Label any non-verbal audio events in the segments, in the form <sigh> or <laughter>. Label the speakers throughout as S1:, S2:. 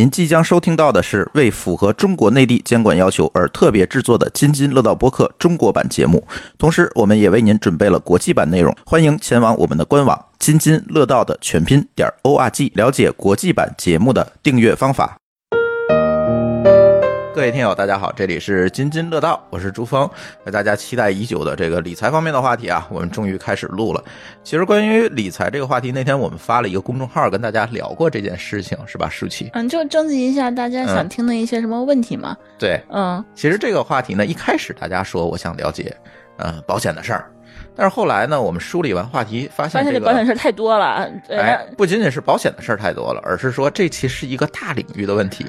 S1: 您即将收听到的是为符合中国内地监管要求而特别制作的《津津乐道》播客中国版节目，同时我们也为您准备了国际版内容，欢迎前往我们的官网津津乐道的全拼点儿 org 了解国际版节目的订阅方法。各位听友，大家好，这里是津津乐道，我是朱峰，为大家期待已久的这个理财方面的话题啊，我们终于开始录了。其实关于理财这个话题，那天我们发了一个公众号跟大家聊过这件事情，是吧，舒淇？
S2: 嗯，就征集一下大家
S1: 嗯
S2: 想听的一些什么问题嘛。
S1: 对，
S2: 嗯
S1: 其实这个话题呢，一开始大家说我想了解，呃，保险的事儿，但是后来呢，我们梳理完话题，发
S2: 发
S1: 现
S2: 现
S1: 这
S2: 这
S1: 个
S2: 保险事儿太多了，啊对，
S1: 哎，不仅仅是保险的事儿太多了，而是说这其实是一个大领域的问题。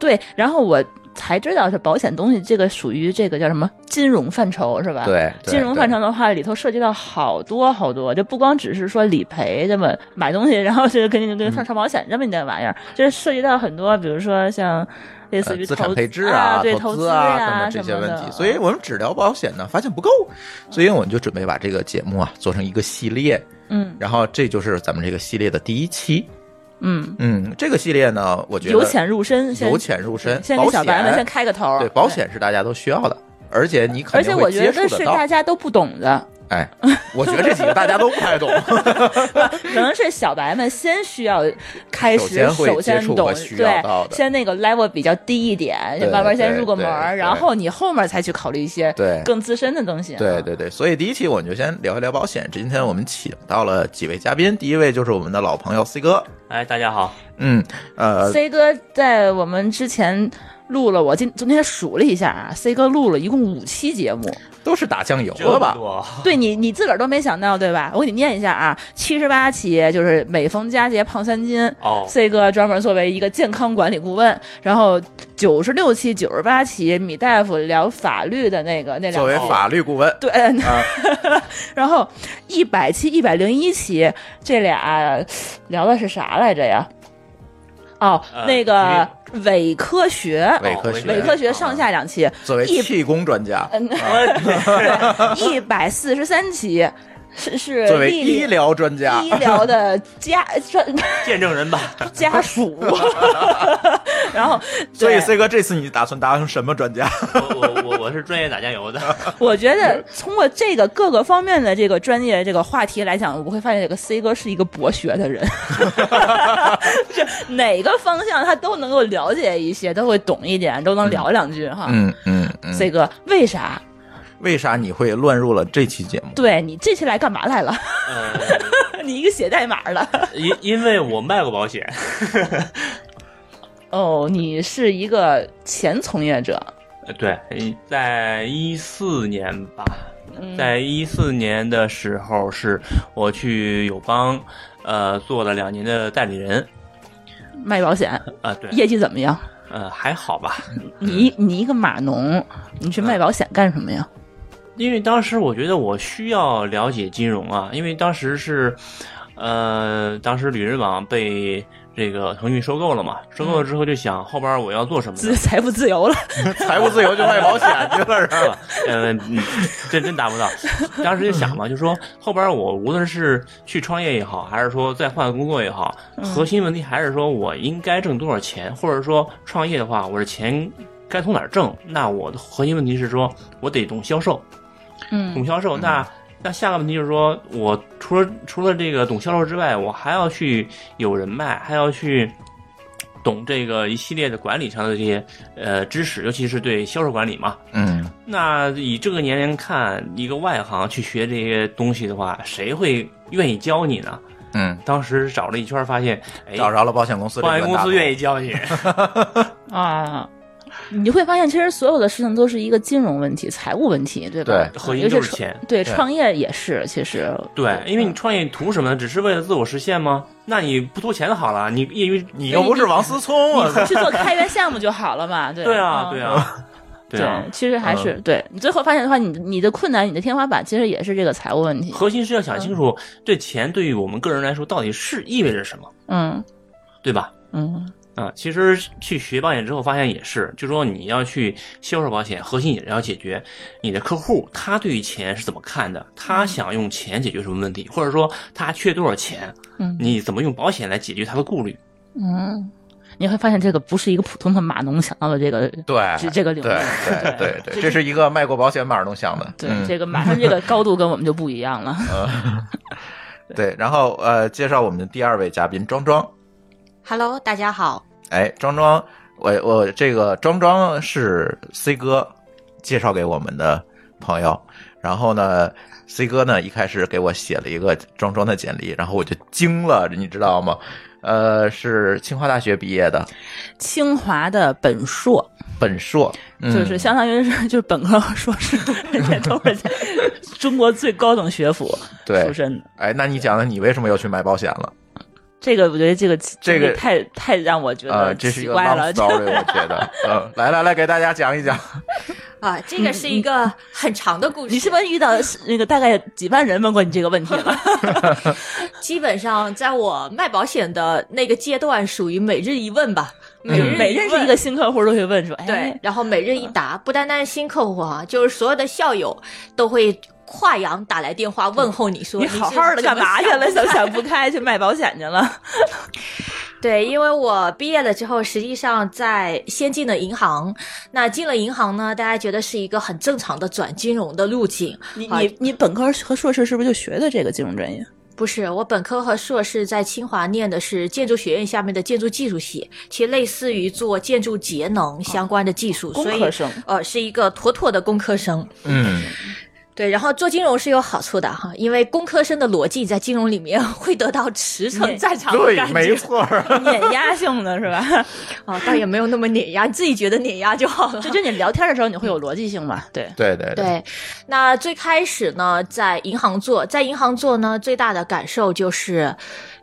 S2: 对，然后我才知道这保险东西这个属于这个叫什么金融范畴是吧？。
S1: 对，对
S2: 啊金融
S1: 对
S2: 范畴的话，里头涉及到好多好多，就不光只是说理赔这么买东西，然后就跟
S1: 嗯
S2: 跟上上保险这么一点玩意儿，就是涉及到很多，比如说像类似
S1: 呃
S2: 于
S1: 资
S2: 投
S1: 产配置
S2: 啊，对，
S1: 投
S2: 投
S1: 资
S2: 呀、
S1: 啊等等这
S2: 什
S1: 些
S2: 么
S1: 问
S2: 的嗯
S1: 题，所以我们只聊保险呢，发现不够，所以我们就准备把这个节目啊做成一个系列，
S2: 嗯
S1: 然后这就是咱们这个系列的第一期。
S2: 嗯，
S1: 嗯，这个系列呢，我觉得
S2: 由浅入深，先
S1: 由浅入深，
S2: 先
S1: 保
S2: 给
S1: 险
S2: 小白们先开个头，
S1: 对保险是大家都需要的，而且你肯
S2: 而
S1: 定
S2: 且
S1: 会
S2: 我
S1: 接
S2: 觉
S1: 触
S2: 得
S1: 得
S2: 是
S1: 到
S2: 大。家都不懂的，
S1: <laughs> 哎，我觉得这几个大家都不太
S2: <laughs>
S1: 懂。
S2: 可能是小白们先需要开
S1: 首
S2: 始
S1: 先会
S2: 首先
S1: 接触
S2: 懂
S1: 和，需要
S2: 对
S1: 到，的
S2: 先那个 level 比较低一点，
S1: 对
S2: 慢慢先
S1: 对
S2: 入个门
S1: 对
S2: 儿，然后你后面才去考虑一些
S1: 对
S2: 更资深的东西啊。
S1: 对对对，所以第一期我们就先聊一聊保险。今天我们请到了几位嘉宾，第一位就是我们的老朋友 C 哥，
S3: 哎，大家好，
S1: 嗯，呃，
S2: ，C 哥在我们之前录了，我今昨天数了一下啊，C 哥录了一共五期节目，
S1: 都是打酱油
S3: 这么
S1: 的吧？
S3: 多
S2: 对你你自个儿都没想到对吧？我给你念一下啊，七十八期就是每逢佳节胖三斤，
S3: 哦，
S2: C 哥专门作为一个健康管理顾问，然后九十六期、九十八期米大夫聊法律的那个那
S1: 作
S2: 两
S1: 为
S2: 期。
S1: 法啊律顾问，
S2: 对， <laughs> 然后一百期、一百零一期，这俩聊的是啥来着呀？哦，
S3: 呃
S2: 那个伪科学，
S1: 伪科
S3: 伪
S1: 学，啊
S2: 伪科学上下
S1: <laughs>
S2: 两期，
S1: 作为
S2: 一
S1: 气功专家，
S3: 哦
S2: 对，一百四十三期是是
S1: 作为
S2: 丽丽
S1: 医疗啊专家
S2: 医，疗的家专
S3: <laughs> 见证人吧，
S1: <laughs>
S2: 家属， <laughs> 然后
S1: 所以
S2: 对
S1: C 哥这次你打算当什么专家？
S3: 我我我我是专业打酱油的，
S2: <laughs> 我觉得通过这个各个方面的这个专业这个话题来讲，我会发现这个 C 哥是一个博学的人， <laughs> 是哪个方向他都能够了解一些，都会懂一点，都能聊两句哈。
S1: 嗯嗯嗯，
S2: C 哥，为啥
S1: 为啥你会乱入了这期节目？
S2: 对你这期来干嘛来了？ <laughs>
S3: 呃，
S2: 你一个写代码
S1: 嗯
S2: 的
S3: 因因为我卖过保险，
S2: 哦，你是一个前从业者，
S3: 呃对，在一四年吧，
S2: 嗯
S3: 在一四年的时候是我去友邦，呃，做了两年的代理人，
S2: 卖保险，
S3: 啊，对，
S2: 业绩怎么样？
S3: 呃，还好吧，
S2: 你
S1: 嗯
S2: 你一个码农，你去卖保险干什么呀？
S3: 因为当时我觉得我需要了解金融啊，因为当时是，呃，当时旅人网被这个腾讯收购了嘛，收购了之后就想后边我要做什么呢
S2: 自？ <laughs> 财富自由了，
S1: 财务自由就卖
S3: <laughs>
S1: 保险去了是吧？
S3: 呃，嗯这真达不到。当时就想嘛，就说后边我无论是去创业也好，还是说再换工作也好，核心问题还是说我应该挣多少钱，或者说创业的话，我这钱该从哪儿挣？那我的核心问题是说我得懂销售，
S2: 嗯
S3: 懂销售。那
S1: 嗯
S3: 那下个问题就是说我除了除了这个懂销售之外，我还要去有人脉，还要去。懂这个一系列的管理上的这些呃知识，尤其是对销售管理嘛，
S1: 嗯，
S3: 那以这个年龄看，一个外行去学这些东西的话，谁会愿意教你呢？
S1: 嗯，
S3: 当时找了一圈，发现，哎，
S1: 找着了保险公司，
S3: 保险公司愿
S1: 意，
S3: 意教你。 <laughs>
S2: 啊，你会发现，其实所有的事情都是一个金融问题、财务问题，对吧？
S1: 对
S3: 核心
S2: 尤其
S3: 就是
S2: 创
S3: 钱。
S2: 对，
S1: 对
S2: 创业也是，其实嗯
S3: 对，因为
S1: 嗯
S3: 你创业图什么呢？只是为了自我实现吗？那你不图钱好了，你业余
S1: 你又不是王思聪，我操
S2: 去做开源项目就好了
S3: <laughs>
S2: 嘛，对
S3: 对
S2: 对
S3: 啊，对。
S2: 嗯
S3: 啊，对
S2: 对
S3: 啊，，
S2: 其实还是、对你最后发现的话，你你的困难、你的天花板其实也是这个财务问题。
S3: 核心是要想清楚，这钱对于我们个人来说到底是意味着什么，
S2: 嗯
S3: 对吧？
S2: 嗯
S3: 啊，其实去学保险之后，发现也是，就说你要去销售保险，核心也是要解决你的客户他对于钱是怎么看的，他
S2: 嗯
S3: 想用钱解决什么问题，或者说他缺多少钱，
S2: 嗯
S3: 你怎么用保险来解决他的顾虑。
S2: 嗯，你会发现这个不是一个普通的码农想到的这个
S4: 对
S2: 这这个领域
S4: 对。对
S2: <laughs>
S4: 对对，这是一个卖过保险码农想的。
S2: 对，
S4: 嗯
S2: 这个马上这个高度跟我们就不一样了。 <laughs>
S4: 对，然后呃，介绍我们的第二位嘉宾庄庄。
S5: Hello，大家好，
S4: 哎，庄庄，我我这个庄庄是 C 哥介绍给我们的朋友，然后呢，C 哥呢一开始给我写了一个庄庄的简历，然后我就惊了，你知道吗？呃，是清华大学毕业的，
S2: 清华的本硕
S4: 本硕，嗯、
S2: 就是相当于是就是本科和硕士，人家都是
S4: <laughs>
S2: 在中国最高等学府出
S4: 对。
S2: 身的。
S4: 哎，那你讲讲你为什么要去买保险了？
S2: 这个我觉得这个
S4: 这个
S2: 太太让我觉
S4: 呃，
S2: 得
S4: 这是一
S2: 奇
S4: 个
S2: 怪
S4: long
S2: 了。 <laughs>
S4: story，我觉得。嗯，来来来，给大家讲一讲。
S5: 啊， <laughs> 这个是一个很长的故事。
S2: 嗯你是不是遇到那个大概几万人问过你这个问题
S4: <laughs>
S2: 了？
S5: 基本上在我卖保险的那个阶段，属于每日一问吧。
S4: 嗯
S5: 每日
S2: 嗯每认识一个
S5: 问
S2: 新客户都会问说：“
S5: 对
S2: 哎，，
S5: 然后每日一答，不单单是新客户啊，就是所有的校友都会跨洋打来电话问候你说
S2: 你
S5: 是
S2: 好好的干嘛去
S5: 怎么
S2: 了？
S5: 想
S2: 想想不开去卖保险去了？
S5: <laughs> 对，因为我毕业了之后，实际上在先进的银行，那进了银行呢，大家觉得是一个很正常的转金融的路径。
S2: <laughs> 你
S5: 好
S2: 你你本科和硕士是不是就学的这个金融专业？
S5: 不是，我本科和硕士在清华念的是建筑学院下面的建筑技术系，其实类似于做建筑节
S4: 哦
S5: 能相关的技术，
S2: 工
S5: 所以
S2: 科生
S5: 呃是一个妥妥的工科生。
S4: <laughs> 嗯，
S5: 对，然后做金融是有好处的哈，因为工科生的逻辑在金融里面 <laughs> 会得到驰骋
S2: 碾
S5: 战场的
S4: 对
S5: 感，觉，
S4: 没错儿。
S2: <laughs> 碾压性的是吧？
S5: 啊，倒也没有那么碾压，你自己觉得碾压就
S4: <laughs>
S5: 好
S2: <laughs>
S5: 了
S2: 就。就你聊天的时候你会有逻辑性嘛？对，
S4: 对对对，
S5: 对，那最开始呢，在银行做，在银行做呢，最大的感受就是。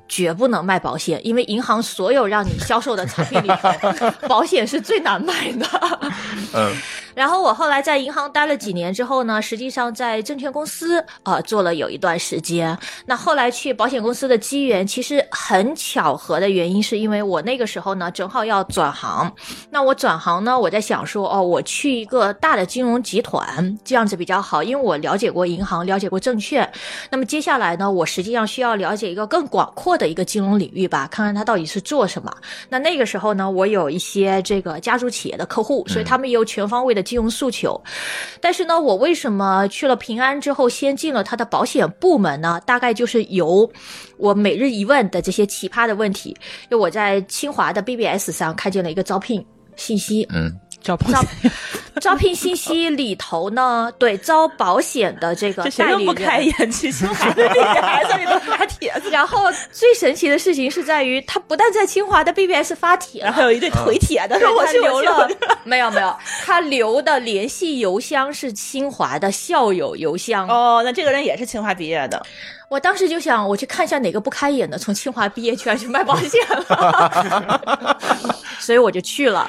S5: 绝不能卖保险，因为银行所有让你销售的产品里头，保险是最难卖的。
S4: 嗯
S5: 然后我后来在银行待了几年之后呢，实际上在证券公司啊、呃做了有一段时间。那后来去保险公司的机缘，其实很巧合的原因，是因为我那个时候呢正好要转行。那我转行呢，我在想说，哦，我去一个大的金融集团这样子比较好，因为我了解过银行，了解过证券。那么接下来呢，我实际上需要了解一个更广阔的一个金融领域吧，看看它到底是做什么。那那个时候呢，我有一些这个家族企业的客户，
S2: 嗯
S5: 所以他们也有全方位的金融诉求。但是呢，我为什么去了平安之后，先进了它的保险部门呢？大概就是由我每日一问的这些奇葩的问题，因为我在清华的 BBS 上看见了一个招聘
S2: <laughs>
S5: 信息，
S4: 嗯，
S2: 找保
S5: 招招聘信息里头呢，对招保险的这个
S2: 这谁
S5: 代
S2: 都
S5: 理
S2: 不
S5: 人。
S2: 开眼去清华的这些孩子里头发帖子，
S5: 然后最神奇的事情是在于，他不但在清华的 BBS 发帖，
S2: 然后有一对腿帖 <laughs> 的
S5: 对
S2: 说我
S5: 他
S2: 去
S5: 留
S2: 我去我
S5: 了
S2: 去，
S5: <laughs> 没有
S2: <laughs>
S5: 没有，他留的联系邮箱是清华的校友邮箱。
S2: 哦，那这个人也是清华毕业的，
S5: 我当时就想，我去看一下哪个不开眼的从清华毕业居然去卖保险
S2: <laughs>
S5: 了，所以我就去了。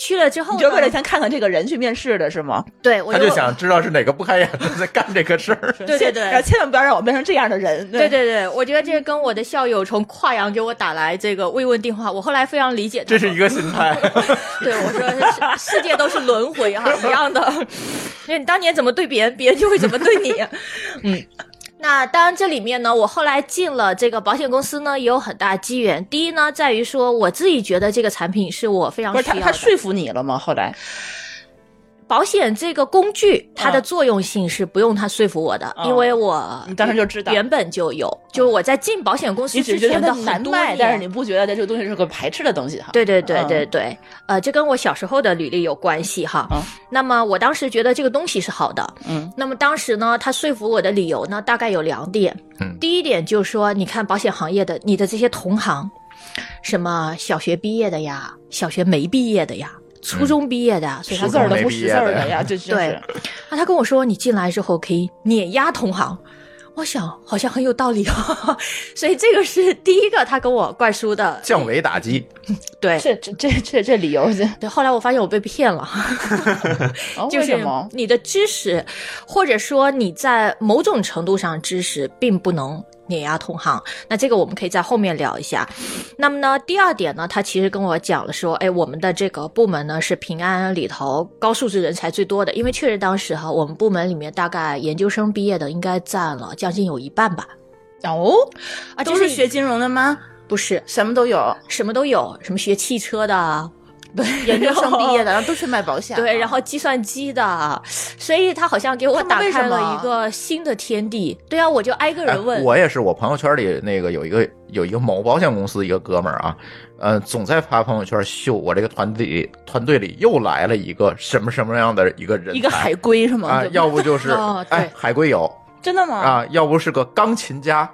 S5: 去了之后
S2: 你
S5: 呢，
S2: 就是为了先看看这个人去面试的是吗？
S5: 对，我
S4: 他就想知道是哪个不开眼的在干这个事儿。
S5: 对对对
S2: 然后千万不要让我变成这样的人。
S5: 对对对，我觉得这跟我的校友从跨洋给我打来这个慰问电话，我后来非常理解他们。
S4: 这是一个心
S2: <laughs>
S4: 态。
S5: <laughs> 对，我说世世界都是轮回哈，一样的， <laughs> 因为你当年怎么对别人，别人就会怎么对
S2: <laughs>
S5: 你。嗯，那当然这里面呢，我后来进了这个保险公司呢，也有很大机缘。第一呢，在于说我自己觉得这个产品是我非常
S2: 不是
S5: 需
S2: 他
S5: 要
S2: 他
S5: 的。
S2: 说服你了吗？后来
S5: 保险这个工具，它的
S2: 嗯
S5: 作用性是不用它说服我的，
S2: 嗯
S5: 因为我
S2: 你当时就知道
S5: 原本就有，就是我在进保险公司
S2: 你啊只
S5: 之
S2: 是觉
S5: 前
S2: 得
S5: 的
S2: 它
S5: 很
S2: 难
S5: 多
S2: 卖，但是
S5: 年
S2: 你不觉得这个东西是个排斥的东西哈？
S5: 对对对
S2: 嗯
S5: 对对，呃，这跟我小时候的履历有关系哈。
S2: 嗯
S5: 那么我当时觉得这个东西是好的，
S2: 嗯，
S5: 那么当时呢，他说服我的理由呢，大概有两点。
S4: 嗯
S5: 第一点就是说，你看保险行业的你的这些同行，什么小学毕业的呀，小学没毕业的呀，初中毕业的呀，所以他
S4: 嗯
S2: 识
S4: 初
S2: 字
S4: 中
S2: 儿
S5: 跟
S2: 都
S5: 我
S4: 没
S2: 不
S4: 毕
S2: 识
S4: 业
S2: 字儿
S4: 的
S2: 的呀，这真
S5: 对
S2: 是。
S5: 啊，他跟我说你进来之后可以碾压同行。我想好像很有道理哦， <laughs> 所以这个是第一个他跟我灌输的
S4: 降维打击，
S5: 对
S2: 这这这这这理由，这
S5: 对，后来我发现我被骗了，
S2: 哦
S5: 就
S2: 为
S5: 是
S2: 什么？
S5: 你的知识，或者说你在某种程度上知识并不能碾压同行。那这个我们可以在后面聊一下。那么呢，第二点呢，他其实跟我讲了说，哎，我们的这个部门呢是平安里头高素质人才最多的，因为确实当时哈，我们部门里面大概研究生毕业的应该占了将近有一半吧。
S2: 哦，
S5: 啊，
S2: 都
S5: 这
S2: 是学金融的吗？
S5: 不是，
S6: 什么都有，
S5: 什么都有，什么学汽
S2: <laughs>
S5: 车的，对，
S6: 研究生毕业
S5: 的。
S6: 的，然后都去卖保险了。
S5: 对，然后计算机的，所以他好像给我
S6: 啊他
S5: 打
S6: 们为
S5: 开
S6: 什么啊
S5: 了一个新的天地。对啊，我就挨个
S4: 哎
S5: 人问，
S4: 我也是，我朋友圈里那个有一个有一个某保险公司一个哥们儿啊，呃，总在发朋友圈秀我这个团队团队里又来了一个什么什么样的一个人才，
S2: 一个海龟是吗？
S4: 啊，
S2: 对吧
S4: 要不就是、
S5: 哦对
S4: 哎海归友
S2: 真的吗？
S4: 啊，要不是个钢琴家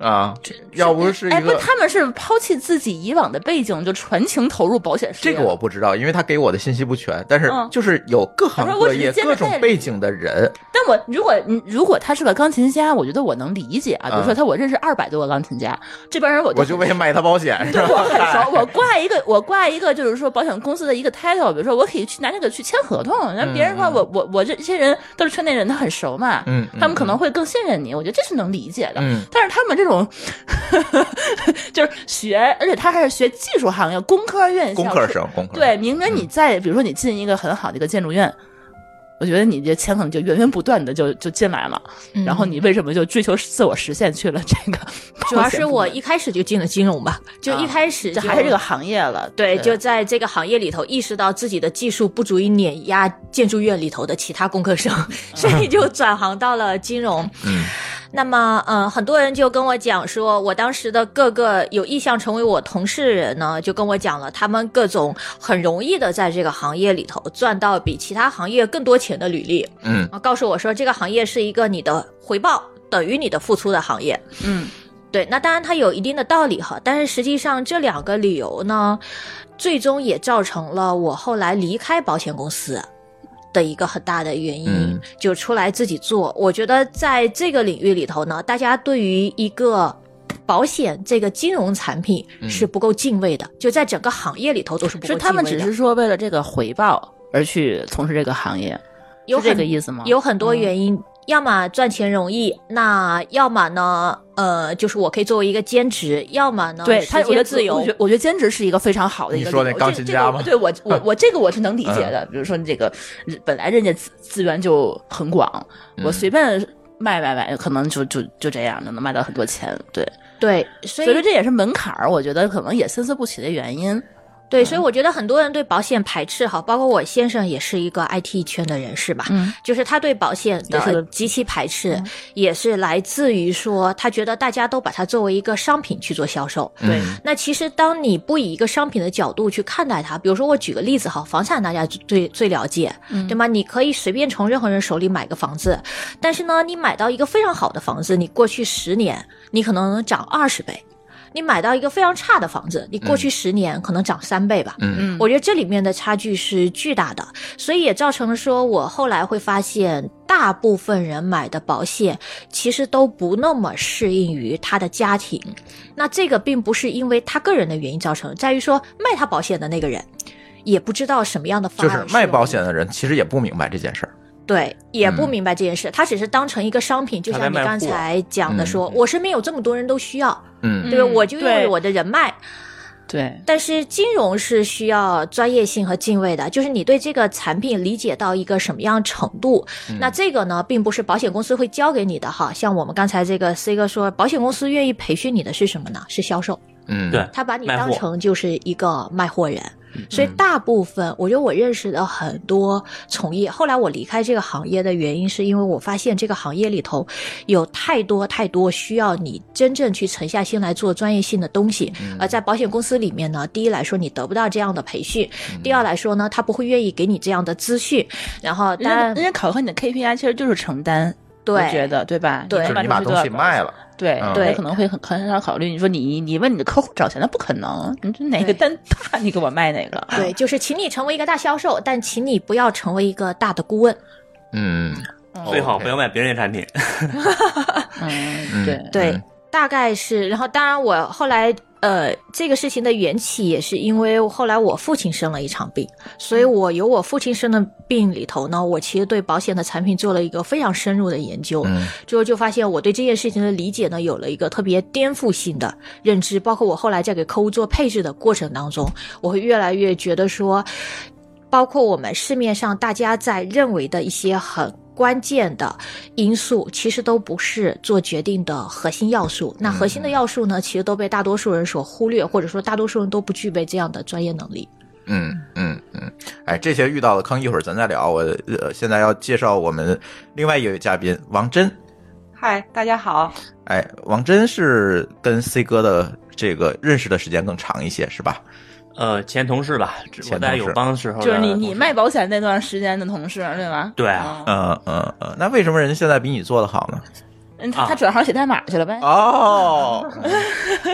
S4: 啊，要不是
S2: 哎，
S4: 一
S2: 不，
S4: 个。
S2: 他们是抛弃自己以往的背景，就全情投入保险事业。
S4: 这个我不知道，因为他给我的信息不全。但是
S2: 嗯
S4: 就是有各行
S2: 我说我
S4: 各
S2: 只
S4: 业、
S2: 见
S4: 各
S2: 了
S4: 种
S2: 这里
S4: 背景的人，
S2: 但我如果嗯如果他是个钢琴家，我觉得我能理解啊。比如说
S4: 嗯
S2: 他，我认识二百多个钢琴家，这帮人我
S4: 我就为买他保险是
S2: 对我
S4: 吧？ <laughs>
S2: 很熟，我挂一个，我挂一个，就是说保险公司的一个 title，比如说我可以去拿这个去签合同，然后别人说
S4: 嗯嗯
S2: 我我我这些人都是圈内人，他很熟嘛，
S4: 嗯，嗯
S2: 他们可能会更信任你，我觉得这是能理解的。
S4: 嗯
S2: 但是他们这种 <laughs> 就是学，而且他还是学技术行业，工科院校，
S4: 工科生，工科生
S2: 对，明明你在，比如说你进一个很好的一个建筑院，我觉得你这钱可能就源源不断的就就进来了。
S5: 嗯
S2: 然后你为什么就追求自我实现去了这个 <laughs> 保险部门？
S5: 主要是我一开始就进了金融吧，就
S2: 啊
S5: 一开始
S2: 这
S5: 就
S2: 还是这个行业了，
S5: 对，就在这个行业里头意识到自己的技术不足以碾压建筑院里头的其他工科生， <laughs> 所
S2: <laughs>
S5: 以就转行到了金融。
S4: 嗯
S5: 那么，呃，很多人就跟我讲说，我当时的各个有意向成为我同事的人呢，就跟我讲了他们各种很容易的在这个行业里头赚到比其他行业更多钱的履历，
S4: 嗯
S5: 啊，告诉我说这个行业是一个你的回报等于你的付出的行业。
S2: 嗯，
S5: 对，那当然它有一定的道理哈，但是实际上这两个理由呢，最终也造成了我后来离开保险公司的一个很大的原因，
S4: 嗯
S5: 就出来自己做。我觉得在这个领域里头呢，大家对于一个保险这个金融产品是不够敬畏的，就在整个行业里头都是不
S2: 嗯是
S5: 够敬畏的。
S2: 他们只是说为了这个回报而去从事这个行业，
S5: 有
S2: 是这
S5: 很
S2: 个意思吗？嗯
S5: 有很多原因，要么赚钱容易，那要么呢，呃，就是我可以作为一个兼职，要么呢，
S2: 对
S5: 时
S2: 他，我觉
S5: 间
S2: 得
S5: 自由
S2: 我觉。得我觉得兼职是一个非常好的一个
S4: 你
S2: 理由。
S4: 说那钢琴家吗嗯
S2: 这这个我对我
S4: <laughs>
S2: 我我这个我是能理解的。比如说你这个本来人家资资源就很广，我
S4: 嗯
S2: 随便卖卖卖，可能就就就这样就能卖到很多钱。对，
S5: 对，
S2: 所
S5: 所以
S2: 以说这也是门槛儿，我觉得可能也参差不齐的原因。嗯
S5: 对，所以我觉得很多人对保险排斥哈，包括我先生也是一个 IT 圈的人士吧，
S2: 嗯，
S5: 就是他对保险
S2: 也是嗯
S5: 的
S2: 个
S5: 极其排斥，也是来自于说他觉得大家都把它作为一个商品去做销售。
S2: 对
S4: 嗯
S5: 那其实当你不以一个商品的角度去看待它，比如说我举个例子哈，房产大家最最了解，
S2: 嗯
S5: 对吗？你可以随便从任何人手里买个房子，但是呢，你买到一个非常好的房子，你过去十年你可能能涨二十倍；你买到一个非常差的房子，你过去十年可能涨三倍吧。
S4: 嗯
S2: 嗯
S5: 我觉得这里面的差距是巨大的，所以也造成了说我后来会发现，大部分人买的保险其实都不那么适应于他的家庭。那这个并不是因为他个人的原因造成，在于说卖他保险的那个人。也不知道什么样的方
S4: 就
S5: 案
S4: 是卖
S5: 适用
S4: 保
S5: 于
S4: 险的人其实也不明白这件事儿。
S5: 对，也不
S4: 嗯
S5: 明白这件事，他只是当成一个商品，就
S3: 他
S5: 像
S3: 在
S5: 你
S3: 卖
S5: 刚
S3: 货
S5: 才讲的
S4: 嗯
S5: 说，
S4: 嗯
S5: 我身边有这么多人都需要，
S4: 嗯
S5: 对吧？
S2: 嗯
S5: 我就用
S2: 对
S5: 我的人脉。
S2: 对，
S5: 但是金融是需要专业性和敬畏的，就是你对这个产品理解到一个什么样程度，那这个呢，并不是保险公司会教给你的哈。像我们刚才这个 C 哥说，保险公司愿意培训你的是什么呢？是销售。
S4: 嗯，
S3: 对，
S5: 他把你
S3: 卖货嗯
S5: 当成就是一个卖货人，所以大部分我觉得我认识的很多从业，后来我离开这个行业的原因，是因为我发现这个行业里头有太多太多需要你真正去沉下心来做专业性的东西，
S3: 嗯
S5: 而在保险公司里面呢，第一来说你得不到这样的培训，第二来说呢，他不会愿意给你这样的资讯，然后
S2: 人家
S5: 但
S2: 人家考核你的 KPI 其实就是承担。我觉
S5: 对。
S2: 得对吧？
S5: 对
S4: 就是
S2: 能
S4: 你
S2: 把
S4: 把东西卖
S2: 了，
S4: 了，
S2: 对
S4: 嗯
S2: 人家
S5: 对
S2: 可能会很很少考虑。你说你你问你的客户找钱，那不可能，你这哪个
S5: 对
S2: 单大，你给我卖哪个。
S5: 对，就是请你成为一个大销售，但请你不要成为一个大的顾问。
S4: 嗯，
S3: 最好
S4: OK
S3: 不要卖别人的产品。
S2: 嗯，
S4: 嗯
S2: 对，
S5: 对，
S4: 嗯
S5: 大概是。然后，当然我后来呃，这个事情的缘起也是因为后来我父亲生了一场病，所以我由我父亲生的病里头呢，我其实对保险的产品做了一个非常深入的研究。
S4: 嗯
S5: 最后就发现我对这件事情的理解呢，有了一个特别颠覆性的认知。包括我后来在给客户做配置的过程当中，我会越来越觉得说，包括我们市面上大家在认为的一些很关键的因素，其实都不是做决定的核心要素。那核心的要素呢，其实都被大多数人所忽略，或者说大多数人都不具备这样的专业能力。
S4: 嗯嗯嗯，哎，这些遇到的坑一会儿咱再聊。我呃现在要介绍我们另外一位嘉宾王真。
S6: 嗨，大家好，
S4: 哎，王真是跟 C 哥的这个认识的时间更长一些，是吧？
S3: 呃，前同事吧，只
S4: 前
S3: 我在
S4: 同事
S3: 友邦的时候的
S2: 就是你
S3: 同
S2: 你
S3: 事
S2: 卖保险那段时间的同事对吧？
S3: 对啊
S1: 啊
S2: 嗯
S1: <laughs>
S4: 嗯嗯嗯，那为什么人家现在比你做的好呢？
S2: 嗯，他
S3: 啊
S2: 他转行写代码去了呗。
S1: 啊
S4: 哦，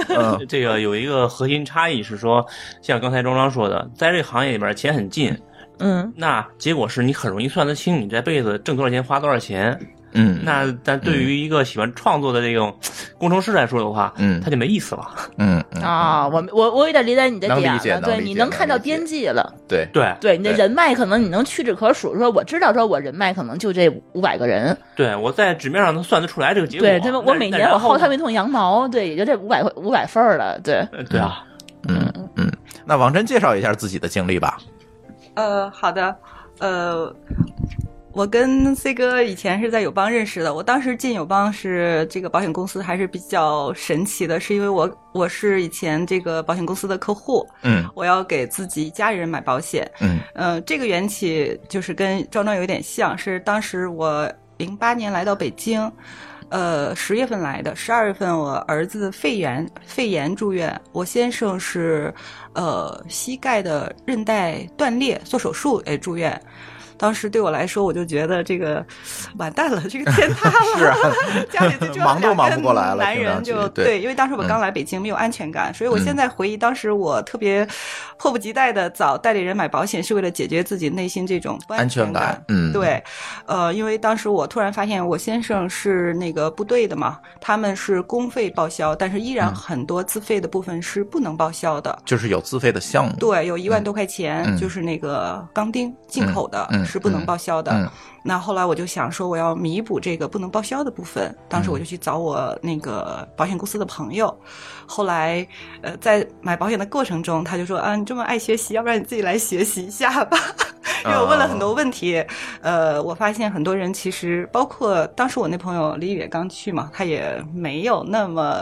S4: 嗯 <laughs>
S3: <laughs> 这个有一个核心差异是说，像刚才庄庄说的，在这个行业里边钱很近，
S2: 嗯，
S3: 那结果是你很容易算得清你这辈子挣多少钱花多少钱。
S4: 嗯，
S3: 那但对于一个喜欢创作的这种工程师来说的话，
S4: 嗯
S3: 他就没意思了。
S4: 嗯嗯
S2: 啊，我我我有点理解你的
S4: 能理
S2: 点
S4: 解
S2: 了，
S4: 能
S2: 对，
S4: 理
S2: 你
S4: 解
S2: 能
S4: 能
S2: 看到
S4: 理解
S2: 边际了，
S4: 对，
S3: 对
S2: 对你的
S4: 对
S2: 人脉可能你能屈指可数，说我知道，说我人脉可能就这五百个人，
S3: 对，我在纸面上能算得出来这个结果。
S2: 对，对吧？我
S3: 那
S2: 每
S3: 那
S2: 年我
S3: 然后
S2: 薅他们一通羊毛，对，也就这五百块五百份儿了，对，
S3: 呃对啊，
S4: 嗯嗯。那王真介绍一下自己的经历吧。
S6: 呃，好的，呃，我跟 C 哥以前是在友邦认识的。我当时进友邦是这个保险公司还是比较神奇的，是因为我我是以前这个保险公司的客户，
S4: 嗯
S6: 我要给自己家里人买保险。
S4: 嗯
S6: 呃，这个缘起就是跟庄庄有点像，是当时我零八年来到北京，呃，十月份来的，十二月份我儿子肺炎肺炎住院，我先生是呃膝盖的韧带断裂，做手术哎住院。当时对我来说，我就觉得这个完蛋了，这个天塌了，
S4: <laughs> 是啊
S6: 家里
S4: <laughs>
S6: 就只有
S4: 忙都
S6: 两
S4: 忙
S6: 个
S4: 不过来了
S6: 男
S4: 听上
S6: 人
S4: 去
S6: 就
S4: 对
S6: 因为当时我刚来北京，没有安全感，所以我
S4: 嗯
S6: 现在回忆当时我特别迫不及待的找代理人买保险，是为了解决自己内心这种不
S4: 安全
S6: 哦全
S4: 感嗯
S6: 对，呃，因为当时我突然发现我先生是那个部队的嘛，他们是公费报销，但是依然
S4: 嗯
S6: 很多自费的部分是不能报销的。
S4: 就是有自费的项目。
S6: 对，有一万多块钱，
S4: 嗯
S6: 就是那个钢钉进口的，
S4: 嗯嗯
S6: 是不能报销的。
S4: 嗯
S6: 那后来我就想说，我要弥补这个不能报销的部分。当时我
S4: 嗯
S6: 就去找我那个保险公司的朋友。后来，呃，在买保险的过程中，他就说：“啊，你这么爱学习，要不然你自己来学习一下吧。” <laughs> 因为我问了
S4: 啊
S6: 很多问题，呃，我发现很多人其实，包括当时我那朋友李宇也刚去嘛，他也没有那么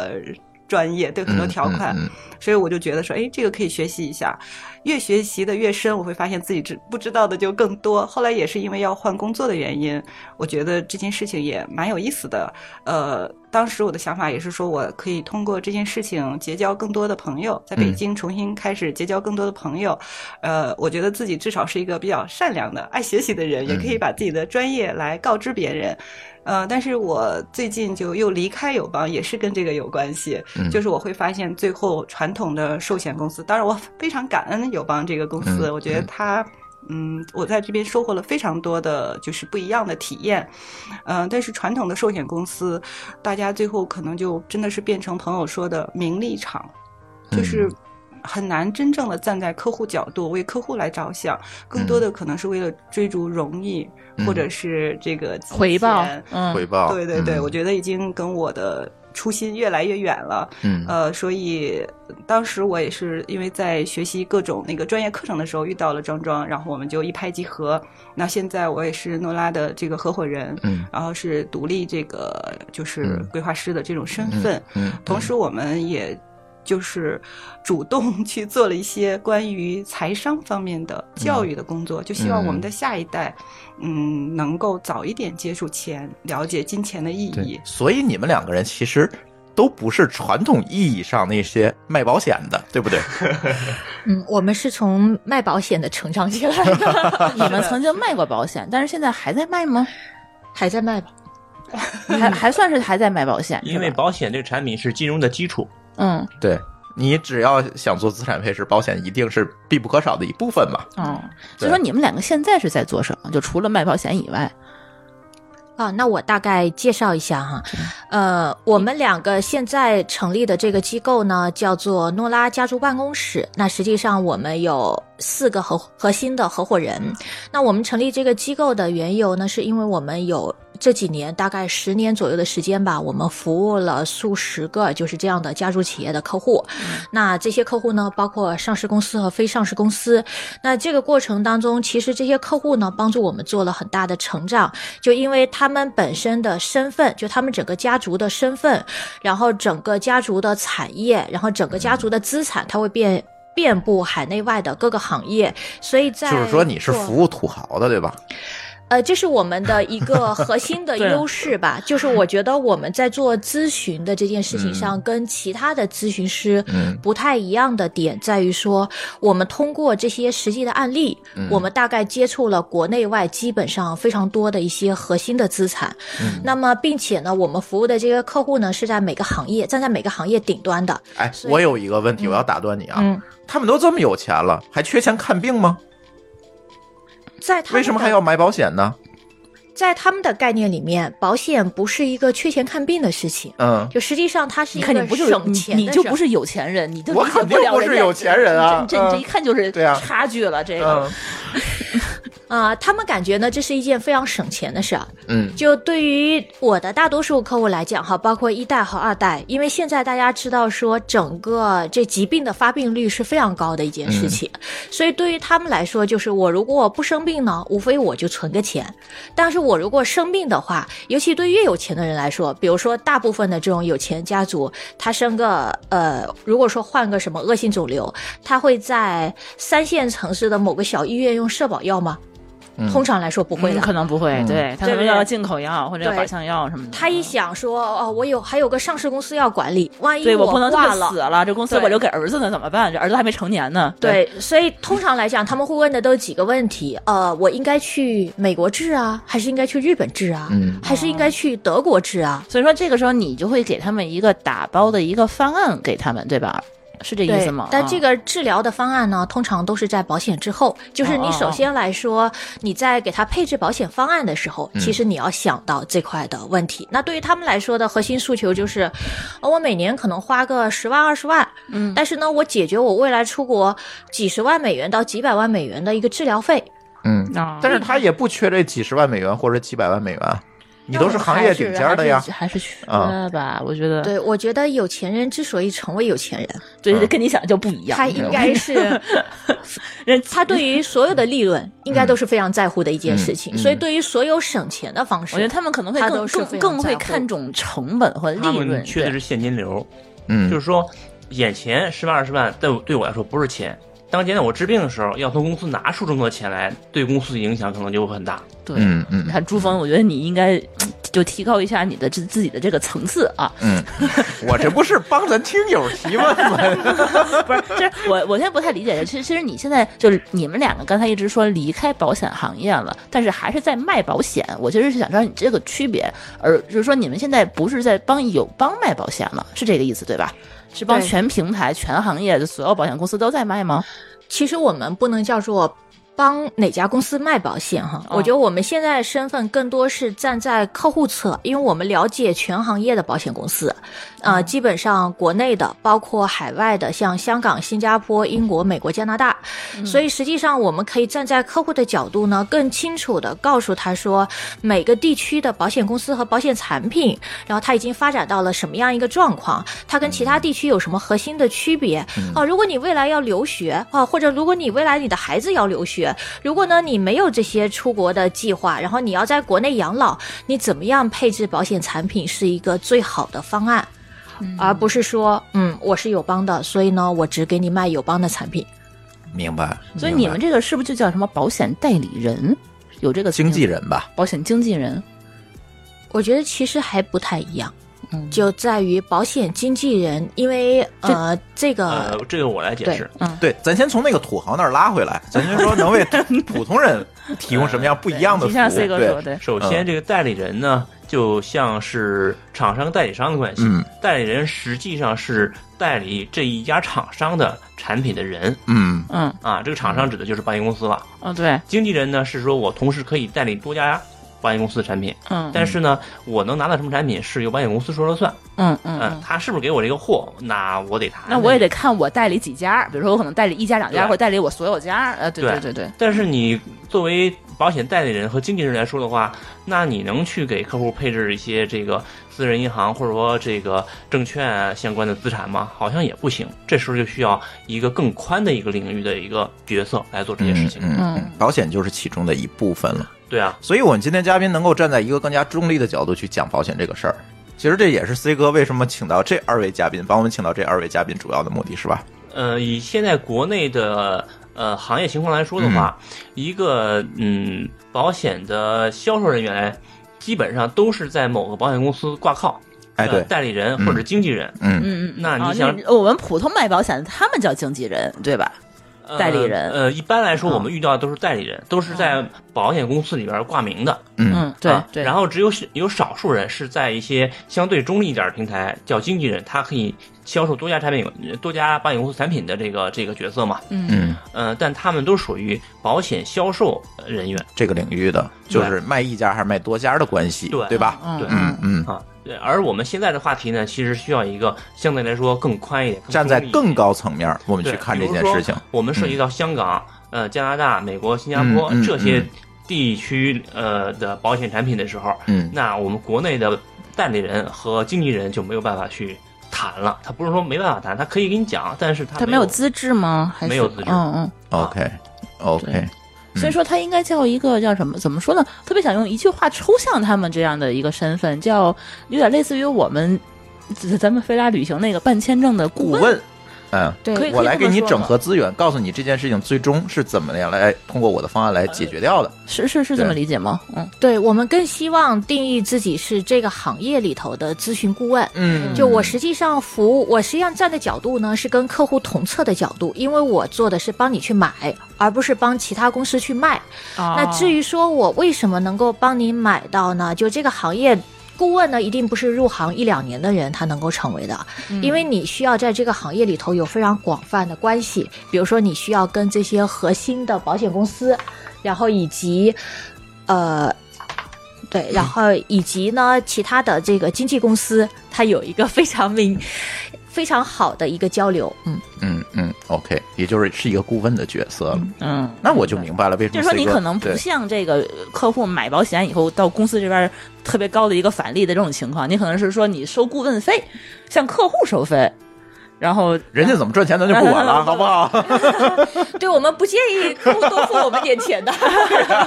S6: 专业，对很多条款，
S4: 嗯
S6: 所以我就觉得说，哎，这个可以学习一下。越学习的越深，我会发现自己知不知道的就更多。后来也是因为要换工作的原因，我觉得这件事情也蛮有意思的。呃，当时我的想法也是说，我可以通过这件事情结交更多的朋友，在北
S4: 嗯
S6: 京重新开始结交更多的朋友。呃，我觉得自己至少是一个比较善良的、爱学习的人，也可以把自己的专业来告知别人。呃，但是我最近就又离开友邦，也是跟这个有关系。
S4: 嗯
S6: 就是我会发现，最后传统的寿险公司，当然我非常感恩友邦这个公司，
S4: 嗯
S6: 我觉得它，嗯，我在这边收获了非常多的就是不一样的体验，嗯、但是传统的寿险公司，大家最后可能就真的是变成朋友说的名利场，
S4: 嗯
S6: 就是。很难真正的站在客户角度为客户来着想，更多的可能是为了追逐荣誉，
S4: 嗯
S6: 或者是这个金
S2: 回报
S6: 钱，
S2: 嗯，
S4: 回报。
S6: 对对对，
S4: 嗯
S6: 我觉得已经跟我的初心越来越远了。
S4: 嗯
S6: 呃，所以当时我也是因为在学习各种那个专业课程的时候遇到了庄庄，然后我们就一拍即合。那现在我也是诺拉的这个合伙人，
S4: 嗯
S6: 然后是独立这个就是
S4: 嗯
S6: 规划师的这种身份。
S4: 嗯，
S6: 同时，我们也就是主动 <laughs> 去做了一些关于财商方面的
S4: 嗯
S6: 教育的工作，就希望我们的下一代，嗯能够早一点接触钱，了解金钱的意义
S4: 对。，嗯所以你们两个人其实都不是传统意义上那些卖保险的，对不对？
S5: 嗯，我们是从卖保险的成长起来的，
S4: <laughs>
S2: 你们曾经卖过保险，但是现在还在卖吗？
S5: <laughs> 还在卖吧？
S4: 嗯
S2: 还还算是还在卖保险，
S3: 因为
S2: 是吧
S3: 保险这个产品是金融的基础。
S2: 嗯
S4: 对。你只要想做资产配置，保险一定是必不可少的一部分嘛。
S2: 嗯，
S4: 对
S2: 所以说你们两个现在是在做什么？就除了卖保险以外，
S5: 啊，那我大概介绍一下哈，呃，我们两个现在成立的这个机构呢，叫做诺拉家族办公室。那实际上我们有四个核核心的合伙人。那我们成立这个机构的缘由呢，是因为我们有。这几年大概十年左右的时间吧，我们服务了数十个就是这样的家族企业的客户。
S4: 嗯
S5: 那这些客户呢，包括上市公司和非上市公司。那这个过程当中，其实这些客户呢，帮助我们做了很大的成长，就因为他们本身的身份，就他们整个家族的身份，然后整个家族的产业，然后整
S4: 嗯
S5: 个家族的资产，它会变。遍布海内外的各个行业，所以在
S4: 就是说你是
S5: 做
S4: 服务土豪的，对吧？
S5: 呃，这是我们的一个核心的
S3: 对啊
S5: 优势吧，就是我觉得我们在做咨询的这件事情上，跟其他的咨询师
S4: 嗯
S5: 不太一样的点在于说，我们通过这些实际的案例，
S4: 嗯
S5: 我们大概接触了国内外基本上非常多的一些核心的资产。
S4: 嗯
S5: 那么，并且呢，我们服务的这些客户呢，是在每个行业站在每个行业顶端的。
S4: 哎，
S5: 所以
S4: 我有一个问题，
S5: 嗯
S4: 我要打断你啊。
S5: 嗯，
S4: 他们都这么有钱了，还缺钱看病吗？
S5: 在他们
S4: 为什么
S5: 的
S4: 还要买保险呢？
S5: 在他们的概念里面，保险不是一个缺钱看病的事情。
S4: 嗯，
S5: 就实际上它是
S2: 你
S5: 一
S2: 看，你
S5: 个
S2: 不就是
S5: 省钱的
S2: 你，你就
S5: 事儿
S2: 不是有钱人，你就
S4: 我
S2: 理解
S4: 肯定
S2: 了
S4: 不
S2: 人
S4: 是
S2: 家
S4: 有钱人啊
S2: 你这你这
S4: 嗯
S2: 你这一看就是
S4: 对啊
S2: 差距了。这个
S4: 嗯
S5: 啊、他们感觉呢，这是一件非常省钱的事儿。啊
S4: 嗯
S5: 就对于我的大多数客户来讲哈，包括一代和二代，因为现在大家知道说整个这疾病的发病率是非常高的一件事
S4: 嗯
S5: 情，所以对于他们来说，就是我如果不生病呢，无非我就存个钱；但是我如果生病的话，尤其对越有钱的人来说，比如说大部分的这种有钱家族，他生个呃，如果说患个什么恶性肿瘤，他会在三线城市的某个小医院用社保药吗？
S4: 嗯
S5: 通常来说不会的，
S2: 可能不会，
S4: 嗯
S2: 对他可能
S5: 对对
S2: 要
S5: 对
S2: 进口药或者
S5: 对
S2: 靶向药什么的。
S5: 他一想说，哦，我有还有个上市公司要管理，万一
S2: 对我
S5: 我
S2: 不能这
S5: 挂
S2: 么
S5: 了
S2: 死。了，这公司
S5: 对
S2: 我留给儿子呢，怎么办？这儿子还没成年呢。
S5: 对，所以通常来讲，他们会问的都是几个问题，呃，我应该去美国治啊，还是应该去日本治啊，
S4: 嗯
S5: 还是应该去德国治啊？
S2: 所以说这个时候你就会给他们一个打包的一个方案给他们，对吧？是这意
S5: 对
S2: 思吗，？啊
S5: 但这
S2: 个
S5: 个治疗的方案呢，通常都是在保险之后，就是
S2: 哦
S5: 你
S2: 哦
S5: 首
S2: 哦
S5: 先来说，你在给他配置保险方案的时候，其
S4: 嗯
S5: 实你要想到这块的问题。那对于他们来说的核心诉求就是，呃我每年可能花个十万二十万，
S2: 嗯
S5: 但是呢，我解决我未来出国几十万美元到几百万美元的一个治疗费。
S4: 嗯，
S2: 啊
S4: 但是他也不缺这几十万美元或者几百万美元啊，你都是行业顶尖的呀
S2: 还。是还是缺
S4: 啊
S2: 吧？我觉得
S5: 对，我觉得有钱人之所以成为有钱人，
S4: 啊
S2: 对，跟你想的就不一样。
S5: 他应该是
S2: 人
S5: 他对于所有的利润应该都是非常在乎的一件事
S4: 嗯
S5: 情，
S4: 嗯
S5: 所以对于所有省钱的方式，
S2: <laughs> 我觉得他们可能会
S5: 他
S2: 更
S5: 都是
S2: 更
S5: 非常
S2: 更会
S5: 在乎
S2: 看重成本和
S3: 他
S2: 利润。
S3: 们缺的
S2: 对
S3: 是现金流，
S4: 嗯，
S3: 就是说眼前十万二十万对我对我来说不是钱。当年我治病的时候，要从公司拿出这么多钱来，对公司的影响可能就会很大。
S2: 对，
S4: 嗯
S2: 你
S4: 嗯
S2: 看朱峰，我觉得你应该就提高一下你的自自己的这个层次啊。
S4: 嗯， <laughs> 我这不是帮咱听友提问吗？ <laughs>
S2: 不是，就是我我现在不太理解的，其实其实你现在就是你们两个刚才一直说离开保险行业了，但是还是在卖保险。我其实是想知道你这个区别，而就是说你们现在不是在帮友邦卖保险了，是这个意思对吧？是帮
S5: 对
S2: 全平台、全行业的所有保险公司都在卖吗？
S5: 其实我们不能叫做帮哪家公司卖保险哈，
S2: 哦
S5: 我觉得我们现在的身份更多是站在客户侧，因为我们了解全行业的保险公司，呃，基本上国内的，包括海外的，像香港、新加坡、英国、美国、加拿大，所以实际上我们可以站在客户的角度呢，更清楚的告诉他说，每个地区的保险公司和保险产品，然后它已经发展到了什么样一个状况，它跟其他地区有什么核心的区别，哦，如果你未来要留学啊，或者如果你未来你的孩子要留学，如果呢你没有这些出国的计划，然后你要在国内养老，你怎么样配置保险产品是一个最好的方案，而不是说，嗯，我是友邦的，所以呢我只给你卖友邦的产品。
S4: 明白。
S2: 所以你们这个是不是就叫什么保险代理人？有这个词
S4: 经纪
S2: 吗、
S4: 人吧？
S2: 保险经纪人？
S5: 我觉得其实还不太一样，
S2: 嗯
S5: 就在于保险经纪人，因为呃这
S3: 呃
S5: 个，
S3: 这个我来解释。
S4: 嗯对，咱先从那个土豪那儿拉回来，咱先说能为
S2: <laughs>
S4: 普通人提供什么样不一样的
S2: 你
S4: 服
S2: 像
S4: 务。
S2: C 哥说，
S4: 对，
S2: 对，
S3: 首先，这个代理人呢，就像是厂商代理商的关系。
S4: 嗯
S3: 代理人实际上是代理这一家厂商的产品的人
S4: 嗯
S2: 嗯，
S3: 啊，这个厂商指的就是保险公司了。
S2: 哦，对，
S3: 经纪人呢，是说我同时可以代理多家保险公司的产品，
S2: 嗯
S3: 但是呢，我能拿到什么产品是由保险公司说了算，
S2: 嗯嗯
S3: 嗯，
S2: 嗯，
S3: 他是不是给我这个货，那我得谈。
S2: 那我也得看我代理几家，比如说我可能代理一家两家，或
S3: 对
S2: 者代理我所有家，呃，对对
S3: 对
S2: 对对，
S3: 但是你作为保险代理人和经纪人来说的话，那你能去给客户配置一些这个私人银行或者说这个证券啊相关的资产吗？好像也不行。这时候就需要一个更宽的一个领域的一个角色来做这些事
S1: 嗯
S3: 情。
S1: 嗯嗯
S2: 嗯，
S1: 保险就是其中的一部分了。
S3: 对啊，
S1: 所以，我们今天嘉宾能够站在一个更加中立的角度去讲保险这个事儿，其实这也是 C 哥为什么请到这二位嘉宾，帮我们请到这二位嘉宾主要的目的是吧？
S3: 呃，以现在国内的呃行业情况来说的话，一个嗯保险的销售人员基本上都是在某个保险公司挂靠，
S1: 哎，
S3: 呃
S1: 对，
S3: 代理人或者经纪人，
S1: 嗯
S2: 嗯嗯，
S3: 那你
S2: 哦
S3: 想
S2: 我们普通卖保险的，他们叫经纪人，对吧？
S3: 呃
S2: 嗯代理人
S3: 呃，一般来说
S2: 嗯
S3: 我们遇到的都是代理人，都是在保险公司里边挂名的，
S1: 嗯
S2: 嗯，对
S3: 啊
S2: 对，
S3: 然后只有有少数人是在一些相对中立一点的平台叫经纪人，他可以销售多家产品、多家保险公司产品的这个这个角色嘛，
S2: 嗯
S1: 嗯，
S3: 嗯、但他们都属于保险销售呃人员。
S1: 这个领域的就是卖一家还是卖多家的关系，
S3: 对
S1: 对吧？
S2: 嗯
S3: 对
S1: 嗯嗯，
S3: 啊，对，而我们现在的话题呢，其实需要一个相对来说更宽一点、
S1: 站在
S3: 中立一点
S1: 更高层面，我们
S3: 对
S1: 去看这
S3: 比
S1: 件
S3: 如说
S1: 事情。嗯
S3: 我们涉及到香港、呃、加拿大、美国、新加坡、
S1: 嗯嗯
S3: 这些
S1: 嗯
S3: 地区呃的保险产品的时候，
S1: 嗯
S3: 那我们国内的代理人和经纪人就没有办法去谈了。他不是说没办法谈，他可以给你讲，但是他
S2: 他没
S3: 没有
S2: 有资质吗？还是
S3: 没有资质
S2: 嗯嗯。
S1: ，OK OK，
S2: 对
S1: 嗯
S2: 所以说，他应该叫一个叫什么？怎么说呢？特别想用一句话抽象他们这样的一个身份，叫有点类似于我们咱咱们飞拉旅行那个办签证的顾
S1: 顾问，嗯。
S2: 对，可以
S1: 我来给你整。
S2: 可以这么说
S1: 合资源，告诉你这件事情最终是怎么样来通过我的方案来解决掉的。
S2: 是是是这
S1: 对
S2: 么理解吗？嗯，
S5: 对我们更希望定义自己是这个行业里头的咨询顾问。
S1: 嗯
S5: 就我实际上服务，我实际上站的角度呢是跟客户同侧的角度，因为我做的是帮你去买，而不是帮其他公司去卖。
S2: 哦
S3: 哦
S5: 那至于说我为什么能够帮你买到呢？就这个行业。顾问呢，一定不是入行一两年的人他能够成为的，因为你需要在这个行业里头有非常广泛的关系，比如说你需要跟这些核心的保险公司，然后以及，呃，对，然后以及呢，其他的这个经纪公司，它有一个非常明、非常好的一个交流，嗯，
S1: 嗯嗯，OK，也就是是一个顾问的角色了。
S2: 嗯，
S1: 那我就明白了为什
S2: 就
S1: 么
S2: 是说
S1: C 哥
S2: 你可能不
S1: 对
S2: 像这个呃客户买保险以后到公司这边特别高的一个返利的这种情况，你可能是说你收顾问费，向客户收费，然后
S1: 人家怎么赚钱咱就不管
S2: <laughs>
S1: 了，好不好？
S5: <laughs> 对我们不建议客户多付我们点钱的， <laughs>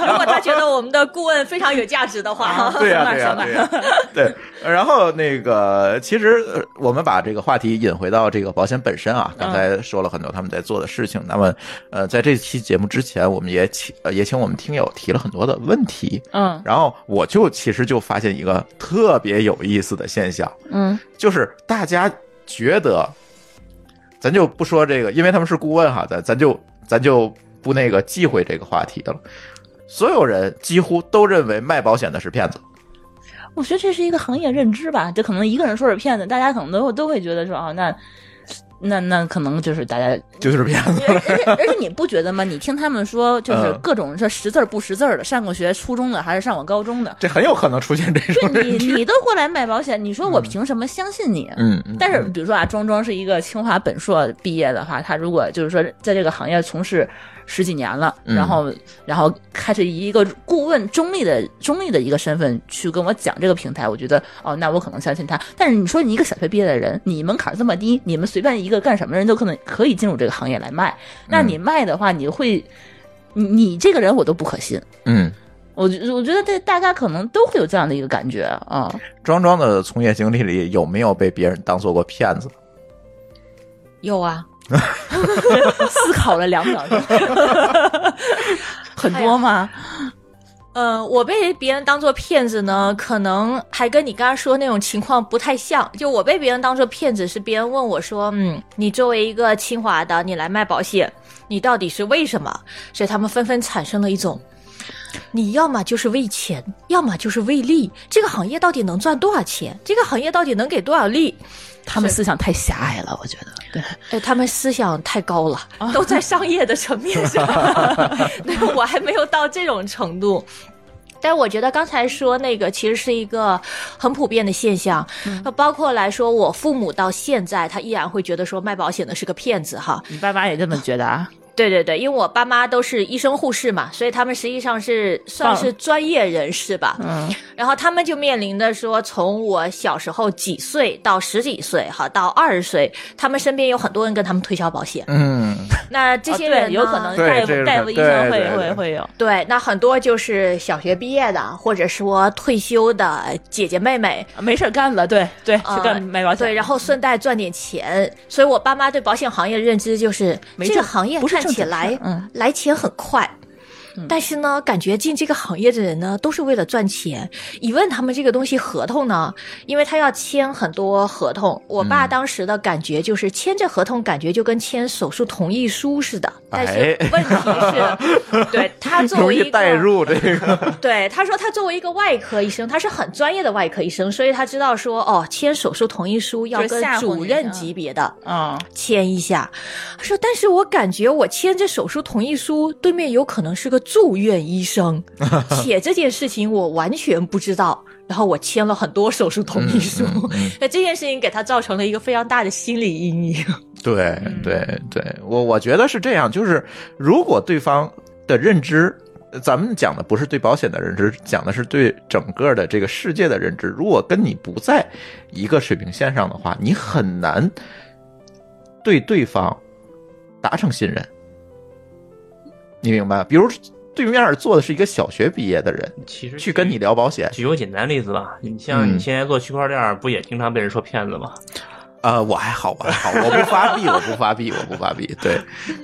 S5: 如果他觉得我们的顾问非常有价值的话，
S1: 啊对呀、
S5: <laughs> 那
S1: 对
S5: 行
S1: 呀、
S5: 吧
S1: 对呀、对。然后那个，其实呃我们把这个话题引回到这个保险本身啊，
S2: 嗯
S1: 刚才说了很多他们在做的事情。那么，呃，在这期节目之前，我们也请呃也请我们听友提了很多的问题。
S2: 嗯
S1: 然后我就其实就发现一个特别有意思的现象，
S2: 嗯
S1: 就是大家觉得，咱就不说这个，因为他们是顾问哈，咱咱就咱就不那个忌讳这个话题了。所有人几乎都认为卖保险的是骗子，
S2: 我觉得这是一个行业认知吧，这可能一个人说是骗子，大家可能都都会觉得说啊，那那那可能就是大家，
S1: 就是骗子。 <laughs>
S2: 而且而且你不觉得吗？你听他们说，就是
S1: 嗯
S2: 各种这识字儿不识字儿的，上过学初中的还是上过高中的，
S1: 这很有可能出现这种
S2: 对你
S1: 人。
S2: 你都过来卖保险，你说我凭什么相信你？
S1: 嗯，嗯
S2: 但是，比如说啊，庄庄是一个清华本硕毕业的话，他如果就是说在这个行业从事十几年了，
S1: 嗯
S2: 然后然后开始以一个顾问中立的中立的一个身份去跟我讲这个平台，我觉得哦，那我可能相信他。但是你说你一个小学毕业的人，你门槛这么低，你们随便一个干什么人都可能可以进入这个行业来卖，那
S1: 嗯
S2: 你卖的话，你会你你这个人我都不可信。
S1: 嗯，
S2: 我觉我觉得这大家可能都会有这样的一个感觉啊，
S1: 庄庄的从业经历里有没有被别人当做过骗子？
S5: 有啊，
S2: 思考了两秒钟， <laughs> 哎很多吗？
S5: 呃，我被别人当做骗子呢，可能还跟你刚刚说那种情况不太像。就我被别人当做骗子，是别人问我说：“嗯，你作为一个清华的，你来卖保险，你到底是为什么？”所以他们纷纷产生了一种，你要么就是为钱，要么就是为利。这个行业到底能赚多少钱？这个行业到底能给多少利？
S2: 他们思想太狭隘了，我觉得。对，
S5: 哎，他们思想太高了，都在商业的层面上，对我还没有到这种程度。但是我觉得刚才说那个其实是一个很普遍的现象，那包括来说，我父母到现在他依然会觉得说卖保险的是个骗子哈。
S2: 你爸妈也这么觉得啊？
S5: 对对对，因为我爸妈都是医生护士嘛，所以他们实际上是算是专业人士吧。
S2: 嗯，
S5: 然后他们就面临的说，从我小时候几岁到十几岁哈，到二十岁，他们身边有很多人跟他们推销保险。
S4: 嗯，
S5: 那这
S2: 啊
S5: 些
S2: 对
S5: 人、
S2: 有可能
S1: 对
S2: 大
S1: 这
S2: 夫
S1: 个
S2: 大夫医生
S1: 对
S2: 会
S1: 对
S2: 会
S1: 对
S2: 会有，
S5: 对，那很多就是小学毕业的，或者说退休的姐姐妹妹，
S2: 没事儿干了，对对，
S5: 啊
S2: 去干买保险，
S5: 对，然后顺带赚点钱。所以我爸妈对保险行业的认知就是，
S2: 没
S5: 这
S2: 挣
S5: 个行业
S2: 不是
S5: 看
S2: 挣
S5: 起
S2: 钱
S5: 来、
S2: 嗯
S5: 来钱很快。
S1: 嗯
S5: 但是呢，感觉进这个行业的人呢，都是为了赚钱。一问他们这个东西合同呢，因为他要签很多合同。我
S1: 嗯
S5: 爸当时的感觉就是，签这合同感觉就跟签手术同意书似的。但是
S1: 哎
S5: 问题是，
S1: <laughs>
S5: 对他作
S1: 容
S5: 为一
S1: 易
S5: 个
S1: 代入这个，
S5: 对，他说他作为一个外科医生，他是很专业的外科医生，所以他知道说哦，签手术同意书要
S2: 就是
S5: 跟
S2: 吓唬你
S5: 主任级别的
S2: 嗯，
S5: 签一下。他说，但是我感觉我签这手术同意书，对面有可能是个住院医 <laughs> 生，且这件事情我完全不知道。然后我签了很多手术同意书，那、 <laughs> 这件事情给他造成了一个非常大的心理阴影。
S1: 对
S2: 对
S1: 对对，我我觉得是这样，就是如果对方的认知。呃咱们讲的不是对保险的认知，讲的是对整个的这个世界的认知。如果跟你不在一个水平线上的话，你很难对对方达成信任。你明白吗？比如对面坐的是一个小学毕业的人
S3: 其实
S1: 去跟你聊保险，
S3: 举个简单例子吧，你像
S1: 嗯
S3: 你现在做区块链儿，不也经常被人说骗子吗？
S1: 呃，我还好，我还好，我不发币，我不发币，我不发 <laughs> 币，对，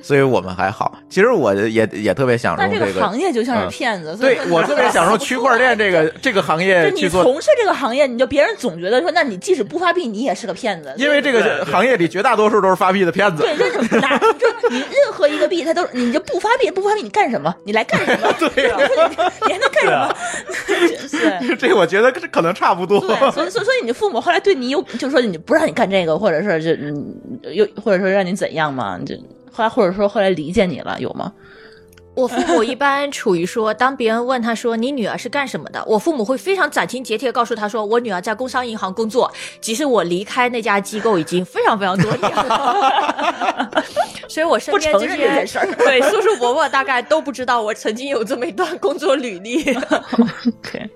S1: 所以我们还好。其实我也也特别享
S2: 但
S1: 受
S2: 这
S1: 这
S2: 个行
S1: 个，
S2: 业就像是
S1: 嗯
S2: 骗子，所以
S1: 对我特别
S2: <laughs>
S1: 享受区块链这个这个行业
S2: 就
S1: 去
S2: 你
S1: 做，
S2: 从事这个行业，你就别人总觉得说，那你即使不发币，你也是个骗子，
S1: 因为这
S3: 对
S1: 个
S3: 对
S1: 行业里绝大多数都是发币的骗子
S2: 对，。就是拿，就是你任何一个币，它都是你就不发币，不发币，你干什么？你来干什么？ <laughs> 对呀、你还能干什么？ <laughs> 对。啊
S1: <laughs> 这我觉得可能差不多。
S2: 对，所以所以所以你父母后来对你有，就说你不让你干这个，或者是就嗯又或者说让你怎样嘛？你就后来或者说后来理解你了，有吗？
S5: 我父母一般处于说，当别人问他说你女儿是干什么的，我父母会非常斩钉截铁地告诉他说，我女儿在工商银行工作，即使我离开那家机构已经非常非常多年了。 <laughs> 所以，我身
S2: 不
S5: 边
S2: 承
S5: 这
S2: 认这件
S5: 些
S2: 事儿。
S5: 对叔叔伯伯大概都不知道我曾经有这么一段工作履历。
S2: 对，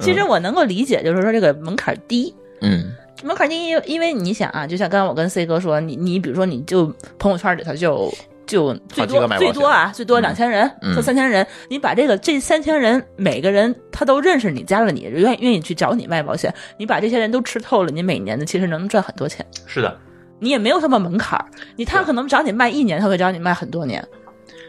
S2: 其实我能够理解，就是说这个门槛低，
S1: 嗯，
S2: 门槛低，因因为你想啊，就像刚刚我跟 C 哥说，你你比如说你就朋友圈里头就就最
S1: 好几
S2: 多
S1: 个买保
S2: 最
S1: 险
S2: 多啊，最多两千人
S1: 嗯
S2: 或三千人，你把这个这三千人每个人他都认识你，加了你，愿意愿意去找你卖保险，你把这些人都吃透了，你每年的其实能赚很多钱，
S3: 是的，
S2: 你也没有什么门槛儿，你他可能找你卖一年，他会找你卖很多年，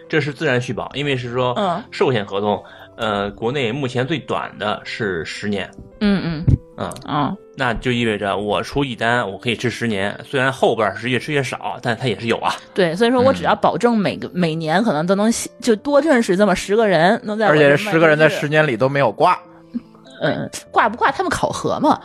S3: 这是自然续保，因为是说
S2: 嗯
S3: 寿险合同，呃，国内目前最短的是十年，
S2: 嗯嗯
S3: 嗯，
S2: 啊、
S3: 那就意味着我出一单，我可以吃十年，虽然后边是越吃越少，但它也是有啊。
S2: 对，所以
S1: 嗯
S2: 说我只要保证每个、每年可能都能就多认识这么十个人，能在
S1: <laughs>
S2: 我
S1: 而且
S2: 这
S1: 这
S2: 卖
S1: 十个人在
S2: 出去
S1: 十年里都没有挂，
S2: 嗯挂不挂他们考核嘛，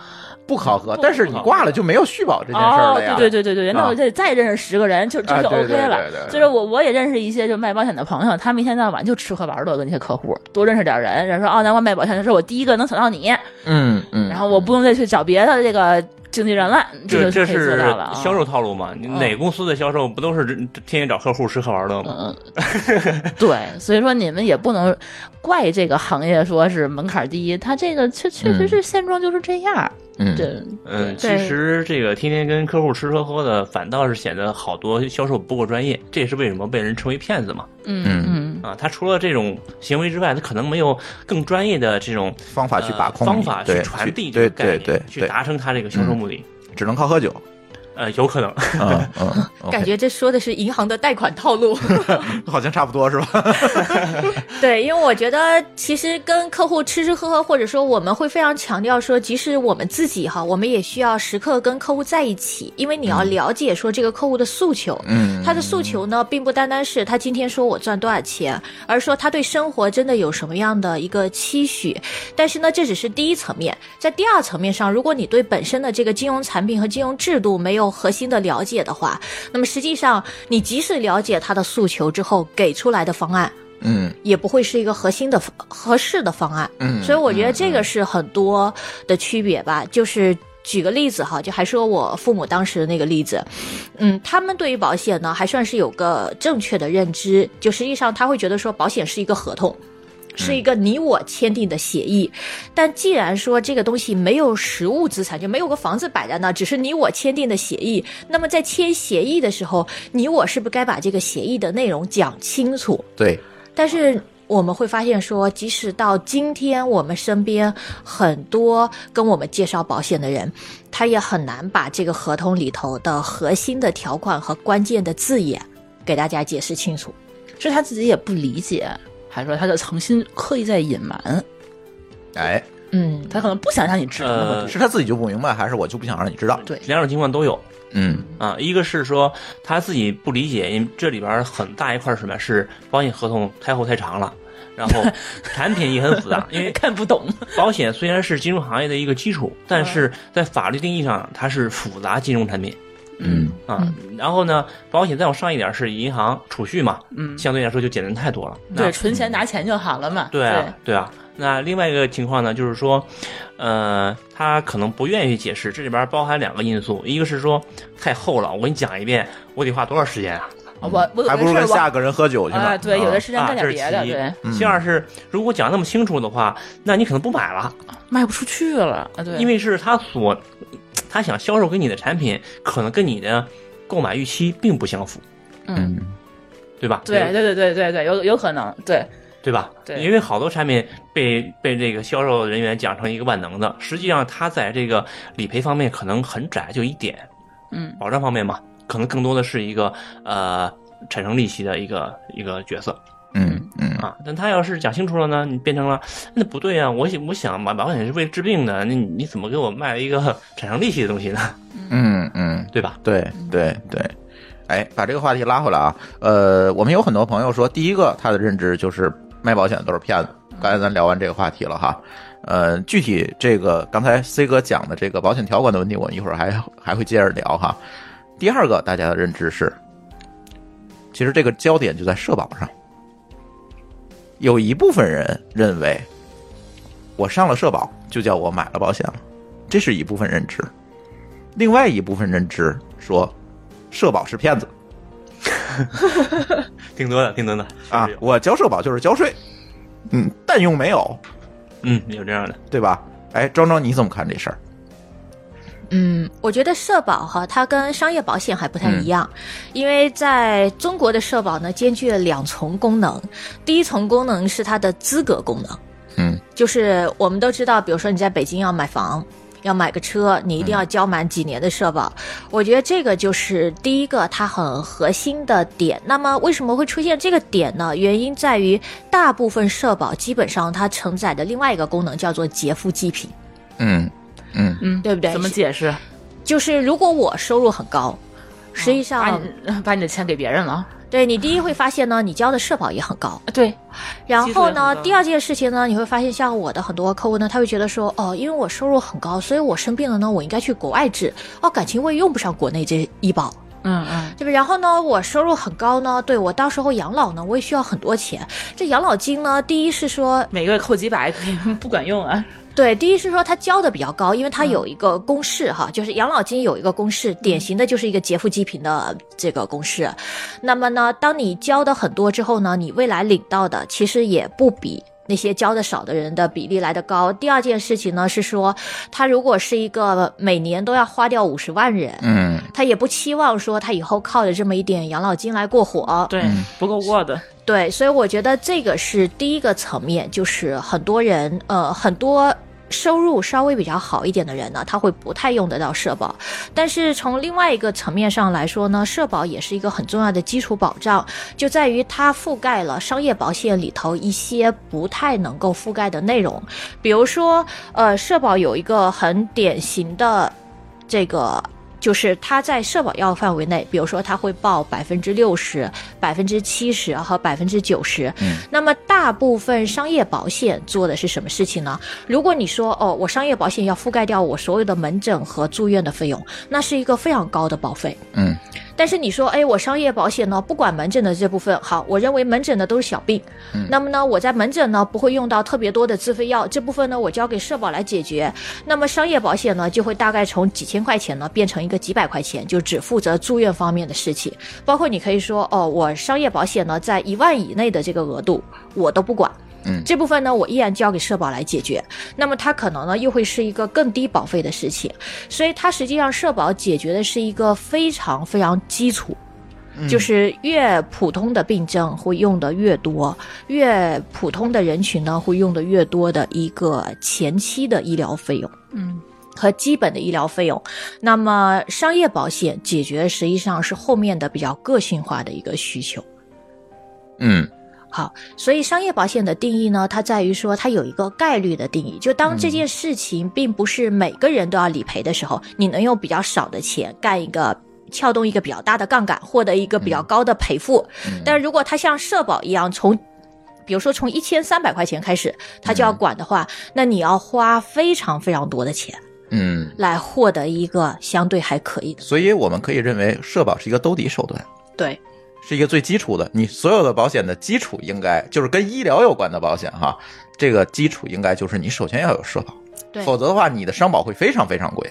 S1: 不考核，但是你挂了就没有续保这件事儿
S2: 哦，
S1: 了呀。
S2: 对对对对对，那
S1: 啊
S2: 我就得再认识十个人，就这
S1: 啊
S2: 就
S1: 对
S2: OK
S1: 对对对
S2: 了
S1: 对。
S2: 所以说我我也认识一些就卖保险的朋友，他们一天到晚就吃喝玩乐跟那些客户，多认识点人。然后说哦，那我卖保险的时候，我第一个能想到你，
S1: 嗯嗯。
S2: 然后我不用再去找别的这个经纪人了，就
S3: 这这
S2: 可以做
S3: 是
S2: 到了啊。
S3: 销售套路嘛？你
S2: 嗯
S3: 哪个公司的销售不都是这这天天找客户吃喝玩乐吗？
S2: 嗯，对，所以说你们也不能怪这个行业说是门槛低，它这个确确实
S1: 嗯
S2: 是现状就是这样。
S1: 嗯
S2: 对，
S3: 嗯，其
S5: 对
S3: 实这个天天跟客户吃喝喝的，反倒是显得好多销售不够专业，这也是为什么被人称为骗子嘛。
S2: 嗯
S1: 嗯
S2: 嗯。
S3: 啊，他除了这种行为之外，他可能没有更专业的这种
S1: 方法去把控
S3: 呃
S1: 你
S3: 方法去
S1: 对
S3: 传递这
S1: 对
S3: 个概念，
S1: 对对
S3: 去
S1: 对
S3: 达成他这个销售目的。
S1: 只能靠喝酒。
S3: 呃，有可能，
S1: 嗯嗯，
S5: <laughs> 感觉这说的是银行的贷款套路。
S1: OK，好像差不多是吧？
S5: 对，因为我觉得其实跟客户吃吃喝喝，或者说我们会非常强调说，即使我们自己哈，我们也需要时刻跟客户在一起，因为你要了解说这个客户的诉求。
S1: 嗯
S5: 他的诉求呢，并不单单是他今天说我赚多少钱，而是说他对生活真的有什么样的一个期许。但是呢，这只是第一层面，在第二层面上，如果你对本身的这个金融产品和金融制度没有核心的了解的话，那么实际上你即使了解他的诉求之后，给出来的方案
S1: 嗯
S5: 也不会是一个核心的合适的方案。
S1: 嗯，
S5: 所以我觉得这个是很多的区别吧，就是。举个例子哈，就还说我父母当时的那个例子，嗯，他们对于保险呢还算是有个正确的认知，就实际上他会觉得说保险是一个合同，
S1: 嗯
S5: 是一个你我签订的协议，但既然说这个东西没有实物资产，就没有个房子摆在那，只是你我签订的协议，那么在签协议的时候，你我是不是该把这个协议的内容讲清楚？
S1: 对，
S5: 但是我们会发现说，即使到今天，我们身边很多跟我们介绍保险的人，他也很难把这个合同里头的核心的条款和关键的字眼给大家解释清楚。
S2: 是他自己也不理解，还是说他就诚心刻意在隐瞒？
S1: 哎，
S5: 嗯，
S2: 他可能不想让你知道那么多。
S3: 呃
S1: 是他自己就不明白，还是我就不想让你知道？
S2: 对
S3: 两种情况都有
S1: 嗯
S3: 啊。一个是说他自己不理解，因为这里边很大一块儿什么是保险合同开后太长了，然
S2: <laughs>
S3: 后产品也很复杂，因为
S2: 看不懂，
S3: 保险虽然是金融行业的一个基础，但是
S2: 嗯
S3: 在法律定义上它是复杂金融产品
S1: 嗯
S3: 啊。然后呢，保险再往上一点是银行储蓄嘛，
S2: 嗯，
S3: 相对来说就简单太多了。那
S2: 对，存钱拿钱就好了嘛。
S3: 对啊，对啊。那另外一个情况呢，就是说，呃，他可能不愿意解释，这里边包含两个因素，一个是说太厚了，我给你讲一遍，我得花多少时间啊？
S2: 我我有
S1: 嗯还
S2: 的
S1: 不如
S2: 事
S1: 跟
S2: 儿我
S1: 下个人喝酒去
S2: 啊，
S1: 呢。
S2: 对，有的时间
S3: 啊
S2: 干点
S3: 这是
S2: 别
S3: 其
S2: 的，
S3: 一嗯
S2: 对，
S3: 其二是，如果讲那么清楚的话，那你可能不买了，
S2: 卖不出去了啊，对，
S3: 因为是他所他想销售给你的产品，可能跟你的购买预期并不相符，
S2: 嗯，
S3: 对吧？
S2: 对对对对对对，有有可能，对，
S3: 对吧？
S2: 对
S3: 因为好多产品被被这个销售人员讲成一个万能的，实际上它在这个理赔方面可能很窄，就一点。
S2: 嗯
S3: 保障方面嘛，可能更多的是一个呃产生利息的一个一个角色
S1: 嗯嗯
S3: 啊。但他要是讲清楚了呢，你变成了那不对啊，我想我想买保险是为了治病的，那你你怎么给我卖了一个产生利息的东西呢？ <laughs>
S1: 嗯嗯，
S3: 对吧？
S1: 对对对。哎，把这个话题拉回来啊，呃，我们有很多朋友说，第一个他的认知就是卖保险的都是骗子。刚才咱聊完这个话题了哈，呃，具体这个刚才 C 哥讲的这个保险条款的问题，我们一会儿还还会接着聊哈。第二个大家的认知是，其实这个焦点就在社保上，有一部分人认为我上了社保就叫我买了保险了，这是一部分认知。另外一部分认知说，社保是骗子
S3: 挺多的，挺多的
S1: 啊
S3: 确实，有
S1: 我交社保就是交税，嗯，但用没有，
S3: 嗯，有这样的，
S1: 对吧？哎，庄庄你怎么看这事儿？
S5: 嗯，我觉得社保哈，它跟商业保险还不太一样，因为在中国的社保呢，兼具了两重功能。第一重功能是它的资格功能，
S1: 嗯，
S5: 就是我们都知道，比如说你在北京要买房。要买个车，你一定要交满几年的社保。我觉得这个就是第一个它很核心的点。那么为什么会出现这个点呢？原因在于大部分社保基本上它承载的另外一个功能叫做劫富济贫，
S1: 嗯嗯
S2: 嗯，
S5: 对不对
S2: 怎么解释？
S5: 就是如果我收入很高，实际上、
S2: 把你把你的钱给别人了啊，
S5: 对你第一会发现呢，你交的社保也很高。
S2: 对，
S5: 然后
S2: 基数也很
S5: 呢
S2: 高，
S5: 第二件事情呢，你会发现像我的很多客户呢，他会觉得说，哦，因为我收入很高，所以我生病了呢，我应该去国外治。哦，感情我也用不上国内这医保。
S2: 嗯嗯，
S5: 对吧？然后呢，我收入很高呢，对我到时候养老呢，我也需要很多钱。这养老金呢，第一是说
S2: 每个月扣几百 <laughs> 可以不管用啊，
S1: 嗯
S5: 对，第一是说他交的比较高，因为他有一个公式哈，就是养老金有一个公式，典型的就是一个劫富济贫的这个公式。那么呢，当你交的很多之后呢，你未来领到的其实也不比。那些交的少的人的比例来的高。第二件事情呢是说，他如果是一个每年都要花掉五十万人，
S1: 嗯
S5: 他也不期望说他以后靠着这么一点养老金来过活。
S2: 对，不够过的，
S5: 对，所以我觉得这个是第一个层面，就是很多人，呃，很多。收入稍微比较好一点的人呢，他会不太用得到社保。但是从另外一个层面上来说呢，社保也是一个很重要的基础保障，就在于它覆盖了商业保险里头一些不太能够覆盖的内容，比如说，呃，社保有一个很典型的这个。就是它在社保药范围内，比如说它会报百分之六十、百分之七十和百分之九十。
S1: 嗯，
S5: 那么大部分商业保险做的是什么事情呢？如果你说哦，我商业保险要覆盖掉我所有的门诊和住院的费用，那是一个非常高的保费。
S1: 嗯
S5: 但是你说，哎，我商业保险呢，不管门诊的这部分，好，我认为门诊的都是小病，那么呢，我在门诊呢不会用到特别多的自费药，这部分呢我交给社保来解决。那么商业保险呢，就会大概从几千块钱呢变成一个几百块钱，就只负责住院方面的事情，包括你可以说，哦，我商业保险呢在一万以内的这个额度我都不管。
S1: 嗯
S5: 这部分呢，我依然交给社保来解决。那么它可能呢，又会是一个更低保费的事情，所以它实际上社保解决的是一个非常非常基础，
S1: 嗯
S5: 就是越普通的病症会用的越多，越普通的人群呢会用的越多的一个前期的医疗费用。
S2: 嗯，
S5: 和基本的医疗费用，那么商业保险解决实际上是后面的比较个性化的一个需求。
S1: 嗯
S5: 好，所以商业保险的定义呢，它在于说它有一个概率的定义，就当这
S1: 嗯
S5: 件事情并不是每个人都要理赔的时候，你能用比较少的钱干一个。撬动一个比较大的杠杆，获得一个比
S1: 嗯
S5: 较高的赔付。但如果它像社保一样，从比如说从一千三百块钱开始，它就要管的话，那你要花非常非常多的钱
S1: 嗯，
S5: 来获得一个相对还可以的。
S1: 所以我们可以认为社保是一个兜底手段，
S5: 对，
S1: 是一个最基础的。你所有的保险的基础应该就是跟医疗有关的保险哈，这个基础应该就是你首先要有社保，
S5: 对
S1: 否则的话你的商保会非常非常贵。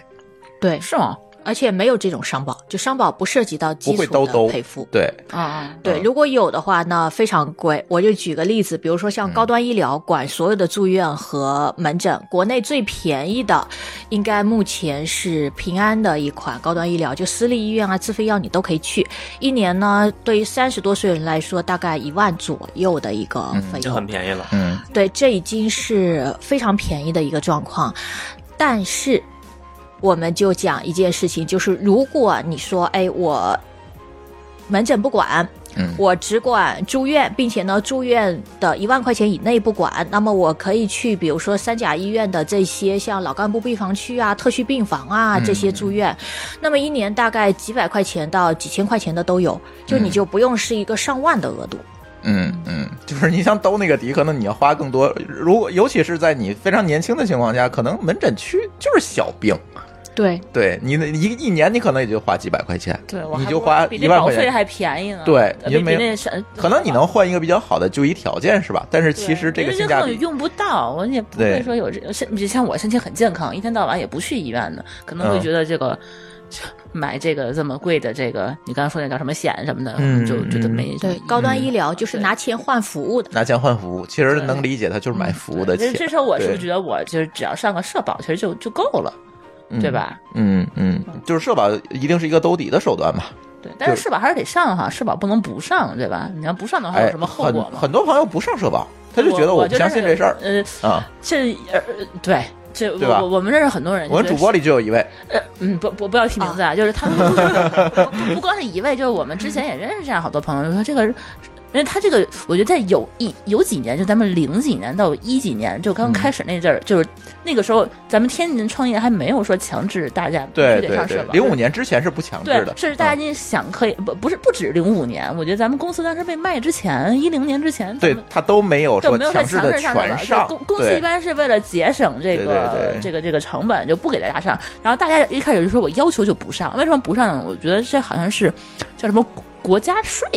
S5: 对，
S2: 是吗？
S5: 而且没有这种商保，就商保不涉及到基
S1: 不会
S5: 础
S1: 兜兜
S5: 的赔付。
S1: 对，
S2: 啊，
S5: 对，如果有的话，那非常贵。我就举个例子，比如说像高端医疗管所有的住院和门诊，国内最便宜的，应该目前是平安的一款高端医疗，就私立医院啊、自费药你都可以去。一年呢，对于三十多岁人来说，大概一万左右的一个费
S3: 就
S5: 用，
S3: 很便宜了。
S1: 嗯，
S5: 对，这已经是非常便宜的一个状况。但是，我们就讲一件事情，就是如果你说，哎，我门诊不管，
S1: 嗯
S5: 我只管住院，并且呢，住院的一万块钱以内不管，那么我可以去，比如说三甲医院的这些像老干部病房区啊、特需病房啊这些住院，那么一年大概几百块钱到几千块钱的都有，就你就不用是一个上万的额度。
S1: 嗯，嗯，就是你想兜那个底，可能你要花更多。如果尤其是在你非常年轻的情况下，可能门诊区就是小病，
S5: 对，
S1: 对你那一一年你可能也就花几百块钱，
S2: 对，我
S1: 你
S2: 还
S1: 就
S2: 不
S1: 花
S2: 比
S1: 一
S2: 这
S1: 万
S2: 保
S1: 块
S2: 费
S1: 钱。
S2: 还便宜呢。
S1: 对
S2: 呃
S1: 你就
S2: 比
S1: 没
S2: 比
S1: 有
S2: 那啥，
S1: 可能你能换一个比较好的就医条件是吧？但是其实这个
S2: 因为
S1: 性
S2: 根
S1: 价
S2: 本
S1: 比，
S2: 用不到，我也不
S1: 对
S2: 会说有这身，就像我身体很健康，一天到晚也不去医院的，可能会
S1: 嗯
S2: 觉得这个。买这个这么贵的这个，你刚才说那叫什么险什么的，
S1: 嗯
S2: 就觉得
S1: 嗯
S2: 没
S5: 对，高端医疗就是
S2: 对
S5: 拿钱换服务的。
S1: 拿钱换服务，其实
S2: 对
S1: 能理解，他就是买服务的
S2: 这
S1: 钱，
S2: 这时候我是
S1: 对
S2: 觉得，我就是只要上个社保，其实就就够了，
S1: 嗯
S2: 对？吧？
S1: 嗯嗯，就是社保一定是一个兜底的手段嘛。
S2: 对，但是
S1: 对
S2: 社保还是得上哈，社保不能不上，对吧？你要不上的话，
S1: 哎，
S2: 啊有什么后果
S1: 很
S2: 吗？
S1: 很多朋友不上社保，他就觉得
S2: 我
S1: 不相信这事儿
S2: 呃，
S1: 啊。
S2: 这呃对。这
S1: 对吧
S2: 我我我们认识很多人，
S1: 我们
S2: 就是
S1: 主播里就有一位，
S2: 嗯，不不不要提名字啊，就是他们
S1: <laughs>
S2: 不不不光是一位，就是我们之前也认识这样好多朋友，就说这个，因为他这个，我觉得在有一有几年，就咱们零几年到一几年，就刚
S1: 嗯
S2: 开始那阵儿，就是那个时候，咱们天津创业还没有说强制大家必
S1: 对
S2: 须得
S1: 对
S2: 上
S1: 对
S2: 社，保，
S1: 零五年之前是不强
S2: 对
S1: 制的，，
S2: 甚至大家
S1: 嗯
S2: 你想可以不不是不止零五年，我觉得咱们公司当时被卖之前，一零年之前，咱
S1: 对
S2: 们
S1: 他都没有
S2: 就
S1: 说
S2: 没有在
S1: 强制
S2: 强
S1: 的
S2: 制上
S1: 全
S2: 对
S1: 上，
S2: 公公司一
S1: 对，
S2: 般是为了节省这个
S1: 对对对
S2: 这个这个成本，就不给大家上。然后大家一开始就说我要求就不上，为什么不上呢？我觉得这好像是叫什么国家税。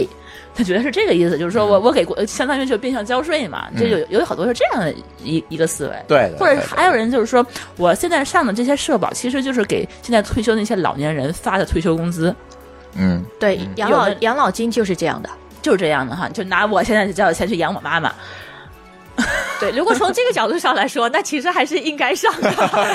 S2: 他觉得是这个意思，就是说
S1: 嗯
S2: 我我给国相当于就变相交税嘛，这有有好多是这样的一一个思维，
S1: 对的
S2: 或
S1: 对
S2: 者
S1: 的
S2: 还有人就是说我现在上的这些社保其实就是给现在退休那些老年人发的退休工资，
S1: 嗯
S5: 对，养
S2: 有
S5: 老
S2: 的
S5: 养老金就是这样的。
S2: 就是这样的哈，就拿我现在交的钱去养我妈妈，
S5: 对，如果从这个角度上来说，那其实还是应该上的，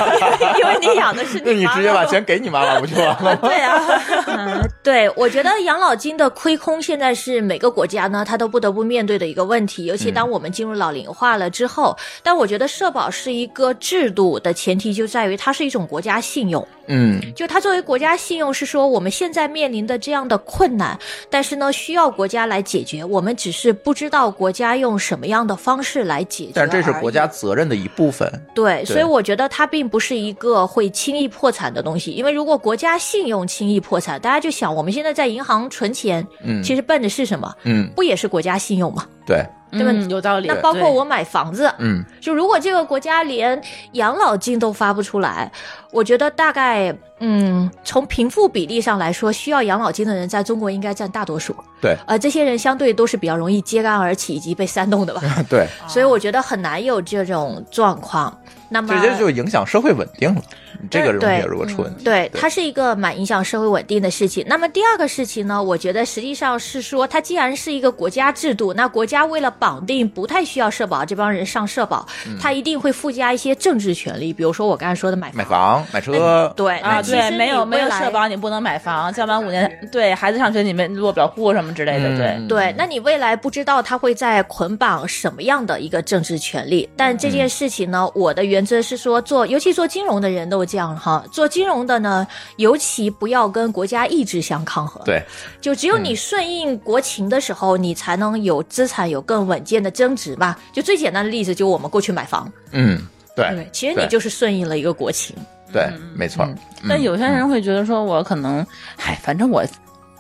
S5: <laughs> 因为你养的是
S1: 那你
S5: 妈妈
S1: 直接把钱给你妈妈不就完
S2: <laughs>
S1: 了吗？
S2: 对
S5: <laughs>
S2: 啊，
S5: 嗯对，我觉得养老金的亏空现在是每个国家呢，它都不得不面对的一个问题。尤其
S1: 嗯
S5: 当我们进入老龄化了之后，但我觉得社保是一个制度的前提，就在于它是一种国家信用。
S2: 啊
S1: 嗯
S5: 就它作为国家信用是说，我们现在面临的这样的困难，但是呢，需要国家来解决，我们只是不知道国家用什么样的方式来解决而已。
S1: 但是这是国家责任的一部分，
S5: 对，所以我觉得它并不是一个会轻易破产的东西，因为如果国家信用轻易破产，大家就想我们现在在银行存钱，
S1: 嗯
S5: 其实奔的是什么？
S1: 嗯，
S5: 不也是国家信用吗？
S1: 对，
S2: 对吧？嗯有道理。
S5: 那包括我买房子，
S1: 嗯，
S5: 就如果这个国家连养老金都发不出来，我觉得大概，嗯，从贫富比例上来说，需要养老金的人在中国应该占大多数。
S1: 对，
S5: 呃，这些人相对都是比较容易揭竿而起以及被煽动的吧，
S1: 对，
S5: 所以我觉得很难有这种状况。那么
S1: 这些就影响社会稳定了。你这个
S5: 对
S1: 东西
S5: 对
S1: 如果出问题，
S5: 对，它是一个蛮影响社会稳定的事情。那么第二个事情呢，我觉得实际上是说，它既然是一个国家制度，那国家为了绑定不太需要社保这帮人上社保，它一定会附加一些政治权利，比如说我刚才说的买
S1: 买房、买车，
S5: 对
S2: 啊，
S5: 那其实
S2: 对，
S5: 你
S2: 没有没有
S5: 未来嗯
S2: 社保，你不能买房，交满五年，对孩子上学你们落不了户什么之类的，对，
S5: 对，那你未来不知道他会在捆绑什么样的一个政治权利，但这件事情呢，我的原则是说做，尤其做金融的人都这样哈，做金融的呢，尤其不要跟国家意志相抗衡。
S1: 对，
S5: 就只有
S1: 嗯
S5: 你顺应国情的时候，你才能有资产有更稳健的增值嘛。就最简单的例子，就我们过去买房，
S1: 嗯，
S5: 对不
S1: 对
S5: 对，其实你
S1: 对
S5: 就是顺应了一个国情。
S1: 对，没错，
S2: 嗯
S1: 嗯
S5: 嗯
S2: 但有些人会觉得说，我可能，哎，反正我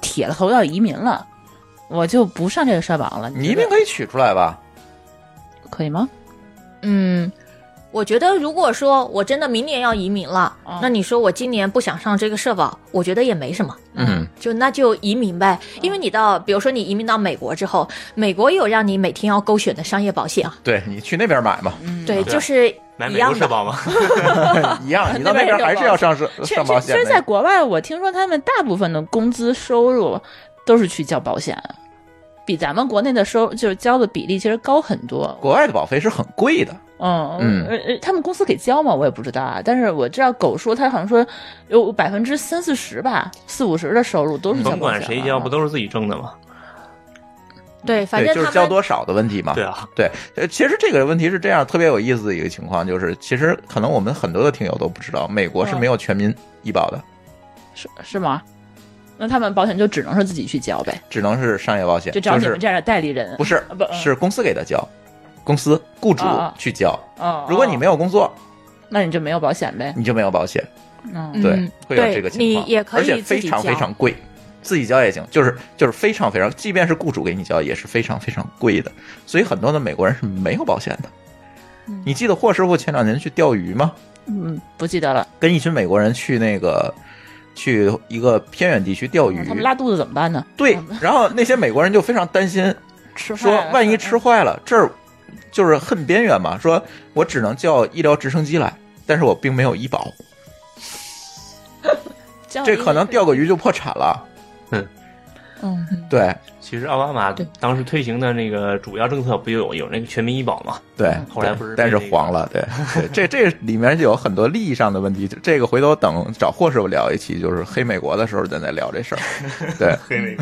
S2: 铁了头要移民了，我就不上这个社保了。
S1: 你
S2: 觉
S1: 一
S2: 得
S1: 定可以取出来吧？
S2: 可以吗？
S5: 嗯，我觉得如果说我真的明年要移民了，
S2: 哦
S1: 嗯
S5: 那你说我今年不想上这个社保，我觉得也没什么。
S1: 嗯，
S5: 就那就移民呗，因为你到，比如说你移民到美国之后，美国有让你每天要勾选的商业保险啊，
S1: 对你去那边买嘛，
S5: 对，
S3: 对
S5: 就是
S3: 买
S5: 一
S3: 美
S5: 样
S3: 国
S5: 的。
S3: 社保吗？
S1: <laughs>
S2: 嗯
S1: 一样，
S2: <laughs>
S1: 你到那边还是要上社
S2: 确
S1: 上保
S2: 实，其
S1: 险
S2: 实，在
S1: 的。
S2: 国外，我听说他们大部分的工资收入都是去交保险，啊比咱们国内的收就是交的比例其实高很多。
S1: 国外的保费是很贵的，
S2: 嗯
S1: 嗯
S2: 呃呃，他们公司给交吗？我也不知道啊。但是我知道狗说他好像说有百分之三四十吧，四五十的收入都是交保险
S3: 甭管谁交，不都是自己挣的吗？
S5: 对，反
S1: 嗯对，
S5: 正
S1: 就
S5: 他
S1: 是
S5: 们
S1: 交多少的问题嘛。
S3: 对啊，
S1: 对，呃，其实这个问题是这样，特别有意思的一个情况，就是其实可能我们很多的听友都不知道，美国是没有全民医保的，
S2: 是是吗？那他们保险就只能是自己去交呗，
S1: 只能是商业保险，
S2: 就找
S1: 就
S2: 你
S1: 是
S2: 们这样的代理人。
S1: 不是
S2: 啊不嗯
S1: 是公司给他交，公司雇主
S2: 啊啊
S1: 去交。
S2: 哦，
S1: 如果你没
S2: 有，
S1: 有工作，
S2: 那你就没有保险呗。
S1: 你就没有保险，
S2: 嗯
S5: 嗯
S1: 对，会有这个情况，
S5: 你也可以
S1: 而且非常
S5: 自己交
S1: 非常贵，自己交也行，就是就是非常非常，即便是雇主给你交，也是非常非常贵的。所以很多的美国人是没有保险的。你记得霍师傅前两年去钓鱼吗？
S2: 嗯，不记得了。
S1: 跟一群美国人去那个去一个偏远地区钓鱼，
S2: 哦嗯他们拉肚子怎么办呢？
S1: 对，然后那些美国人就非常担心，
S2: 吃饭
S1: 说
S2: 啊
S1: 万一吃坏了，这儿就是很边缘嘛，说我只能叫医疗直升机来，但是我并没有医保，
S2: 交
S1: 这可能钓个鱼就破产了。
S2: 嗯
S1: 对
S3: 其实奥巴马当时推行的那个主要政策不就有有那个全民医保吗？
S1: 对，
S3: 后来
S1: 对
S3: 不是被
S1: 但是
S3: 那个
S1: 黄了，对，对这这里面就有很多利益上的问题，这个回头等找霍师傅聊一期，就是黑美国的时候咱再聊这
S3: <laughs>
S1: 事儿。对，
S3: 黑美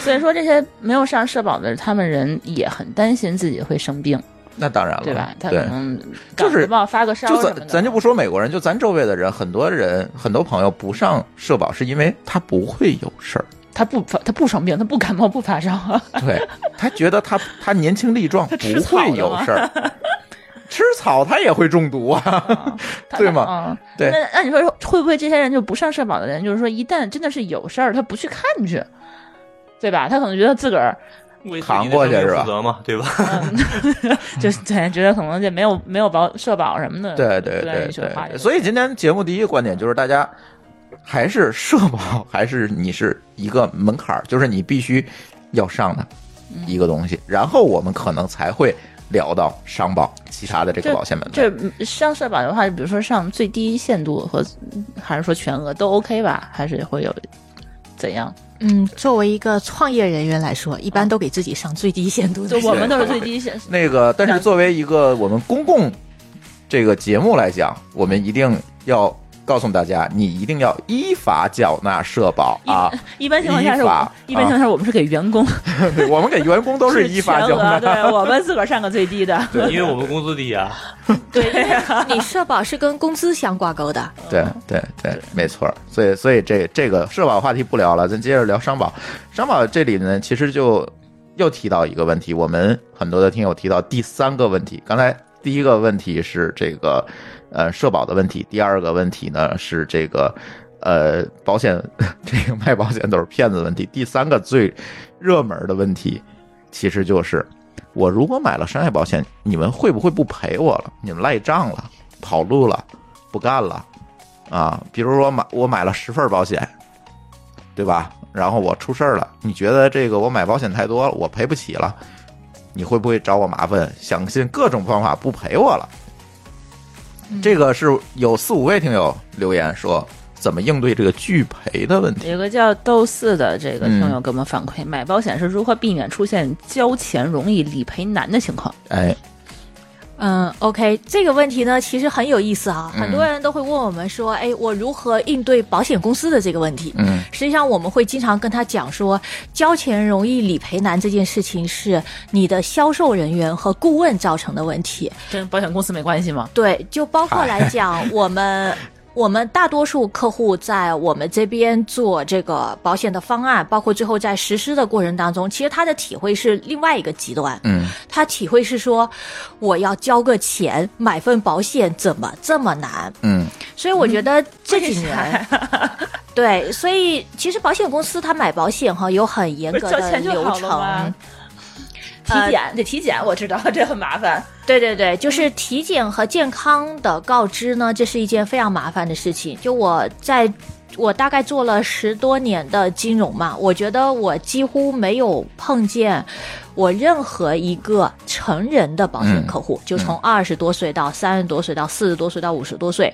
S2: 所以说这些没有上社保的他们人也很担心自己会生病，
S1: 那当然了，
S2: 对吧？他
S1: 嗯对
S2: 可能
S1: 就
S2: 感
S1: 是
S2: 冒发个烧
S1: 就
S2: 什么的
S1: 咱咱就不说美国人，就咱周围的人，很多人很多朋友不上社保，是因为他不会有事儿，
S2: 他不发他不生病，他不感冒不发烧 <laughs> 啊。
S1: 对他觉得他他年轻力壮，
S2: 吃
S1: 不
S2: 草
S1: 会
S2: 的
S1: 有
S2: 吗
S1: 事儿。吃草他也会中毒啊，
S2: 他
S1: 对吗？
S2: 嗯，
S1: 对
S2: 那那你说会不会这些人就不上社保的人，就是说一旦真的是有事儿，他不去看去，对吧？他可能觉得自个儿嗯
S3: 为
S1: 扛过去是吧
S3: 自己的生命负责嘛，对吧？
S1: <laughs>
S2: 就是对，觉得可能就没有没有保社保什么的。
S1: 对对
S2: 不愿
S1: 对
S2: 意去花这
S1: 对，
S2: 个
S1: 所以今天节目第一个观点就是大家。还是社保，还是你是一个门槛儿，就是你必须要上的一个东西，然后我们可能才会聊到商保其他的这个保险门类。
S2: 这上社保的话，比如说上最低限度和还是说全额都 OK 吧？还是会有怎样？
S5: 嗯，作为一个创业人员来说，一般都给自己上最低限度
S2: 就
S5: 的。
S2: 我们都是最低限，
S1: 那个，但是作为一个我们公共这个节目来讲，我们一定要告诉大家，你一定要依法缴纳社保啊！
S2: 一般情况下是
S1: 依法
S2: 我，一般情况下我们是给员工
S1: 对 <laughs> 我们给员工都是依法
S2: 全
S1: 缴纳
S2: 额，，对我们自个儿上个最低的。
S3: 对，因为我们工资
S1: <laughs>
S3: 低啊。
S5: 对，因为 <laughs> 你社保是跟工资相挂钩的。
S1: 对对对，没错儿。所以所以这这个社保话题不聊了，咱接着聊商保。商保这里呢，其实就又提到一个问题，我们很多的听友提到第三个问题。刚才第一个问题是这个呃社保的问题，第二个问题呢是这个呃保 <laughs> 险这个卖保险都是骗子的问题，第三个最热门的问题其实就是我如果买了商业保险，你们会不会不赔我了？你们赖账了，跑路了，不干了啊？比如说买我买了十份保险，对吧？然后我出事儿了，你觉得这个我买保险太多了，我赔不起了，你会不会找我麻烦，想尽各种方法不赔我了？这个是有四五位听友留言说，怎么应对这个拒赔的问题？
S2: 有个叫豆四的这个
S1: 嗯
S2: 听友给我们反馈，买保险是如何避免出现交钱容易理赔难的情况？
S1: 哎，
S5: 嗯，OK，这个问题呢，其实很有意思啊。
S1: 嗯
S5: 很多人都会问我们说，哎，我如何应对保险公司的这个问题？
S1: 嗯
S5: 实际上，我们会经常跟他讲说，交钱容易理赔难这件事情是你的销售人员和顾问造成的问题。
S2: 跟保险公司没关系吗？
S5: 对，就包括来讲，我们 <laughs> 我们大多数客户在我们这边做这个保险的方案，包括最后在实施的过程当中，其实他的体会是另外一个极端。
S1: 嗯，
S5: 他体会是说，我要交个钱买份保险，怎么这么难？
S1: 嗯
S5: 所以我觉得这几年， <laughs> 对，所以其实保险公司他买保险哈有很严
S2: 不是
S5: 格
S2: 交
S5: 的
S2: 钱就
S5: 流
S2: 好了
S5: 程
S2: 吗，？体检得体检，我知道这很麻烦。
S5: 对对对，就是体检和健康的告知呢，这是一件非常麻烦的事情。就我在。我大概做了十多年的金融嘛，我觉得我几乎没有碰见我任何一个成人的保险客户，就从二十多岁到三十多岁到四十多岁到五十多岁，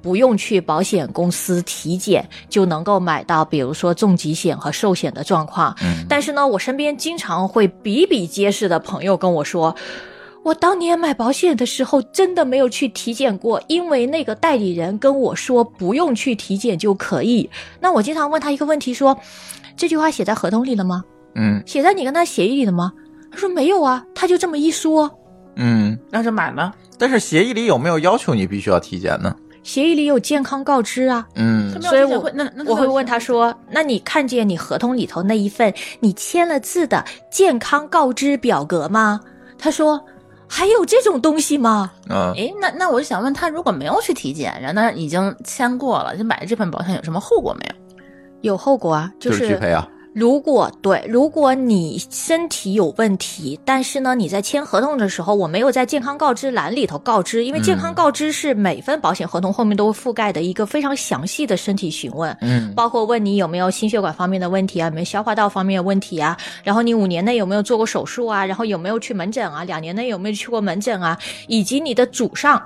S5: 不用去保险公司体检就能够买到，比如说重疾险和寿险的状况。
S1: 嗯
S5: 但是呢，我身边经常会比比皆是的朋友跟我说，我当年买保险的时候真的没有去体检过，因为那个代理人跟我说不用去体检就可以。那我经常问他一个问题说，这句话写在合同里了吗？
S1: 嗯
S5: 写在你跟他协议里了吗？他说没有啊，他就这么一说。
S1: 嗯，
S2: 那就买吗？
S1: 但是协议里有没有要求你必须要体检呢？
S5: 协议里有健康告知啊，
S1: 嗯
S5: 所以我
S2: 那那
S5: 我会问他说：“那你看见你合同里头那一份你签了字的健康告知表格吗？”他说：“还有这种东西吗
S1: 嗯
S2: 哎，那那我就想问他，如果没有去体检，然后他已经签过了，就买这份保险有什么后果没有？？”
S5: 有后果啊，就
S1: 就是拒
S5: 是
S1: 赔啊，
S5: 如果对，如果你身体有问题，但是呢，你在签合同的时候，我没有在健康告知栏里头告知，因为健康
S1: 嗯
S5: 告知是每份保险合同后面都会覆盖的一个非常详细的身体询问。
S1: 嗯
S5: 包括问你有没有心血管方面的问题啊，有没有消化道方面的问题啊，然后你五年内有没有做过手术啊，然后有没有去门诊啊，两年内有没有去过门诊啊，以及你的祖上。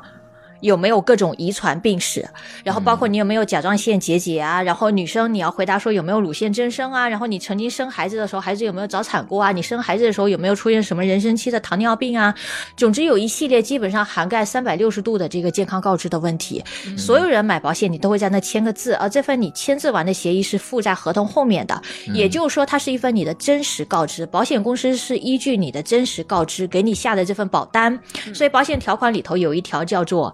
S5: 有没有各种遗传病史？然后包括你有没有甲状腺结节啊？然后女生你要回答说有没有乳腺增生啊？然后你曾经生孩子的时候，孩子有没有早产过啊？你生孩子的时候有没有出现什么妊娠期的糖尿病啊？总之有一系列基本上涵盖三百六十度的这个健康告知的问题。所有人买保险，你都会在那签个字，而啊这份你签字完的协议是附在合同后面的，也就是说，它是一份你的真实告知。保险公司是依据你的真实告知给你下的这份保单，所以保险条款里头有一条叫做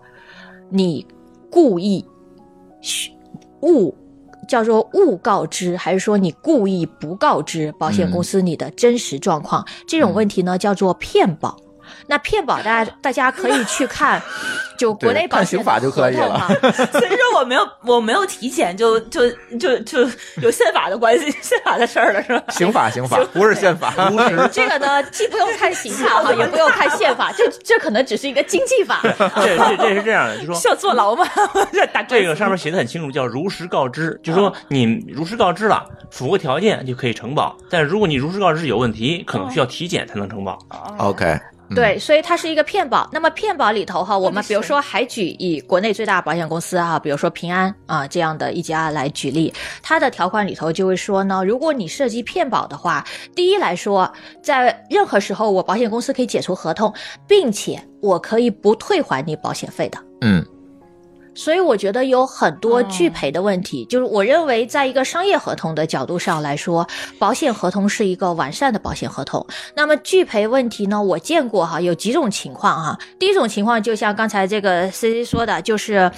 S5: 你故意虚误。叫做误告知，还是说你故意不告知保险公司你的真实状况？这种问题呢，叫做骗保。那骗保
S2: <laughs>
S5: 大家大家可以去看，就国内
S1: 对
S5: 保
S1: 看
S5: 险
S1: 刑法
S5: 的
S1: 就可
S5: 合
S1: 以
S5: 同
S1: 了
S5: 嘛
S2: <laughs>
S1: <laughs>
S2: 所以说我没有我没有体检，就就就就有宪法的关系， <laughs> 宪法的事儿了是吧？
S1: 刑法刑法不是宪法，
S5: <laughs> 这个呢，既不用看刑法哈，也不用看宪法，这这可能只是一个经济法。
S3: 这这这是这样的，就说
S2: <laughs> 需要坐牢吗？ <laughs> 要打官司
S3: 这个上面写的很清楚，叫如实告知，就
S2: 啊
S3: 说你如实告知了，符合条件就可以承保。但如果你如实告知有问题，可
S2: 哦
S3: 能需要体检才能承保。
S1: <laughs> OK，嗯
S5: 对，所以它是一个骗保。那么骗保里头哈，我们比如说还举以国内最大的保险公司啊，比如说平安啊这样的一家来举例，它的条款里头就会说呢，如果你涉及骗保的话，第一来说，在任何时候我保险公司可以解除合同，并且我可以不退还你保险费的。
S1: 嗯
S5: 所以我觉得有很多拒赔的问题，就是我认为，在一个商业合同的角度上来说，保险合同是一个完善的保险合同。那么拒赔问题呢，我见过哈，有几种情况哈。第一种情况，就像刚才这个 C C 说的，就是，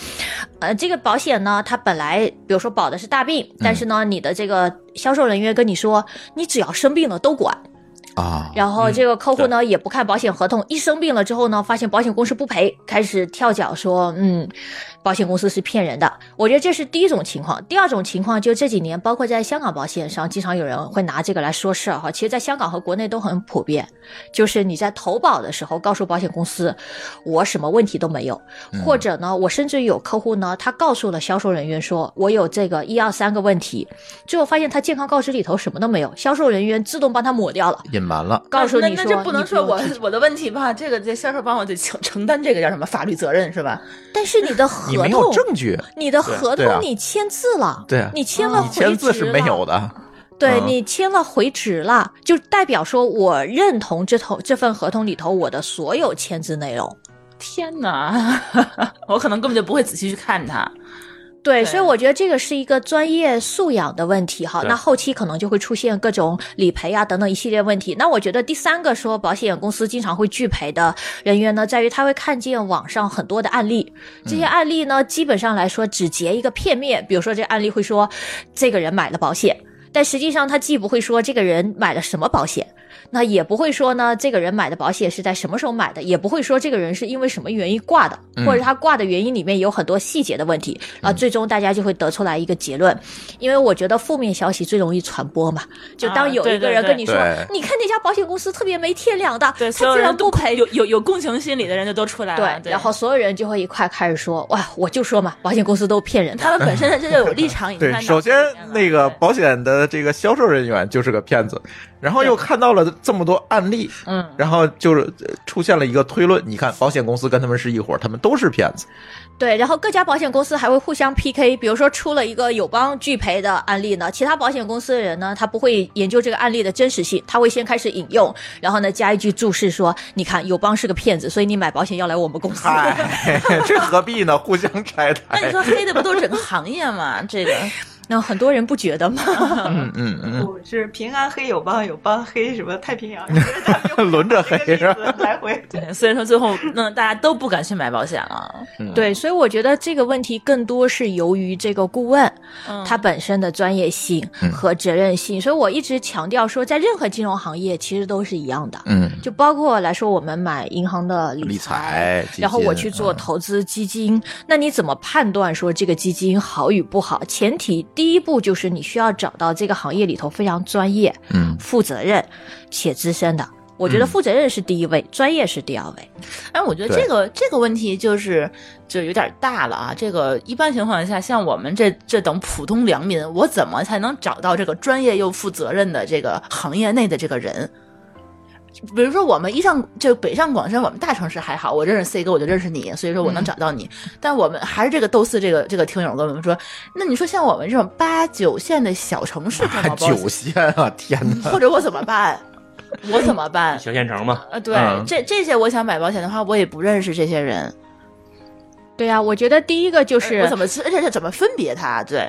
S5: 呃，这个保险呢，它本来比如说保的是大病，但是呢，你的这个销售人员跟你说，你只要生病了都管。
S4: 啊，
S5: 然后这个客户
S3: 对
S5: 呢、也不看保险合同，一生病了之后呢，发现保险公司不赔，开始跳脚说，嗯，保险公司是骗人的。我觉得这是第一种情况。第二种情况就这几年，包括在香港保险上，经常有人会拿这个来说事儿哈。其实，在香港和国内都很普遍，就是你在投保的时候告诉保险公司，我什么问题都没有，或者呢，我甚至有客户呢，他告诉了销售人员说，我有这个一二三个问题，最后发现他健康告知里头什么都没有，销售人员自动帮他抹掉了。
S1: 隐瞒了，
S5: 告诉你
S2: 那
S5: 说，
S2: 那这不能
S5: 你
S2: 说
S5: 用
S2: 我
S5: 提
S2: 我的问题吧？这个这销售帮我得承承担这个叫什么法律责任是吧？
S5: 但是你的
S1: 你
S5: 合
S1: 没
S5: 同
S1: 有，证据，
S5: 你的合
S1: 对啊
S5: 同你签字了，
S1: 对啊
S5: 你签了
S1: 你
S5: 回执了，
S1: 签字是没有的，
S5: 对
S1: 嗯
S5: 你签了回执了，就代表说我认同这头这份合同里头我的所有签字内容。
S2: 天哪， <laughs> 我可能根本就不会仔细去看它。
S5: 对，
S2: 对
S5: 所以我觉得这个是一个专业素养的问题哈。
S3: 对
S5: 那后期可能就会出现各种理赔啊等等一系列问题。那我觉得第三个说保险公司经常会拒赔的人员呢，在于他会看见网上很多的案例，这些案例呢，基本上来说只截一个片面，比如说这案例会说这个人买了保险。但实际上，他既不会说这个人买了什么保险，那也不会说呢这个人买的保险是在什么时候买的，也不会说这个人是因为什么原因挂的，
S1: 嗯
S5: 或者他挂的原因里面有很多细节的问题啊。最终大家就会得出来一个结论，因为我觉得负面消息最容易传播嘛。就当有
S2: 啊对
S5: 一个人
S2: 对对
S5: 跟你说，
S1: 对
S5: 你看那家保险公司特别没天良的，
S2: 对，所
S5: 他
S2: 有
S5: 居然
S2: 人
S5: 不
S2: 都
S5: 赔。
S2: 有有有共情心理的人就都出来了。对，
S5: 然后所有人就会一块开始说，哇，我就说嘛，保险公司都
S1: <laughs>
S5: 骗人的。
S2: 他们本身这就有立场已经
S1: 对
S2: 在，脑子里
S1: 首先
S2: 面了
S1: 那个
S2: 对
S1: 保险的这个销售人员就是个骗子，然后又看到了这么多案例，
S2: 嗯，
S1: 然后就是呃出现了一个推论，你看保险公司跟他们是一伙儿，他们都是骗子。
S5: 对，然后各家保险公司还会互相 PK，比如说出了一个友邦拒赔的案例呢，其他保险公司的人呢，他不会研究这个案例的真实性，他会先开始引用，然后呢加一句注释说，你看友邦是个骗子，所以你买保险要来我们公司。
S1: 嗨，哎这何必呢？互相拆
S2: 那你
S1: 台。
S2: 说黑的不都是整个行业吗？这个
S5: 那很多人不觉得吗？
S1: 嗯嗯嗯，
S6: 我是平安黑友邦，友邦黑什么太
S1: <laughs>
S6: 平洋，就是他们用
S1: 轮着黑
S6: 这
S1: 是吧？ <laughs>
S6: 个例子来回。
S2: <laughs> 对，所以说最后弄得大家都不敢去买保险了。
S5: 对，所以我觉得这个问题更多是由于这个顾问
S2: 嗯
S5: 他本身的专业性
S1: 嗯
S5: 和责任性，所以我一直强调说，在任何金融行业其实都是一样的。
S1: 嗯，
S5: 就包括来说，我们买银行的理
S1: 理财基金嗯
S5: 然后我去做投资基金，那你怎么判断说这个基金好与不好？前提第一步就是你需要找到这个行业里头非常专业、
S1: 嗯
S5: 负责任且资深的。我觉得负责任是第一位，专业是第二位。
S2: 哎，我觉得
S1: 对
S2: 这个这个问题就是就有点大了啊。这个一般情况下，像我们这这等普通良民，我怎么才能找到这个专业又负责任的这个行业内的这个人？比如说，我们一上就北上广深，我们大城市还好，我认识 C 哥，我就认识你，所以说我
S1: 嗯
S2: 能找到你。但我们还是这个斗四这个这个听友跟我们说，那你说像我们这种八九线的小城市怎
S1: 还
S2: 么
S1: 九线啊！天哪，
S2: 或者我怎么办？我怎么办？
S3: 小县城嘛，
S2: 呃，对，
S1: 嗯
S2: 这这些我想买保险的话，我也不认识这些人，
S5: 对呀、呃我觉得第一个就
S2: 我怎么知这是怎么分别它？对，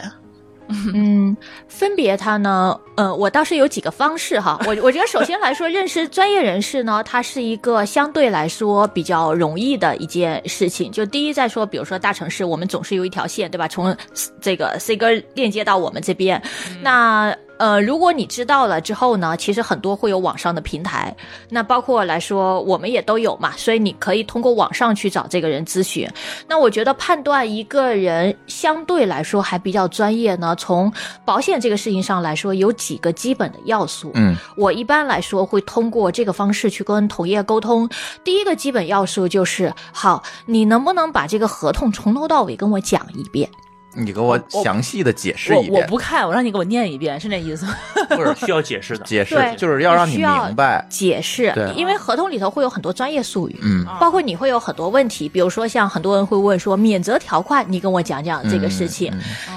S5: 嗯，分别它呢，呃，我倒是有几个方式哈。我我觉得首先来说，认识专业人士呢，它是一个相对来说比较容易的一件事情。就第一，再说，比如说大城市，我们总是有一条线，对吧？从这个 C 哥链接到我们这边，
S1: 嗯
S5: 那。呃，如果你知道了之后呢，其实很多会有网上的平台，那包括来说，我们也都有嘛，所以你可以通过网上去找这个人咨询。那我觉得判断一个人相对来说还比较专业呢，从保险这个事情上来说，有几个基本的要素。
S1: <laughs> 嗯，
S5: 我一般来说会通过这个方式去跟同业沟通。第一个基本要素就是，好，你能不能把这个合同从头到尾跟我讲一遍？
S1: 你给我详细的解释
S2: 我
S1: 一
S2: 我
S1: 遍，
S2: 不看，我让你给我念一遍，是那意思吗？
S3: 或者需要
S2: <laughs>
S3: 解释的。
S1: 解释
S5: 对
S1: 就是要让你
S5: 需要
S1: 明白。
S5: 解释
S1: 对，
S5: 因为合同里头会有很多专业术语。
S1: 嗯
S5: 包括你会有很多问题，比如说像很多人会问说免责条款，你跟我讲讲这个
S1: 嗯
S5: 事情，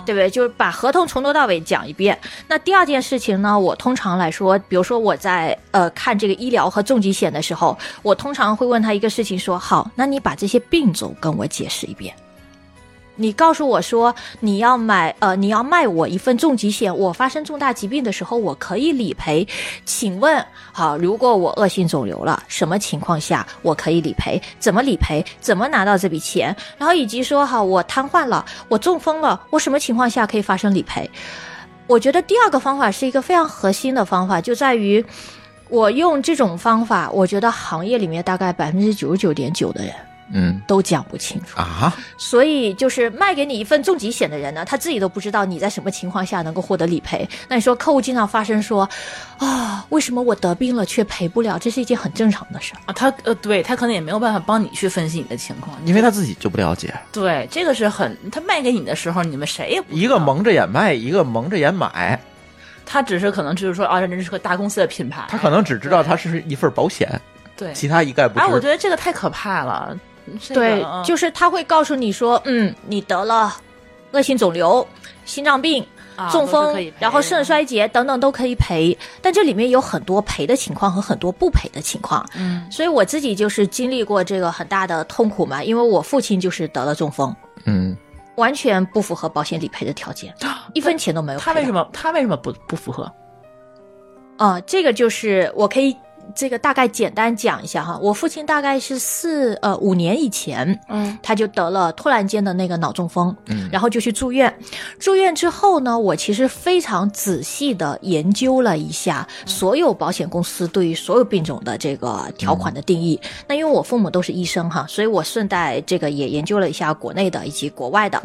S5: 对不对？就是把合同从头到尾讲一遍。那第二件事情呢，我通常来说，比如说我在呃看这个医疗和重疾险的时候，我通常会问他一个事情说，好，那你把这些病种跟我解释一遍。你告诉我说你要买呃，你要卖我一份重疾险，我发生重大疾病的时候我可以理赔。请问，好，如果我恶性肿瘤了，什么情况下我可以理赔？怎么理赔？怎么拿到这笔钱？然后以及说，好，我瘫痪了，我中风了，我什么情况下可以发生理赔？我觉得第二个方法是一个非常核心的方法，就在于我用这种方法，我觉得行业里面大概百分之九十九点九的人
S1: 嗯
S5: 都讲不清楚。
S1: 啊，
S5: 所以就是卖给你一份重疾险的人呢，他自己都不知道你在什么情况下能够获得理赔。那你说客户经常发生说，啊、为什么我得病了却赔不了？这是一件很正常的事儿。
S2: 啊，他呃，对他可能也没有办法帮你去分析你的情况，
S1: 因为他自己就不了解，
S2: 对，这个是很他卖给你的时候，你们谁也不知道
S1: 一个，蒙着眼卖，一个蒙着眼买，
S2: 他只是可能就是说啊，这是个大公司的品牌，
S1: 他可能只知道它是一份保险，
S2: 对，
S1: 其他一概不
S2: 哎，
S5: 啊
S2: 我
S1: 知
S2: 觉。得这个太可怕了，这个
S5: 对，
S2: 嗯
S5: 就是他会告诉你说，嗯，你得了恶性肿瘤、心脏病、
S2: 啊
S5: 中
S2: 都是
S5: 风
S2: 可以赔，啊
S5: 然后肾衰竭等等都可以赔，但这里面有很多赔的情况和很多不赔的情况。
S2: 嗯
S5: 所以我自己就是经历过这个很大的痛苦嘛，因为我父亲就是得了中风，
S1: 嗯，
S5: 完全不符合保险理赔的条件，一分钱都没有赔
S2: 啊他
S5: 到。
S2: 为什么他为什么不不符合？
S5: 啊、这个就是我可以这个大概简单讲一下哈。我父亲大概是四呃五年以前，
S2: 嗯，
S5: 他就得了突然间的那个脑中风，
S1: 嗯
S5: 然后就去住院。住院之后呢，我其实非常仔细的研究了一下所有保险公司对于所有病种的这个条款的定义。那因为我父母都是医生哈，所以我顺带这个也研究了一下国内的以及国外的。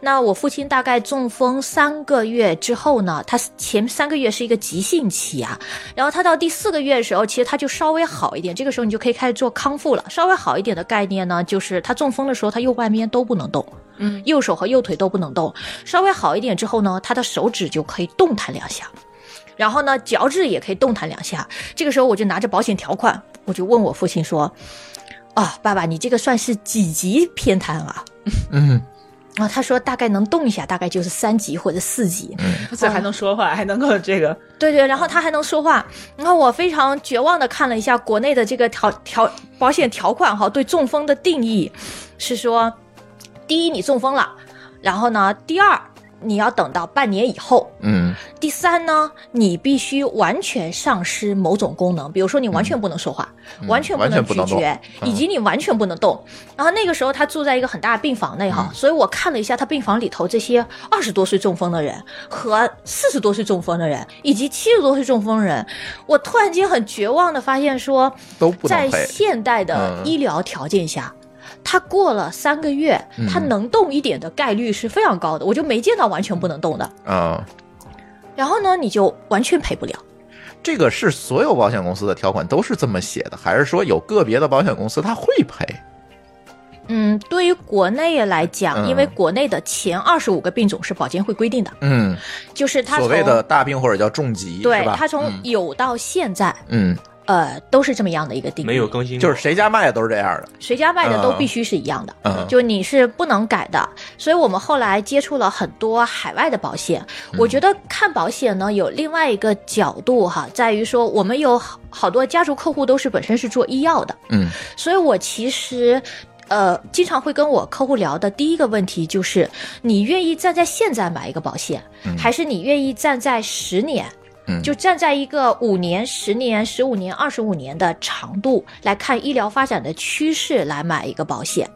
S5: 那我父亲大概中风三个月之后呢，他前三个月是一个急性期啊，然后他到第四个月的时候，其实他就稍微好一点，这个时候你就可以开始做康复了。稍微好一点的概念呢，就是他中风的时候，他右半边都不能动，
S2: 嗯，
S5: 右手和右腿都不能动。稍微好一点之后呢，他的手指就可以动弹两下。然后呢，脚趾也可以动弹两下。这个时候，我就拿着保险条款，我就问我父亲说：“啊，爸爸，你这个算是几级偏瘫啊？”
S1: 嗯，
S5: 然后他说大概能动一下，大概就是三级或者四级。
S2: 他嘴还能说话，还能够这个
S5: 对对，然后他还能说话。然后我非常绝望的看了一下国内的这个条条保险条款哈，对中风的定义是说，第一你中风了，然后呢，第二你要等到半年以后，
S1: 嗯，
S5: 第三呢，你必须完全丧失某种功能，比如说你完全不能说话，
S1: 嗯
S5: 完全不
S1: 完全
S5: 能
S1: 不
S5: 咀
S1: 能动
S5: 嚼，
S1: 嗯
S5: 以及你完全不能动。然后那个时候他住在一个很大的病房内
S1: 嗯
S5: 哈，所以我看了一下他病房里头这些二十多岁中风的人和四十多岁中风的人，以及七十多岁中风人，我突然间很绝望的发现说，
S1: 都不能
S5: 在
S1: 赔。
S5: 现代的
S1: 嗯
S5: 医疗条件下。他过了三个月，他
S1: 嗯
S5: 能动一点的概率是非常高的，我就没见到完全不能动的。
S1: 啊、
S5: 然后呢，你就完全赔不了。
S1: 这个是所有保险公司的条款都是这么写的，还是说有个别的保险公司它会赔？
S5: 嗯，对于国内来讲，
S1: 嗯
S5: 因为国内的前二十五个病种是保监会规定的，
S1: 嗯，
S5: 就是它
S1: 所
S5: 从
S1: 谓的大病或者叫重疾，
S5: 对
S1: 是吧？
S5: 它从
S1: 嗯
S5: 有到现在，
S1: 嗯，
S5: 呃，都是这么样的一个定义，
S3: 没有更新过，
S1: 就是谁家卖的都是这样的。
S5: 谁家卖的都
S1: 嗯
S5: 必须是一样的，
S1: 嗯
S5: 就你是不能改的。所以我们后来接触了很多海外的保险，
S1: 嗯
S5: 我觉得看保险呢有另外一个角度哈，在于说我们有好好多家族客户都是本身是做医药的，
S1: 嗯
S5: 所以我其实。呃，经常会跟我客户聊的第一个问题就是，你愿意站在现在买一个保险，还是你愿意站在十年，
S1: 嗯
S5: 就站在一个五年、十年、十五年、二十五年的长度来看医疗发展的趋势来买一个保险？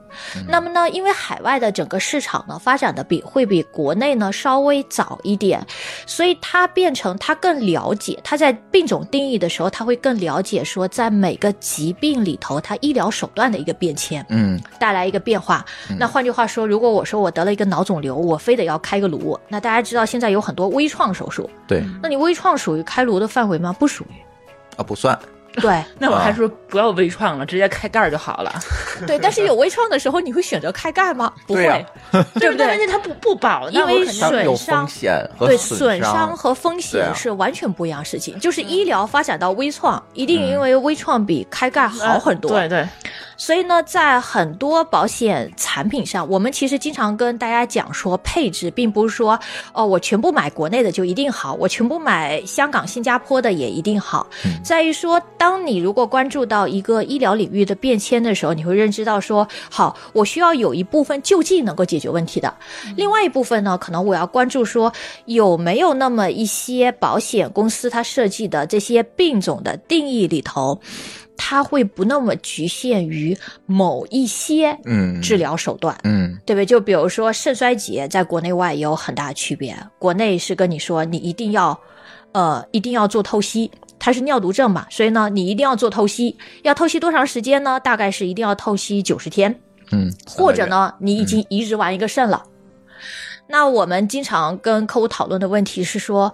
S5: 那么呢，因为海外的整个市场呢发展的比会比国内呢稍微早一点，所以他变成他更了解，他在病种定义的时候，他会更了解说在每个疾病里头，它医疗手段的一个变迁
S1: 嗯
S5: 带来一个变化。那换句话说，如果我说我得了一个脑肿瘤，我非得要开个颅，那大家知道现在有很多微创手术，
S1: 对
S5: 那你微创属于开颅的范围吗？不属于。
S1: 啊，不算。 <laughs>
S5: 对
S2: 那我还是不要微创了，直接开盖儿就好了。
S5: 对，但是有微创的时候，你会选择开盖吗？不
S1: 对啊呀
S5: 会，对
S2: 但
S5: 不对
S2: 关？键它不不保，那
S5: 因
S2: 我
S5: 为
S2: 肯定
S1: 它
S5: 水
S1: 有
S5: 伤
S1: 风险和
S5: 对
S1: 损
S5: 损伤和风
S1: 对
S5: 险
S1: 啊
S5: 是完全不一样的事情。就是医疗发展到微创，一定因为微创比开盖好很多。
S2: 呃对对，
S5: 所以呢，在很多保险产品上，我们其实经常跟大家讲说，配置并不是说哦，我全部买国内的就一定好，我全部买香港、新加坡的也一定好。在于说，当你如果关注到一个医疗领域的变迁的时候，你会认知到说，好，我需要有一部分救济能够解决问题的，另外一部分呢，可能我要关注说有没有那么一些保险公司它设计的这些病种的定义里头，它会不那么局限于某一些
S1: 嗯
S5: 治疗手段。
S1: 嗯
S5: 对不对？就比如说肾衰竭，在国内外也有很大的区别。国内是跟你说你一定要，呃，一定要做透析，它它是尿毒症嘛，所以呢，你一定要做透析。要透析多长时间呢？大概是一定要透析九十天。
S1: 嗯，
S5: 或者呢，你已经移植完一个肾了。那我们经常跟客户讨论的问题是说，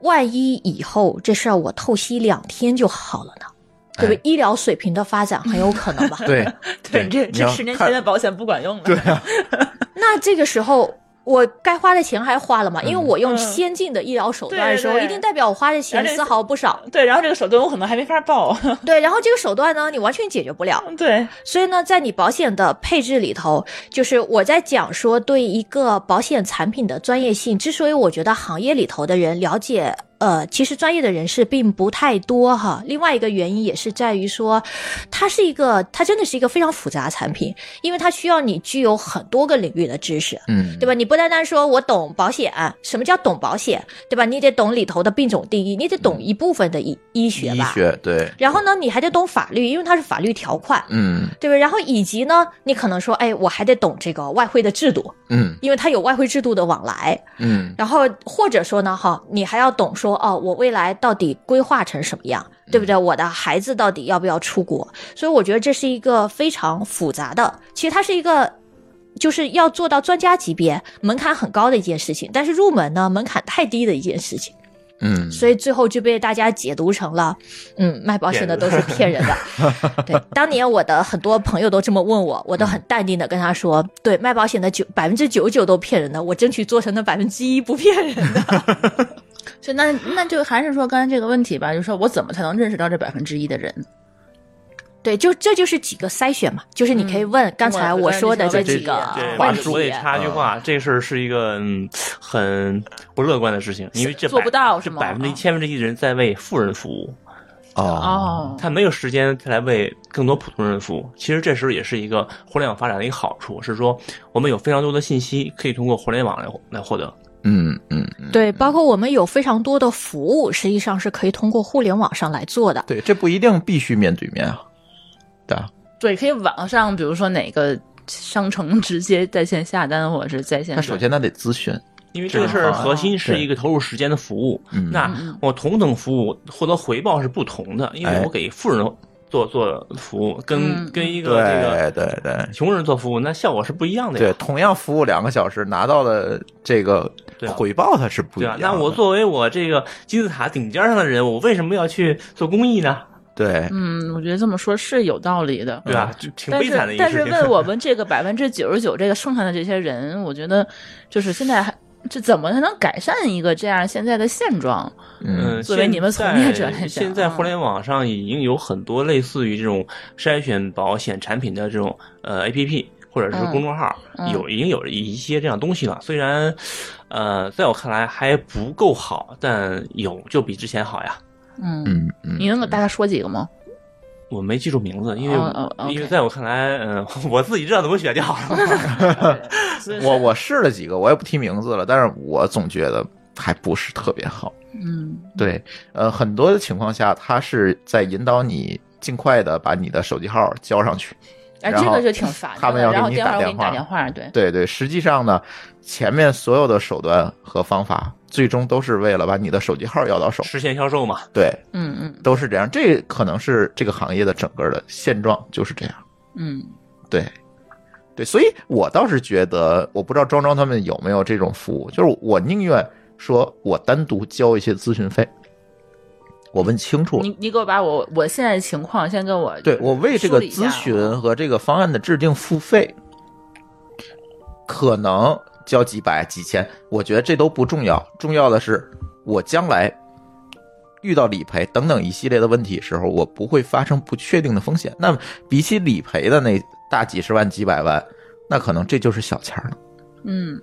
S5: 万一以后这事儿我透析两天就好了呢？对不对？
S1: 哎？
S5: 医疗水平的发展很有可能吧
S1: 对
S2: <laughs> 对，这
S1: 你
S2: 这
S1: 要
S2: 十年
S1: 看
S2: 前的保险不管用了。对，
S5: 那这个时候。我该花的钱还花了嘛？因为我用
S2: 嗯
S5: 先进的医疗手段
S2: 对
S5: 的时候，
S2: 对
S5: 一定代表我花的
S2: 而
S5: 钱
S2: 且
S5: 丝毫不少。
S2: <laughs>
S5: <laughs>
S2: 对，然后这个手段我可能还没法报。 <laughs>
S5: 对，然后这个手段呢，你完全解决不了。
S2: 对，
S5: 所以呢，在你保险的配置里头，就是我在讲说对一个保险产品的专业性。之所以我觉得行业里头的人了解，呃，其实专业的人士并不太多
S2: 嗯
S5: 哈。另外一个原因也是在于说，它是一个，它真的是一个非常复杂的产品，因为它需要你具有很多个领域的知识。
S1: 嗯
S5: <laughs> 对吧？你不单单说我懂保险，什么叫懂保险，对吧？你得懂里头的病种定义，你得懂一部分的医医学
S1: 嗯医
S5: 吧。
S1: 学对，
S5: 然后呢，你还得懂法律，因为它是法律条款。
S1: 嗯
S5: 对吧？然后以及呢，你可能说，哎，我还得懂这个外汇的制度，
S1: 嗯
S5: 因为它有外汇制度的往来。
S1: 嗯
S5: 然后或者说呢，哈，你还要懂说，哦，我未来到底规划成什么样，对不对？我的孩子到底要不要出国？所以我觉得这是一个非常复杂的，其实它是一个。就是要做到专家级别，门槛很高的一件事情，但是入门呢门槛太低的一件事情，
S1: 嗯，
S5: 所以最后就被大家解读成了，嗯，卖保险的都是骗人 <laughs> 的。对，当年我的很多朋友都这么问我，我都很淡定的跟他说，对，卖保险的九百分之九十九都骗人的，我争取做成那百分之一不骗人的。
S2: 所以那那就还是说刚才这个问题吧，就是说我怎么才能认识到这百分之一的人？
S5: 对，就这就是几个筛选嘛，就是你可以问刚才我说的嗯这几个
S3: 对，
S5: 问
S3: 我
S5: 题，
S3: 我得插
S1: 啊
S3: 一句话，这事儿是一个嗯很不乐观的事情，因为这
S2: 做
S3: 百
S2: 不到是
S3: 这
S2: 吗
S3: 百分之一
S2: 啊
S3: 千分之一的人在为富人服务，
S1: 哦，
S3: 他没有时间再来为更多普通人服务。其实这时候也是一个互联网发展的一个好处，是说我们有非常多的信息可以通过互联网来来获得。
S1: 嗯嗯，
S5: 对，包括我们有非常多的服务，实际上是可以通过互联网上来做的。
S1: 对，这不一定必须面对面啊，对啊，
S2: 对，可以网上，比如说哪个商城 <laughs> 直接在线下单，或者是在线
S1: 那。首先他得咨询，
S3: 因为这个事儿核心是一个投入时间的服务，
S1: 嗯
S3: 那我同等服务获得回报是不同的，因为
S1: 哎
S3: 我给富人做做服务，跟
S2: 嗯
S3: 跟一个这个
S1: 对对对
S3: 穷人做服务，那效果是不一样的呀
S1: 对，。同样服务两个小时，拿到的这个
S3: 对啊
S1: 回报它是不一
S3: 对啊
S1: 样，的。
S3: 那我作为我这个金字塔顶尖上的人，我为什么要去做公益呢？
S1: 对，
S2: 嗯，我觉得这么说是有道理的。
S3: 对
S1: 嗯
S3: 吧？就挺
S2: 但
S3: 悲
S2: 是
S3: 惨的一个
S2: 但
S3: 事
S2: 是
S3: 情。
S2: 问我们这个百分之九十九这个剩下的这些人，我觉得就是现在还这怎么才能改善一个这样现在的现状？
S1: 嗯，
S2: 作为你们从业者来讲啊
S3: 呃现在现在互联网上已经有很多类似于这种筛选保险产品的这种呃 APP 或者是公众号，
S2: 嗯嗯
S3: 有已经有一些这样东西了。虽然呃，在我看来还不够好，但有就比之前好呀。
S2: 嗯，
S1: 嗯嗯，
S2: 你能给大概说几个吗？
S3: 我没记住名字，因为、
S2: 哦哦
S3: 因为
S2: OK
S3: 在我看来，嗯、 <laughs> 我自己知道怎么选就好
S2: <laughs>
S3: 了。
S1: 我我试了几个，我也不提名字了，但是我总觉得还不是特别好。
S2: 嗯
S1: 对，呃，很多的情况下，它是在引导你尽快的把你的手机号交上去。
S2: 哎，
S1: 然
S2: 这
S1: 后
S2: 个就挺烦的。
S1: 他们要
S2: 然后
S1: 给你
S2: 电话
S1: 打
S2: 我给你打
S1: 电
S2: 电话，对，
S1: 对对，实际上呢，前面所有的手段和方法，最终都是为了把你的手机号要到手。
S3: 实现销售嘛，
S1: 对，
S2: 嗯嗯
S1: 都是这样，这可能是这个行业的整个的现状就是这样。
S2: 嗯，
S1: 对，对，所以我倒是觉得，我不知道庄庄他们有没有这种服务，就是我宁愿说我单独交一些咨询费，我问清楚
S2: 你你给我把我我现在的情况先跟我
S1: 对我为这
S2: 梳
S1: 个
S2: 理一下啊
S1: 咨询和这个方案的制定付费，可能交几百几千，我觉得这都不重要，重要的是我将来遇到理赔等等一系列的问题时候，我不会发生不确定的风险。那么比起理赔的那大几十万几百万，那可能这就是小钱儿了。
S2: 嗯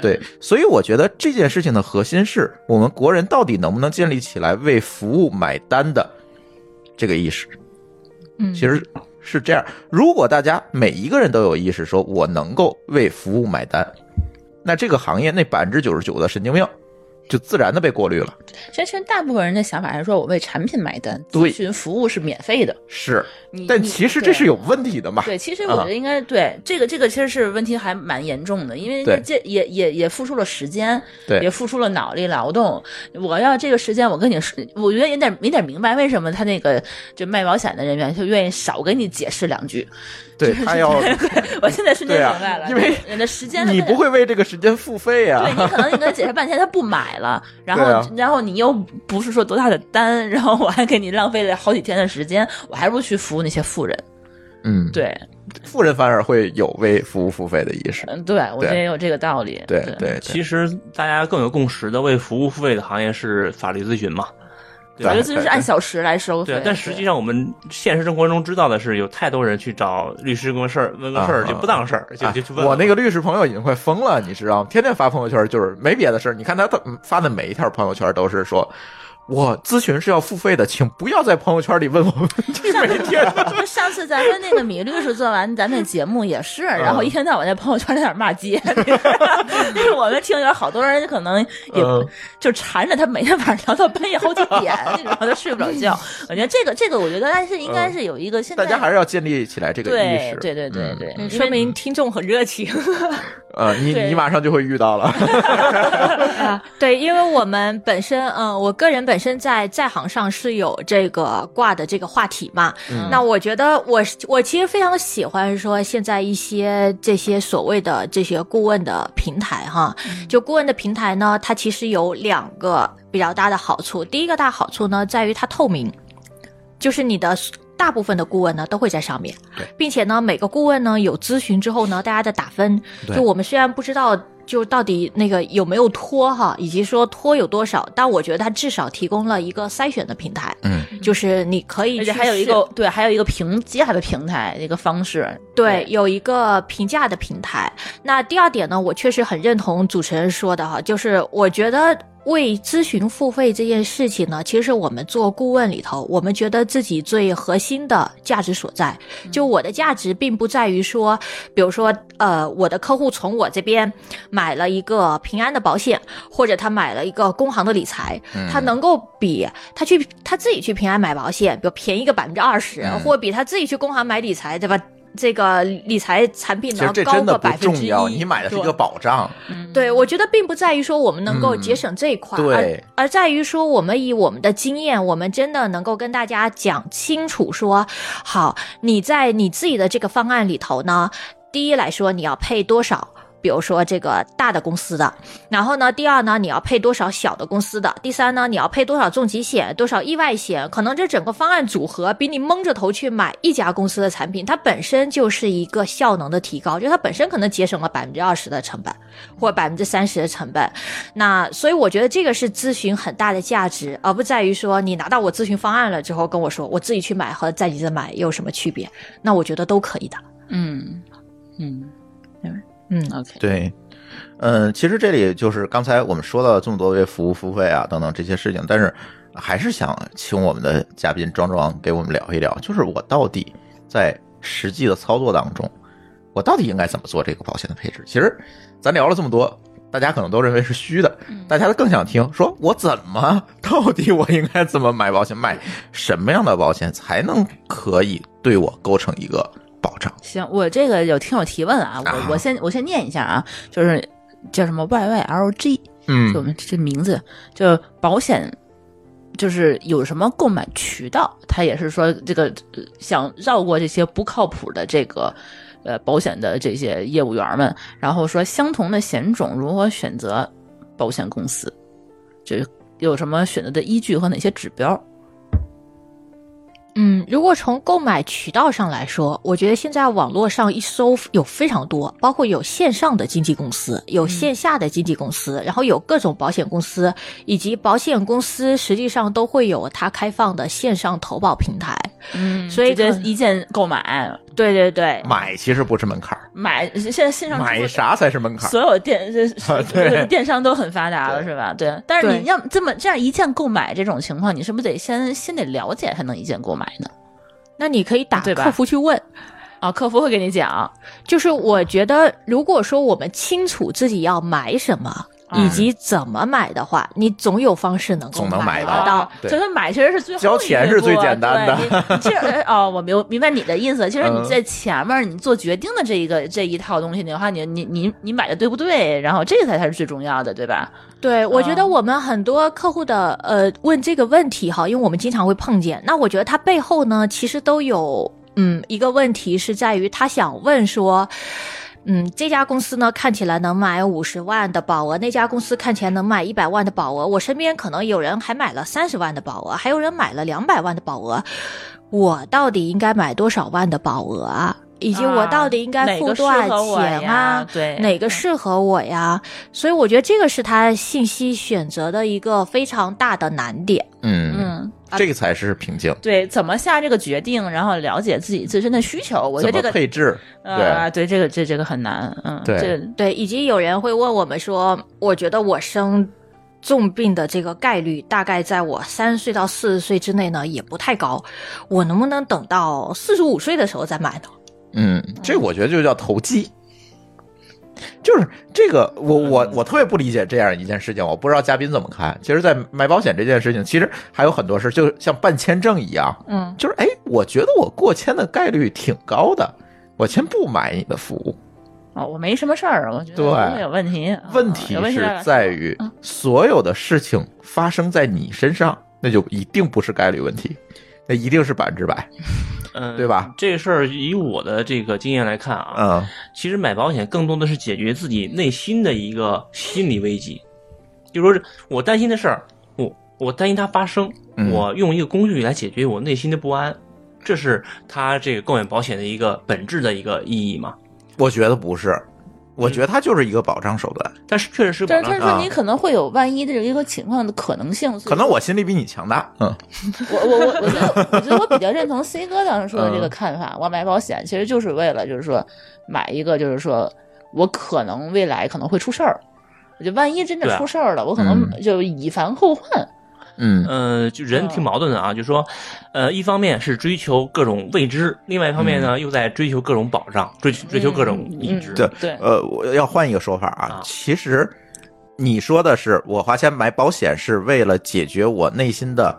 S1: 对，所以我觉得这件事情的核心是我们国人到底能不能建立起来为服务买单的这个意识。
S5: 嗯，
S1: 其实是这样，如果大家每一个人都有意识，说我能够为服务买单，那这个行业那百分之九十九的神经病，就自然的被过滤了。
S2: 其实大部分人的想法是说我为产品买单，
S1: 对
S2: 咨询服务是免费的。
S1: 是，
S2: 你
S1: 但
S2: 你
S1: 其实这
S2: 对
S1: 是有问题的嘛？
S2: 对，其实我觉得应该、对这个这个其实是问题还蛮严重的，因为
S1: 对
S2: 这也也也付出了时间，
S1: 对
S2: 也付出了脑力劳动。我要这个时间，我跟你说，我觉得也得也得明白为什么他那个就卖保险的人员就愿意少跟你解释两句。
S1: 对他要，
S2: <laughs> 我现在瞬间
S1: 对啊
S2: 明白了，
S1: 因为
S2: 人的时间
S1: 你不。会为这个时间付费呀、
S2: 对你可能你跟他解释半天，他不
S1: <laughs>
S2: 买了，然后、
S1: 对啊
S2: 然后你又不是说多大的单，然后我还给你浪费了好几天的时间，我还不如去服务那些富人。
S1: 嗯，，
S2: 对，
S1: 富人反而会有为服务付费的意识。
S2: 嗯，对，我觉得
S1: 对
S2: 也有这个道理。
S1: 对对，
S3: 其实大家更有共识的为服务付费的行业是法律咨询嘛。
S1: 对
S2: 我觉得这就是按小时来收费
S3: 对，，啊但实际上我们现实生活中知道的是，有太多人去找律师问个事儿，问个事儿
S1: 啊
S3: 就不当事儿，就
S1: 哎
S3: 就去问了。
S1: 我那个律师朋友已经快疯了，你知道吗？天天发朋友圈就是没别的事儿，你看他他发的每一条朋友圈都是说。我咨询是要付费的，请不要在朋友圈里问我问题。每
S3: <laughs>
S1: 天
S2: <laughs> 对就上次咱们那个米律师做完咱那节目也是，然
S1: 嗯
S2: 后一天到晚在朋友圈在那儿骂街， <laughs> 就是我们听友好多人可能也
S1: 嗯
S2: 就缠着他，每天晚上聊到半夜好几点，然后他睡不着觉。我觉得这个这个，我觉得还是应该是有一个现
S1: 嗯
S2: 在
S1: 大家还是要建立起来这个意
S2: 对
S1: 识。
S2: 对对对
S1: 嗯
S2: 对，因为
S5: 说明听众很热情。
S1: 呃，你
S2: 对
S1: 你马上就会遇到了。
S5: <laughs> 啊，对，因为我们本身，嗯，我个人本身在在行上是有这个挂的这个话题嘛。
S2: 嗯
S5: 那我觉得我是我其实非常喜欢说现在一些这些所谓的这些顾问的平台哈，
S2: 嗯
S5: 就顾问的平台呢，它其实有两个比较大的好处。第一个大好处呢，在于它透明，就是你的。大部分的顾问呢都会在上面
S1: 对，
S5: 并且呢，每个顾问呢有咨询之后呢，大家的打分
S1: 对
S5: 就我们虽然不知道就到底那个有没有拖哈，以及说拖有多少，但我觉得它至少提供了一个筛选的平台，
S1: 嗯，
S5: 就是你可以 <laughs>
S2: 而且
S5: 去
S2: 还有一
S5: 试
S2: 个 <laughs> 对，还有一个评价的平台，一个方式。
S5: 对，有一个评价的平台。那第二点呢，我确实很认同主持人说的哈，就是我觉得为咨询付费这件事情呢，其实是我们做顾问里头，我们觉得自己最核心的价值所在。就我的价值并不在于说，比如说呃，我的客户从我这边买了一个平安的保险，或者他买了一个工行的理财，
S1: 嗯
S5: 他能够比他去他自己去平安买保险，比如便宜个百分之二十，
S1: 嗯
S5: 或者比他自己去工行买理财，对吧？这个理财产品
S1: 其
S5: 呢
S1: 实这
S5: 高
S1: 真
S5: 个
S1: 的
S5: 百
S1: 不
S5: 分之
S1: 重
S5: 一，
S1: 要，你买的是一个
S5: 对
S1: 保障。
S5: 对，我觉得并不在于说我们能够节省这一块，
S1: 嗯对
S5: 而而在于说我们以我们的经验，我们真的能够跟大家讲清楚说，好，你在你自己的这个方案里头呢，第一来说你要配多少。比如说这个大的公司的，然后呢，第二呢，你要配多少小的公司的，第三呢，你要配多少重疾险、多少意外险，可能这整个方案组合比你蒙着头去买一家公司的产品，它本身就是一个效能的提高，就它本身可能节省了百分之二十的成本。或百分之三十的成本。那所以我觉得这个是咨询很大的价值，而不在于说你拿到我咨询方案了之后跟我说我自己去买和在你这买有什么区别？那我觉得都可以的。
S2: 嗯嗯
S5: 嗯，
S2: ，OK，
S4: 对，嗯，其实这里就是刚才我们说到这么多位服务付费啊等等这些事情，但是还是想请我们的嘉宾庄庄给我们聊一聊，就是我到底在实际的操作当中，我到底应该怎么做这个保险的配置？其实咱聊了这么多。大家可能都认为是虚的，大家更想听说，我怎么到底我应该怎么买保险，买什么样的保险才能可以对我构成一个保障？
S2: 行，我这个有听友提问啊，
S4: 啊
S2: 我我先我先念一下啊，就是叫什么 YYLG，
S1: 嗯
S2: 就我们这名字，就保险，就是有什么购买渠道，他也是说这个呃想绕过这些不靠谱的这个。呃，保险的这些业务员们，然后说相同的险种如何选择保险公司，这有什么选择的依据和哪些指标？
S5: 嗯，如果从购买渠道上来说，我觉得现在网络上一搜有非常多，包括有线上的经纪公司，有线下的经纪公司，然后有各种保险公司，以及保险公司实际上都会有它开放的线上投保平台。
S2: 嗯
S5: 所以
S2: 直接
S5: 可能
S2: 一键购买，
S5: 对对对，
S1: 买其实不是门槛儿，
S2: 买现在线上支付
S1: 买啥才是门槛儿。
S2: 所有电 <laughs> 这
S1: 啊对
S2: 电商都很发达了，
S1: 对
S2: 是吧？对，但是
S5: 对
S2: 你要这么这样一键购买这种情况，你是不是得先先得了解才能一键购买呢？
S5: 那你可以打
S2: 对吧
S5: 客服去问。
S2: 啊，客服会给你讲，
S5: 就是我觉得，如果说我们清楚自己要买什么，以及怎么买的话，你总有方式能够
S1: 嗯总能买
S5: 买
S1: 到
S5: 得
S2: 啊
S5: 到。，
S1: 对
S2: 所以说买其实是最后
S1: 交钱是最简单的嗯
S2: 一步
S1: <laughs>
S2: 对你其实哦，我明明白你的意思。其实你在前面你做决定的这一个这一套东西的话，你你你你买的对不对？然后这个才才是最重要的，对吧？
S5: 对，我觉得
S2: 嗯
S5: 我们很多客户的呃问这个问题哈，因为我们经常会碰见。那我觉得他背后呢，其实都有嗯一个问题是在于他想问说。嗯，这家公司呢看起来能买五十万的保额，那家公司看起来能买一百万的保额。我身边可能有人还买了三十万的保额，还有人买了两百万的保额。我到底应该买多少万的保额啊？以
S2: 以
S5: 及我到底应该付多少钱啊？
S2: 对，
S5: 哪个适合我呀？所以我觉得这个是他信息选择的一个非常大的难点。
S1: 嗯，
S2: 嗯。
S1: 这个才是瓶颈。
S2: 对，怎么下这个决定，然后了解自己自身的需求，我觉
S1: 怎
S2: 得
S1: 么
S2: 这个
S1: 配置？
S2: 啊，对这个这这个很难，嗯，
S1: 对
S2: 这
S5: 对，以及有人会问我们说，我觉得我生重病的这个概率大概在我三十岁到四十岁之内呢，也不太高，我能不能等到四十五岁的时候再买呢？
S1: 嗯，这我觉得就叫投机。就是这个，我我我特别不理解这样一件事情，我不知道嘉宾怎么看。其实，在买保险这件事情，其实还有很多事，就像办签证一样，
S2: 嗯，
S1: 就是哎，我觉得我过签的概率挺高的，我先不买你的服务。
S2: 哦，我没什么事儿，我觉得
S1: 对
S2: 不会有问题，啊
S1: 问题
S2: 有问题
S1: 是
S2: 了嗯
S1: 在于所有的事情发生在你身上，那就一定不是概率问题，那一定是百分之百。
S3: 嗯，
S1: 对吧？
S3: 这个事儿以我的这个经验来看啊，
S1: 嗯，
S3: 其实买保险更多的是解决自己内心的一个心理危机，就说是我担心的事儿，我我担心它发生，
S1: 嗯
S3: 我用一个工具来解决我内心的不安，这是它这个购买保险的一个本质的一个意义嘛。
S1: 我觉得不是，我觉得它就是一个保障手段。
S3: 嗯但是确实是
S2: 但
S3: 保
S2: 是他
S3: 障，
S2: 说你可能会有万一的一个情况的可能性，所以
S1: 可能我心里比你强大。嗯，
S2: 我我我我觉得我觉得我比较认同 C 哥当时说的这个看法，我买保险其实就是为了就是说买一个就是说我可能未来可能会出事儿，我就万一真
S3: 对
S2: 的
S3: 啊
S2: 出事儿了，我可能
S1: 嗯
S2: 就以防后患，
S1: 嗯
S3: 呃，就人挺矛盾的啊，就说，呃，一方面是追求各种未知，另外一方面呢，又在追求各种保障，追求追求各种已知。
S1: 嗯
S2: 嗯
S1: 对
S2: 对
S1: 呃，我要换一个说法啊
S3: 啊，
S1: 其实你说的是我花钱买保险是为了解决我内心的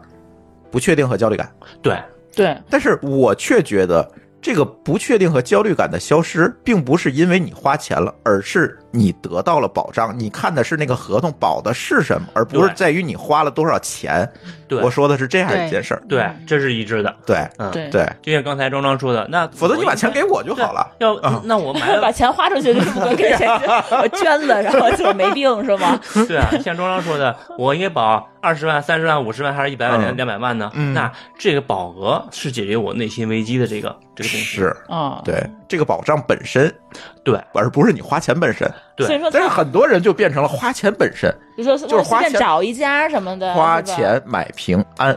S1: 不确定和焦虑感，
S3: 对，
S2: 对，
S1: 但是我却觉得。这个不确定和焦虑感的消失，并不是因为你花钱了，而是你得到了保障。你看的是那个合同保的是什么，而不是
S3: 对
S1: 在于你花了多少钱。
S3: 对
S1: 我说的是这样一件事儿。
S3: 对，这是一致的。
S1: 对
S3: 嗯，
S2: 对
S1: 对，
S3: 就像刚才庄庄说的，那
S1: 否则你把
S3: 我
S1: 钱给我就好了。啊
S3: 要那我
S2: <laughs>
S3: 买
S2: 把
S3: 了，
S2: 钱花出去就是不管给谁，我捐了，然后就没病是吗？
S3: 对啊，像庄庄说的，我应该保二十万、三十万、五十万，还是一百万、
S1: 嗯
S3: 两两百万呢？
S1: 嗯
S3: 那这个保额是解决我内心危机的这个这个东西。
S1: 是
S2: 啊，
S1: 对这个保障本身，
S3: 对
S1: 而不是你花钱本身。
S3: 对
S2: 所以说他
S1: 但是很多人就变成了花钱本身，
S2: 比如说
S1: 就是花
S2: 随便
S1: 钱
S2: 找一家什么的，
S1: 花
S2: 是吧
S1: 钱买平安，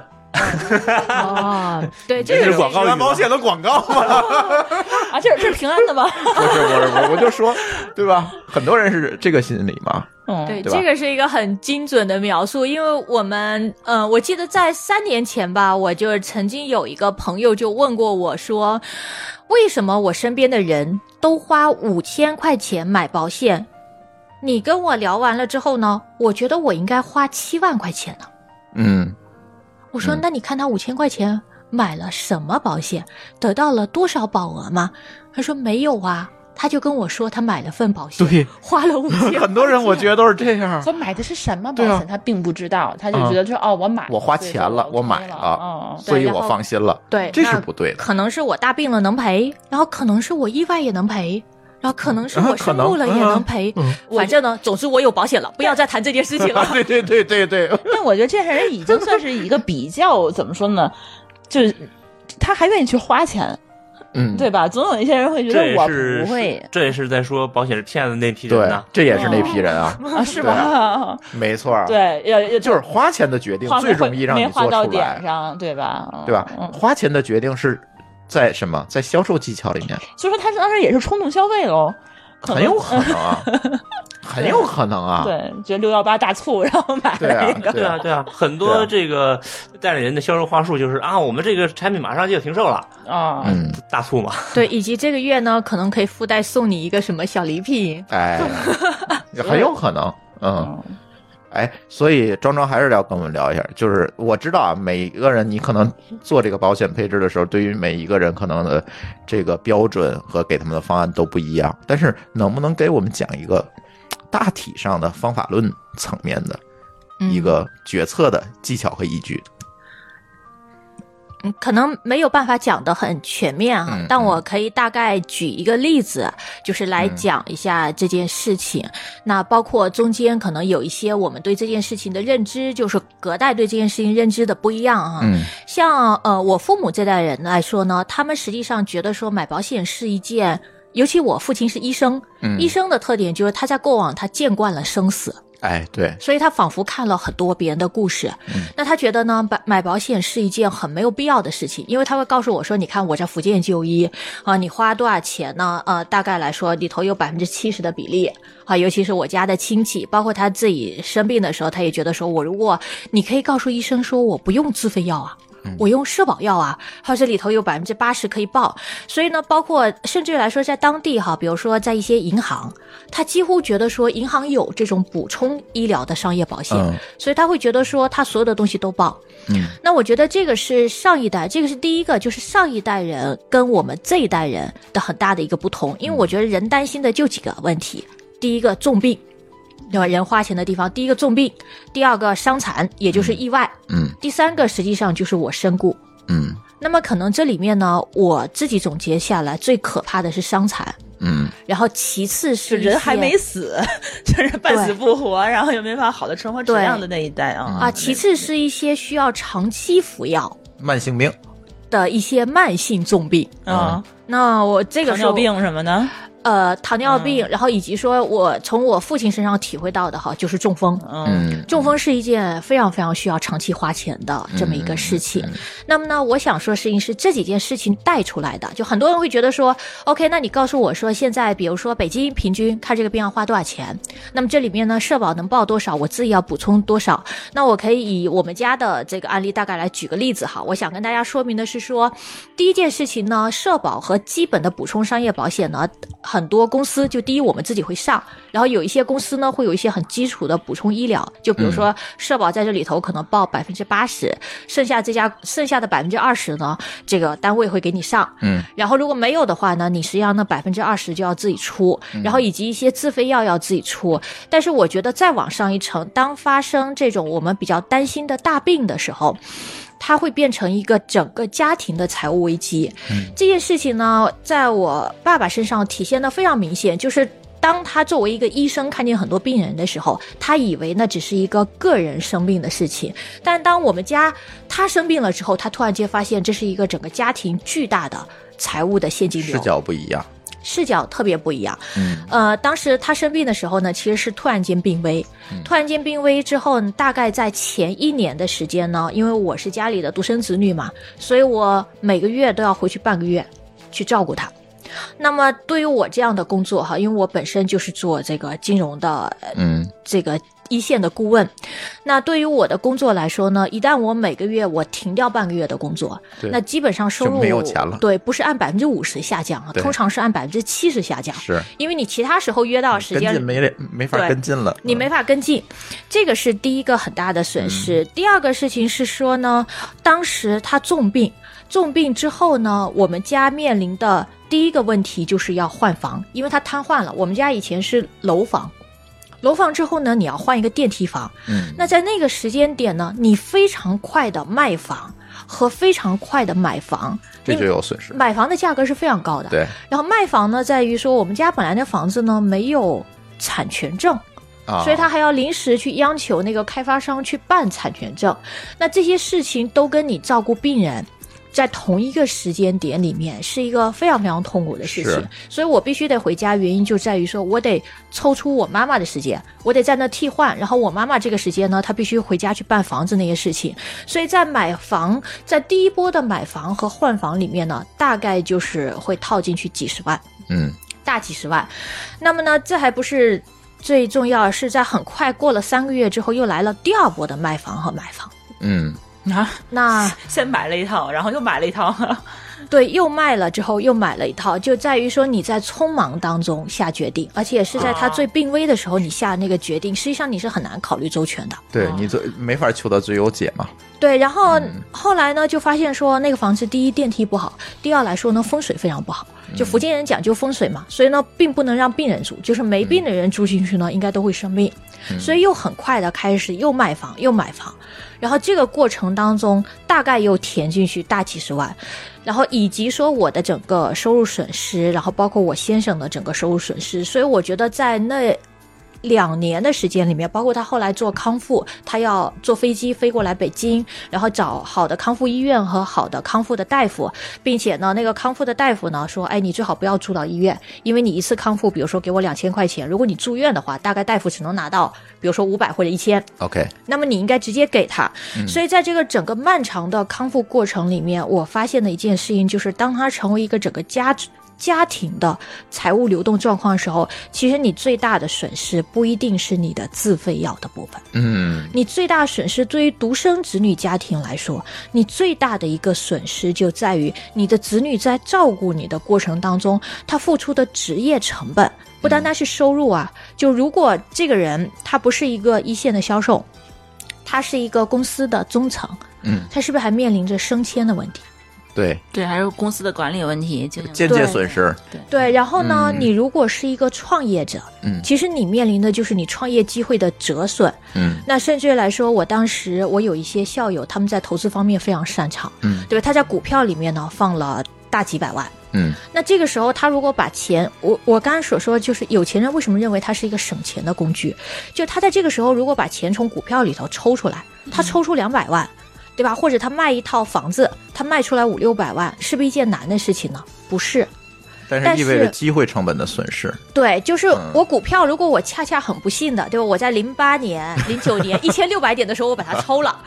S3: 啊
S5: 哦，对，
S3: 这是广告语吗
S1: 保险的广告吗？
S2: 啊，这这是平安的吗？
S1: <laughs> 不是不是不是，我就说，对吧？很多人是这个心理嘛。
S2: 嗯，
S5: 对，
S1: 对吧
S5: 这个是一个很精准的描述，因为我们，呃，我记得在三年前吧，我就曾经有一个朋友就问过我说，为什么我身边的人都花五千块钱买保险？你跟我聊完了之后呢，我觉得我应该花七万块钱呢。
S1: 嗯
S5: 我说，
S1: 嗯
S5: 那你看他五千块钱买了什么保险，得到了多少保额吗？他说没有啊。他就跟我说，他买了份保险，
S1: 对，
S5: 花了五千。
S1: <laughs> 很多人我觉得都是这样。
S2: <laughs> 他买的是什么保
S1: 对啊嗯
S2: 险，他并不知道，他就觉得说哦，我买了，
S1: 我花
S2: 所以
S1: 钱
S2: 说
S1: 了，
S2: OK
S1: 我买
S2: 了，
S1: 了，
S2: 哦
S1: 所以
S5: 对然
S1: 我
S5: 后
S1: 放心了。
S5: 对
S1: 这是
S5: 那
S1: 不对的。
S5: <laughs> 可能是我大病了能赔，然后可能是我意外也能赔，然后可能是我生病了也能赔。反正呢，总之我有保险了，不要再谈这件事情了。
S1: 对对对对对，
S2: 但我觉得这样人已经算是一个比较怎么说呢，就是。他还愿意去花钱，
S1: 嗯，
S2: <laughs> 对吧？总有一些人会觉
S3: 这
S2: 得
S3: 也
S2: 我
S3: 是
S2: 不
S3: <laughs>
S2: 会
S3: 这也是在说保险是骗子那批人
S1: 对
S3: 呢，。
S1: 这也是那批人啊，
S2: 啊，是吧？
S1: 没错儿，
S2: 对，要要
S1: 就是花钱的决定
S2: 花没
S1: 最容易让你
S2: 没花
S1: 做
S2: 到
S1: 出
S2: 点
S1: 来，
S2: 上，对吧？嗯
S1: 对吧
S2: 嗯？，
S1: 花钱的决定是在什么？在销售技巧里面，
S2: 所以说他当时也是冲动消费喽，可
S1: 很
S2: 能
S1: 有可能
S2: <laughs>
S1: 啊，很有可能啊，
S2: 对，觉得六幺八大促， <laughs> 然后买
S1: 对
S2: 了一
S1: 啊，
S2: 个，
S1: 对
S3: 对啊，
S1: 啊，
S3: 对啊，很
S1: 对啊
S3: 多这个代理人的销售话术就是啊，我们这个产品马上就要停售了，
S2: 啊，
S1: 嗯，
S3: 大促嘛。
S5: 对， <laughs> 以及这
S1: <laughs>
S5: 个月呢，可能可以附带送你一个什么小礼品。
S1: 哎，很有可能，嗯，哎，所以庄庄还是要跟我们聊一下，就是我知道啊，每一个人你可能做这个保险配置的时候，对于每一个人可能的这个标准和给他们的方案都不一样，但是能不能给我们讲一个大体上的方法论层面的一个决策的技巧和依据？
S5: 嗯可能没有办法讲得很全面啊，
S1: 嗯
S5: 但
S1: 嗯
S5: 我可以大概举一个例子，就是来讲一下这件事情。那包括中间可能有一些我们对这件事情的认知，就是隔代对这件事情认知的不一样啊。
S1: 嗯
S5: 像呃我父母这代人来说呢，他们实际上觉得说买保险是一件，尤其我父亲是医生，
S1: 嗯
S5: 医生的特点就是他在过往他见惯了生死，
S1: 哎，对，
S5: 所以他仿佛看了很多别人的故事。
S1: 嗯
S5: 那他觉得呢，买买保险是一件很没有必要的事情，因为他会告诉我说，你看我在福建就医啊、你花多少钱呢？呃，大概来说里头有百分之七十的比例啊、尤其是我家的亲戚，包括他自己生病的时候，他也觉得说我如果你可以告诉医生说我不用自费药啊。我用社保药啊，还有这里头有百分之八十可以报，所以呢，包括甚至来说，在当地哈，比如说在一些银行，他几乎觉得说银行有这种补充医疗的商业保险，
S1: 嗯
S5: 所以他会觉得说他所有的东西都报。
S1: 嗯，
S5: 那我觉得这个是上一代，这个是第一个，就是上一代人跟我们这一代人的很大的一个不同，因为我觉得人担心的就几个问题，第一个重病。对吧？人花钱的地方，第一个重病，第二个伤残，也就是意外，
S1: 嗯
S5: 第三个实际上就是我身故。
S1: 嗯
S5: 那么可能这里面呢，我自己总结下来，最可怕的是伤残，
S1: 嗯
S5: 然后其次是
S2: 就人还
S5: 一些
S2: 没死， <laughs> 就是半死不活，然后又没法好的生活质量的那一代啊
S5: 啊，其次是一些需要长期服药
S1: 慢性病，
S5: 的一些慢性重病。
S2: 啊，
S5: 那我这个
S2: 糖
S5: 时候
S2: 尿，病嗯什么的，
S5: 呃，糖尿病，然后以及说我从我父亲身上体会到的哈，就是中风。
S2: 嗯
S1: 嗯
S5: 中风是一件非常非常需要长期花钱的这么一个事情。那么呢，我想说的事情是这几件事情带出来的。就很多人会觉得说，OK，那你告诉我说，现在比如说北京平均看这个病要花多少钱？那么这里面呢，社保能报多少？我自己要补充多少？那我可以以我们家的这个案例大概来举个例子哈。我想跟大家说明的是说，第一件事情呢，社保和基本的补充商业保险呢，很多公司就第一我们自己会上，然后有一些公司呢会有一些很基础的补充医疗，就比如说社保在这里头可能报百分之八十，剩下这家剩下的百分之二十呢，这个单位会给你上。
S1: 嗯，
S5: 然后如果没有的话呢，你实际上那百分之二十就要自己出，然后以及一些自费药要自己出。但是我觉得再往上一层，当发生这种我们比较担心的大病的时候。它会变成一个整个家庭的财务危机，
S1: 嗯
S5: 这件事情呢，在我爸爸身上体现的非常明显，就是当他作为一个医生看见很多病人的时候，他以为那只是一个个人生病的事情，但当我们家他生病了之后，他突然间发现这是一个整个家庭巨大的财务的现金流，
S1: 视角不一样，
S5: 视角特别不一样。
S1: 嗯
S5: 呃，当时他生病的时候呢，其实是突然间病危。
S1: 嗯
S5: 突然间病危之后呢，大概在前一年的时间呢，因为我是家里的独生子女嘛，所以我每个月都要回去半个月去照顾他。那么对于我这样的工作哈，因为我本身就是做这个金融的呃
S1: 嗯
S5: 这个一线的顾问，那对于我的工作来说呢，一旦我每个月我停掉半个月的工作，
S1: 对
S5: 那基本上收入
S1: 就没有钱了
S5: 对，不是按百分之五十下降啊，
S1: 对
S5: 通常是按百分之七十下降，
S1: 是
S5: 因为你其他时候约到
S1: 嗯
S5: 时
S1: 跟进
S5: 间。
S1: 没嗯没法
S5: 对
S1: 跟进了，
S5: 你没法跟进，这个是第一个很大的损失。
S1: 嗯
S5: 第二个事情是说呢，当时他重病，重病之后呢，我们家面临的第一个问题就是要换房，因为他瘫痪了。我们家以前是楼房，楼房之后呢，你要换一个电梯房，
S1: 嗯
S5: 那在那个时间点呢，你非常快的卖房和非常快的买房，
S1: 这就有损失，
S5: 买房的价格是非常高的。
S1: 对
S5: 然后卖房呢，在于说我们家本来那房子呢没有产权证，
S1: 啊，
S5: 所以他还要临时去央求那个开发商去办产权证。那这些事情都跟你照顾病人。在同一个时间点里面，是一个非常非常痛苦的事
S1: 是
S5: 情，所以我必须得回家。原因就在于说，我得抽出我妈妈的时间，我得在那替换。然后我妈妈这个时间呢，她必须回家去办房子那些事情。所以在买房，在第一波的买房和换房里面呢，大概就是会套进去几十万。
S1: 嗯
S5: 大几十万。那么呢，这还不是最重要，是在很快过了三个月之后，又来了第二波的卖房和买房。
S1: 嗯
S2: 啊，
S5: 那
S2: 先买了一套，然后又买了一套，
S5: 对，又卖了之后又买了一套，就在于说你在匆忙当中下决定，而且是在他最病危的时候你下那个决定，实际上你是很难考虑周全的。
S1: 对你最没法求得最优解嘛。
S5: 对，然后后来呢，就发现说那个房子第一电梯不好，第二来说呢风水非常不好。就福建人讲究风水嘛，所以呢，并不能让病人住，就是没病的人住进去呢，应该都会生病。所以又很快的开始又卖房又买房，然后这个过程当中大概又填进去大几十万，然后以及说我的整个收入损失，然后包括我先生的整个收入损失，所以我觉得在那。两年的时间里面，包括他后来做康复，他要坐飞机飞过来北京，然后找好的康复医院和好的康复的大夫，并且呢，那个康复的大夫呢说，哎，你最好不要住到医院，因为你一次康复，比如说给我两千块钱，如果你住院的话，大概大夫只能拿到，比如说五百或者一千，
S1: OK，
S5: 那么你应该直接给他。所以在这个整个漫长的康复过程里面，我发现的一件事情就是，当他成为一个整个家家庭的财务流动状况的时候，其实你最大的损失不一定是你的自费药的部分，
S1: 嗯，
S5: 你最大损失对于独生子女家庭来说，你最大的一个损失就在于你的子女在照顾你的过程当中，他付出的职业成本不单单是收入啊，就如果这个人他不是一个一线的销售，他是一个公司的中层，
S1: 嗯，
S5: 他是不是还面临着升迁的问题？
S1: 对，
S2: <laughs> 对，还有公司的管理问题，就
S1: 间接损失，
S5: 对，然后呢，
S1: 嗯
S5: 你如果是一个创业者，
S1: 嗯
S5: 其实你面临的就是你创业机会的折损。
S1: 嗯
S5: 那甚至来说，我当时我有一些校友，他们在投资方面非常擅长，
S1: 嗯
S5: 对吧？他在股票里面呢放了大几百万。
S1: 嗯
S5: 那这个时候，他如果把钱，我我刚才所说，就是有钱人为什么认为它是一个省钱的工具？就他在这个时候，如果把钱从股票里头抽出来，他抽出两百万，对吧？或者他卖一套房子，他卖出来五六百万，是不是一件难的事情呢？不是，
S1: 但
S5: 但
S1: 是意味着
S5: 是
S1: 机会成本的损失，
S5: 对，就是
S1: 嗯
S5: 我股票，如果我恰恰很不幸的，对吧？我在零八年、零九
S1: <laughs>
S5: 年一千六百点的时候，我把它抽了，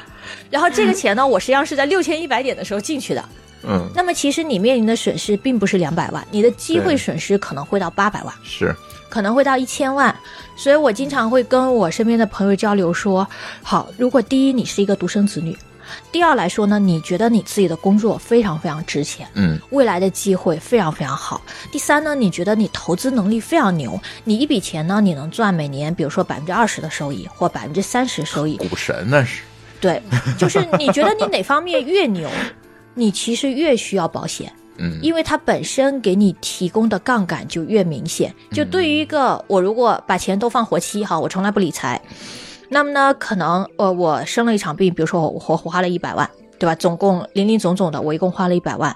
S5: 然后这个钱呢，我实际上是在六千一百点的时候进去的。
S1: 嗯，
S5: 那么其实你面临的损失并不是两百万，你的机会
S1: 对
S5: 损失可能会到八百万，
S1: 是，
S5: 可能会到一千万。所以我经常会跟我身边的朋友交流说，好，如果第一你是一个独生子女，第二来说呢，你觉得你自己的工作非常非常值钱。
S1: 嗯
S5: 未来的机会非常非常好。第三呢，你觉得你投资能力非常牛，你一笔钱呢，你能赚每年比如说百分之二十的收益或百分之三十收益，
S1: 股神那是，
S5: 对，就是你觉得你哪方面越牛， <laughs> 你其实越需要保险。
S1: 嗯
S5: 因为它本身给你提供的杠杆就越明显。就对于一个我如果把钱都放活期哈，我从来不理财，那么呢，可能呃我生了一场病，比如说我我花了一百万，对吧？总共林林总总的，我一共花了一百万。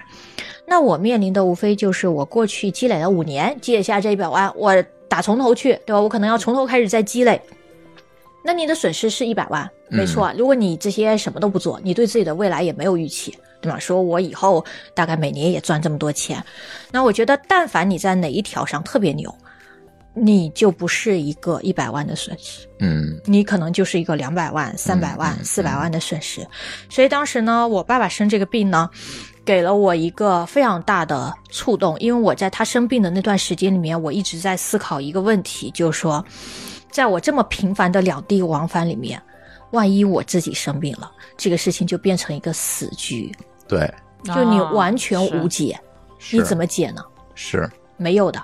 S5: 那我面临的无非就是我过去积累了五年，积累下这一百万，我打从头去，对吧？我可能要从头开始再积累。那你的损失是一百万，没错。如果你这些什么都不做，你对自己的未来也没有预期，对吧？说我以后大概每年也赚这么多钱，那我觉得，但凡你在哪一条上特别牛，你就不是一个一百万的损失，
S1: 嗯
S5: 你可能就是一个两百万、三百万
S1: 嗯、嗯
S5: 四百万的损失。所以当时呢，我爸爸生这个病呢，给了我一个非常大的触动，因为我在他生病的那段时间里面，我一直在思考一个问题，就是说，在我这么频繁的两地往返里面，万一我自己生病了，这个事情就变成一个死局，
S1: 对，
S5: 就你
S2: 啊
S5: 完全无
S2: 解。
S5: 解，
S1: 啊是
S5: 你怎么解呢？
S1: 是
S5: 没有的。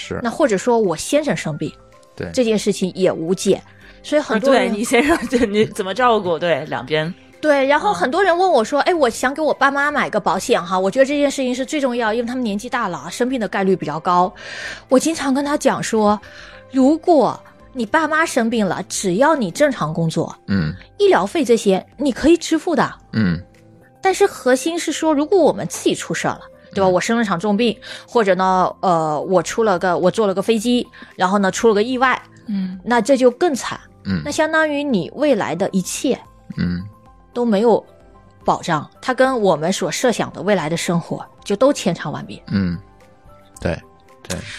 S1: 是
S5: 那或者说我先生生病，
S1: 对啊
S5: 这件事情也无解，所以很多
S2: 对
S5: 人、
S2: 你先生，对你怎么照顾？对，两边
S5: 对然后很多人问我说，哎，我想给我爸妈买个保险哈，我觉得这件事情是最重要，因为他们年纪大了，啊生病的概率比较高。我经常跟他讲说，如果你爸妈生病了，只要你正常工作，
S1: 嗯
S5: 医疗费这些你可以支付的，
S1: 嗯
S5: 但是核心是说，如果我们自己出事儿了。对吧？我生了场重病，或者呢，呃，我出了个，我坐了个飞机，然后呢，出了个意外，
S2: 嗯，
S5: 那这就更惨。
S1: 嗯
S5: 那相当于你未来的一切
S1: 嗯
S5: 都没有保障，它跟我们所设想的未来的生活就都千差万别。
S1: 嗯，对，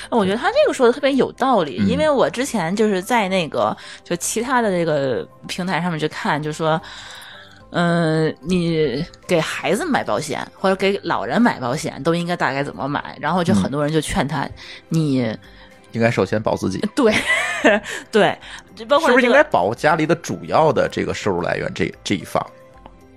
S2: 我觉得他这个说的特别有道理，
S1: 嗯
S2: 因为我之前就是在那个就其他的这个平台上面去看，就说，嗯、你给孩子买保险或者给老人买保险都应该大概怎么买，然后就很多人就劝他，你
S1: 应该首先保自己，
S2: 对对，就包括
S1: 是不是
S2: 这
S1: 应
S2: 个
S1: 该保家里的主要的这个收入来源这这一方？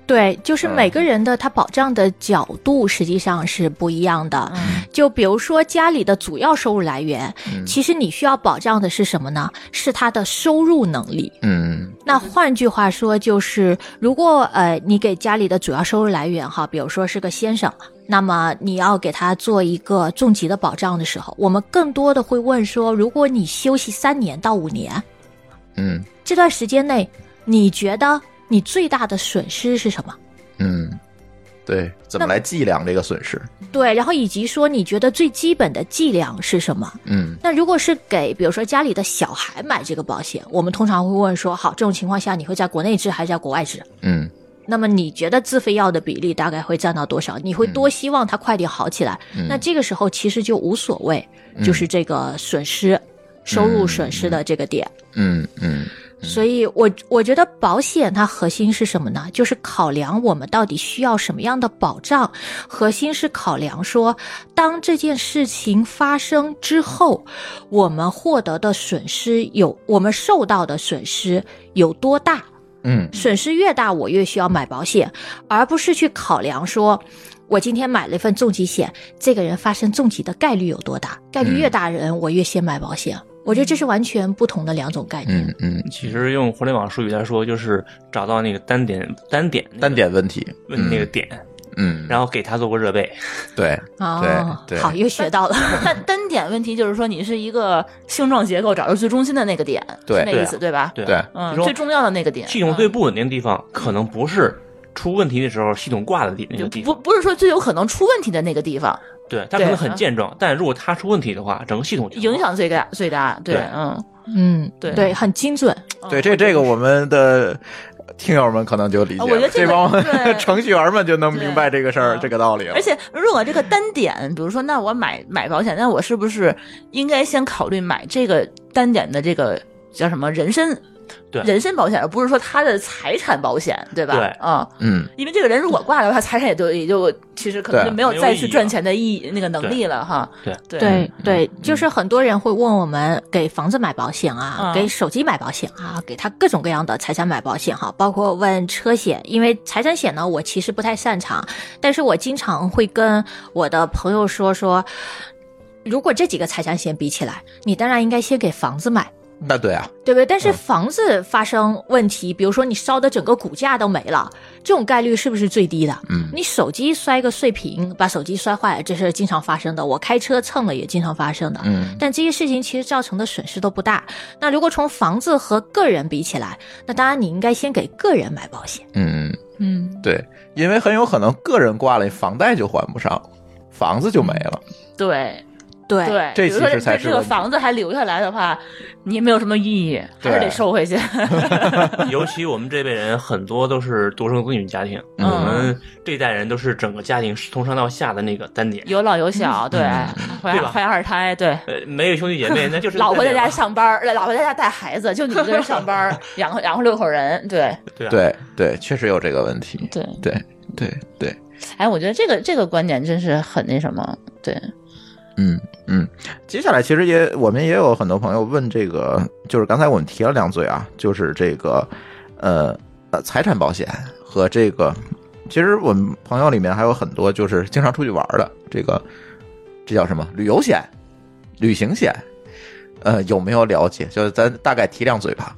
S5: 对，就是
S1: 嗯
S5: 每个人的他保障的角度实际上是不一样的。
S2: 嗯
S5: 就比如说家里的主要收入来源，
S1: 嗯
S5: 其实你需要保障的是什么呢？是他的收入能力。
S1: 嗯
S5: 那换句话说，就是如果呃你给家里的主要收入来源哈，比如说是个先生，那么你要给他做一个重疾的保障的时候，我们更多的会问说，如果你休息三年到五年
S1: 嗯
S5: 这段时间内，你觉得你最大的损失是什么？
S1: 嗯，对，怎么
S5: 那
S1: 来计量这个损失？
S5: 对，然后以及说你觉得最基本的计量是什么？
S1: 嗯
S5: 那如果是给比如说家里的小孩买这个保险，我们通常会问说，好，这种情况下你会在国内治还是在国外治？
S1: 嗯
S5: 那么你觉得自费药的比例大概会占到多少？你会多希望它快点好起来？
S1: 嗯
S5: 那这个时候其实就无所谓，就是这个损失、收入损失的这个点。
S1: 嗯嗯
S5: 所以我我觉得保险它核心是什么呢？就是考量我们到底需要什么样的保障。核心是考量说，当这件事情发生之后，我们获得的损失有，我们受到的损失有多大？
S1: 嗯
S5: 损失越大，我越需要买保险，而不是去考量说，我今天买了一份重疾险，这个人发生重疾的概率有多大？概
S1: 嗯
S5: 率越大人，我越先买保险。我觉得这是完全不同的两种概念。
S1: 嗯嗯，
S3: 其实用互联网术语来说，就是找到那个单点单点那个
S1: 单点问题，
S3: 问那个
S1: 嗯
S3: 点，
S1: 嗯，
S3: 然后给他做个热备。
S1: 对，
S5: 哦，
S1: 对对
S5: 好，又学到了。
S2: 单单点问题就是说，你是一个性状结构找到最中心的那个点，
S1: 对
S2: 是那意思对吧？
S3: 对
S1: 对啊
S2: 嗯，
S3: 就
S2: 最
S3: 是说
S2: 重要的那个点，嗯
S3: 系统最不稳定的地方，可能不是出问题的时候系统挂的地那
S2: 就
S3: 个地
S2: 不
S3: 方，
S2: 不是说最有可能出问题的那个地方
S3: 对，它可能
S2: 对
S3: 很
S2: 啊
S3: 健壮，但如果它出问题的话，整个系统就
S2: 影响最大最大，对，
S3: 对
S2: 嗯，
S5: 嗯，
S2: 对
S5: <laughs> 对，很精准。
S2: 嗯
S1: 对，这这个我们的听友们可能就理解
S2: 啊我觉得
S1: 了，
S2: 这个
S1: 帮
S2: 对
S1: <laughs> 程序员们就能明白这个事儿
S2: 对啊
S1: 这个道理了
S2: 而。且，如果这个单点，比如说，那我买买保险，那我是不是应该先考虑买这个单点的这个叫什么人身
S3: 对
S2: 人身保险，而不是说他的财产保险，对吧？
S3: 对
S2: 嗯，
S1: 嗯，
S2: 因为这个人如果挂了，他财产也就也就其实可能
S1: 对
S2: 就没有
S3: 没有
S2: 再
S3: 意义
S2: 去
S3: 了
S2: 赚钱的意义那个能力了哈。
S3: 对
S2: 对
S5: 对对，
S1: 嗯
S5: 就是很多人会问我们给房子买保险啊，
S2: 嗯
S5: 给手机买保险啊，给他各种各样的财产买保险哈，包括问车险，因为财产险呢我其实不太擅长，但是我经常会跟我的朋友说说，如果这几个财产险比起来，你当然应该先给房子买。
S1: 那对啊，
S5: 对不对？但是房子发生问题，比如说你烧的整个骨架都没了，这种概率是不是最低的？
S1: 嗯
S5: 你手机摔个碎屏，把手机摔坏了，这事儿经常发生的。我开车蹭了也经常发生的。
S1: 嗯
S5: 但这些事情其实造成的损失都不大。那如果从房子和个人比起来，那当然你应该先给个人买保险。
S1: 嗯，
S5: 嗯，
S1: 对，因为很有可能个人挂了，房贷就还不上，房子就没了。
S2: 对
S5: 对
S2: 对，
S1: 这
S2: 比如说
S1: 其实才是
S2: 这个
S1: 问题
S2: 房子还留下来的话，你也没有什么意义，还是
S1: 对
S2: 得收回去。
S3: <laughs> 尤其我们这辈人很多都是独生子女家庭，
S1: 嗯
S3: 我们这一代人都是整个家庭是从上到下的那个单点，
S2: 有老有小，对，怀
S3: 对吧
S2: 怀二胎，对。
S3: 呃，没有兄弟姐妹，那就是
S2: 老婆在
S3: 单点
S2: 家
S3: 了
S2: 上班儿，老婆在家带孩子，就你一个人上班儿，养养活六口人，对
S3: 对啊
S1: 对对，确实有这个问题。
S2: 对。
S1: 对对对，
S2: 哎，我觉得这个这个观点真是很那什么，对，
S1: 嗯嗯，接下来其实也我们也有很多朋友问这个，就是刚才我们提了两嘴啊，就是这个呃呃财产保险和这个，其实我们朋友里面还有很多就是经常出去玩的，这个这叫什么旅游险、旅行险，呃有没有了解？就是咱大概提两嘴吧。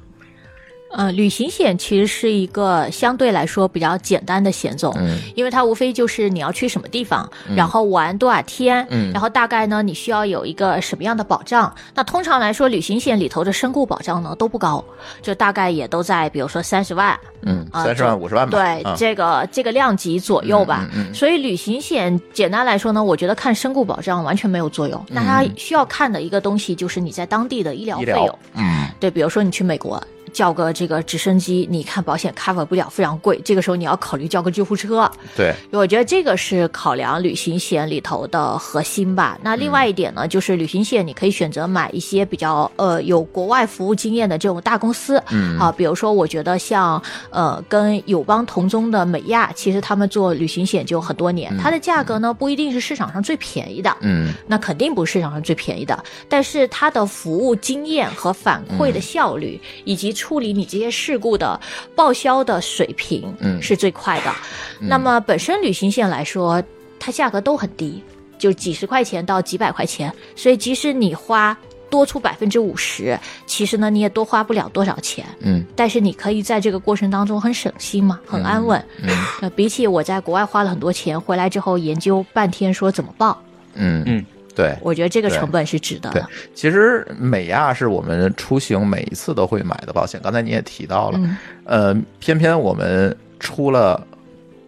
S5: 呃，旅行险其实是一个相对来说比较简单的险种，
S1: 嗯
S5: 因为它无非就是你要去什么地方，然后玩多少天，
S1: 嗯
S5: 然后大概呢你需要有一个什么样的保障。那通常来说，旅行险里头的身故保障呢都不高，就大概也都在比如说三十万，
S1: 嗯，
S5: 啊
S1: 三十万、
S5: 这
S1: 五十万吧。
S5: 对、
S1: 啊
S5: 这个这个量级左右吧。
S1: 嗯嗯嗯
S5: 所以旅行险简单来说呢，我觉得看身故保障完全没有作用。
S1: 嗯
S5: 那它需要看的一个东西就是你在当地的医疗
S1: 医
S5: 费
S1: 疗
S5: 用。
S1: 嗯
S5: 对，比如说你去美国叫个这个直升机，你看保险 cover 不了，非常贵。这个时候你要考虑叫个救护车。
S1: 对，
S5: 我觉得这个是考量旅行险里头的核心吧。那另外一点呢，就是旅行险你可以选择买一些比较呃有国外服务经验的这种大公司，
S1: 嗯
S5: 啊，比如说我觉得像呃跟友邦同宗的美亚，其实他们做旅行险就很多年，它的价格呢不一定是市场上最便宜的，
S1: 嗯
S5: 那肯定
S1: 嗯
S5: 不是市场上最便宜的，但是它的服务经验和反馈的效率，以及处理你这些事故的报销的水平，
S1: 嗯
S5: 是最快的。那么本身旅行险来说，它价格都很低，就几十块钱到几百块钱，所以即使你花多出百分之五十，其实呢你也多花不了多少钱。
S1: 嗯
S5: 但是你可以在这个过程当中很省心嘛，很安稳。
S1: 嗯
S5: 呃，比起我在国外花了很多钱，回来之后研究半天说怎么报，
S1: 嗯
S3: 嗯，
S1: 对。
S5: 我觉得这个
S1: 对
S5: 成本是值得
S1: 对
S5: 的。，
S1: 其实美亚是我们出行每一次都会买的保险，刚才你也提到了，
S5: 嗯
S1: 呃，偏偏我们出了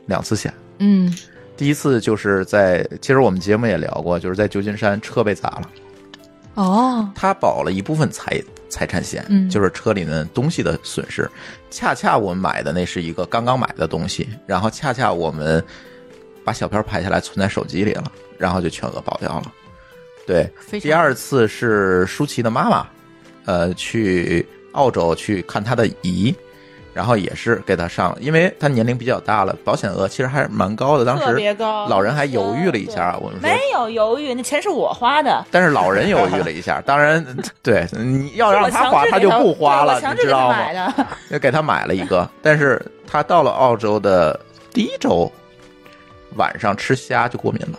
S1: 两次险，
S5: 嗯
S1: 第一次就是在，其实我们节目也聊过，就是在旧金山车被砸了，
S5: 哦
S1: 他保了一部分财财产险，
S5: 嗯
S1: 就是车里的东西的损失。恰恰我们买的那是一个刚刚买的东西，然后恰恰我们把小票拍下来存在手机里了，然后就全额保掉了。对，
S5: 非常
S1: 第二次是舒淇的妈妈，呃，去澳洲去看她的姨。然后也是给她上了，因为她年龄比较大了，保险额其实还是蛮高的。当
S2: 特
S1: 时
S2: 别高
S1: 老人还犹豫了一下，我们说
S2: 没有犹豫，那钱是我花的，
S1: 但是老人犹豫了一
S2: <laughs>
S1: 下，当然，对，你要让
S2: 我
S1: 他
S2: 强制
S1: 花，
S2: 给
S1: 他
S2: 他
S1: 就不花
S2: 对
S1: 了，
S2: 我强
S1: 你
S2: 制
S1: 知
S2: <laughs> 给他
S1: 道
S2: 买
S1: 吗？
S2: 的，
S1: 就给他买了一
S2: <laughs>
S1: 个，但是他到了澳洲的第一周晚上吃虾就过敏了，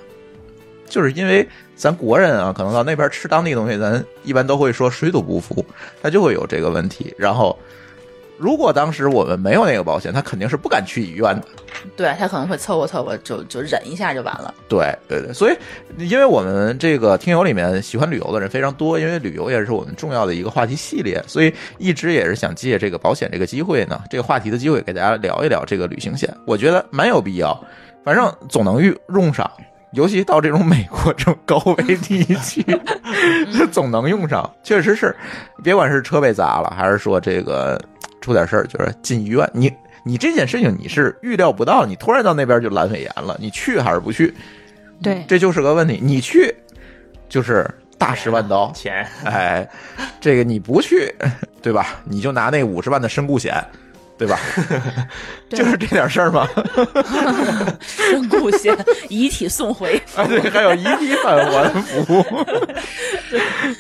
S1: 就是因为咱国人啊，可能到那边吃当地东西，咱一般都会说水土不服，他就会有这个问题。然后，如果当时我们没有那个保险，他肯定是不敢去医院的。
S2: 对他可能会凑合凑合，就就忍一下就完了。
S1: 对对对，所以因为我们这个听友里面喜欢旅游的人非常多，因为旅游也是我们重要的一个话题系列，所以一直也是想借这个保险这个机会呢，这个话题的机会给大家聊一聊这个旅行险，我觉得蛮有必要，反正总能遇用上。尤其到这种美国这种高危地区，这总能用上，确实是，别管是车被砸了，还是说这个出点事儿，就是进医院，你你这件事情你是预料不到，你突然到那边就阑尾炎了，你去还是不去？
S5: 对，
S1: 这就是个问题。你去就是大十万刀，
S3: 钱
S1: 哎，这个你不去，对吧？你就拿那五十万的身故险，对吧？ <laughs> 就是这点事儿嘛。
S2: 身故
S5: <laughs>
S2: 险，遗体送回，
S1: 啊，对，还有遗体返还服务，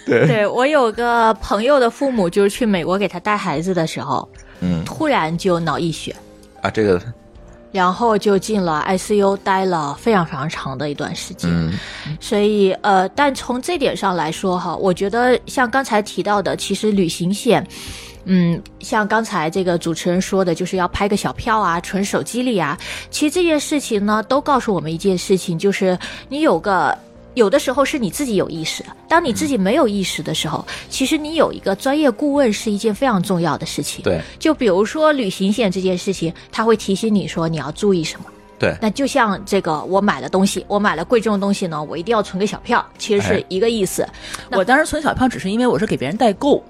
S1: 对，
S5: 对我有个朋友的父母，就是去美国给他带孩子的时候，
S1: 嗯
S5: 突然就脑溢血，
S1: 啊，这个，
S5: 然后就进了 ICU，待了非常非常长的一段时间。
S1: 嗯
S5: 所以呃，但从这点上来说哈，我觉得像刚才提到的，其实旅行险。嗯，像刚才这个主持人说的，就是要拍个小票啊，存手机里啊。其实这件事情呢，都告诉我们一件事情，就是你有个有的时候是你自己有意识，当你自己没有意识的时候，其实你有一个专业顾问是一件非常重要的事情。
S1: 对
S5: 就比如说旅行险这件事情，他会提醒你说你要注意什么。
S1: 对
S5: 那就像这个我买的东西，我买了贵重的东西呢，我一定要存个小票，其实
S2: 哎
S5: 是一个意思。
S2: 我当时存小票只是因为我是给别人代购，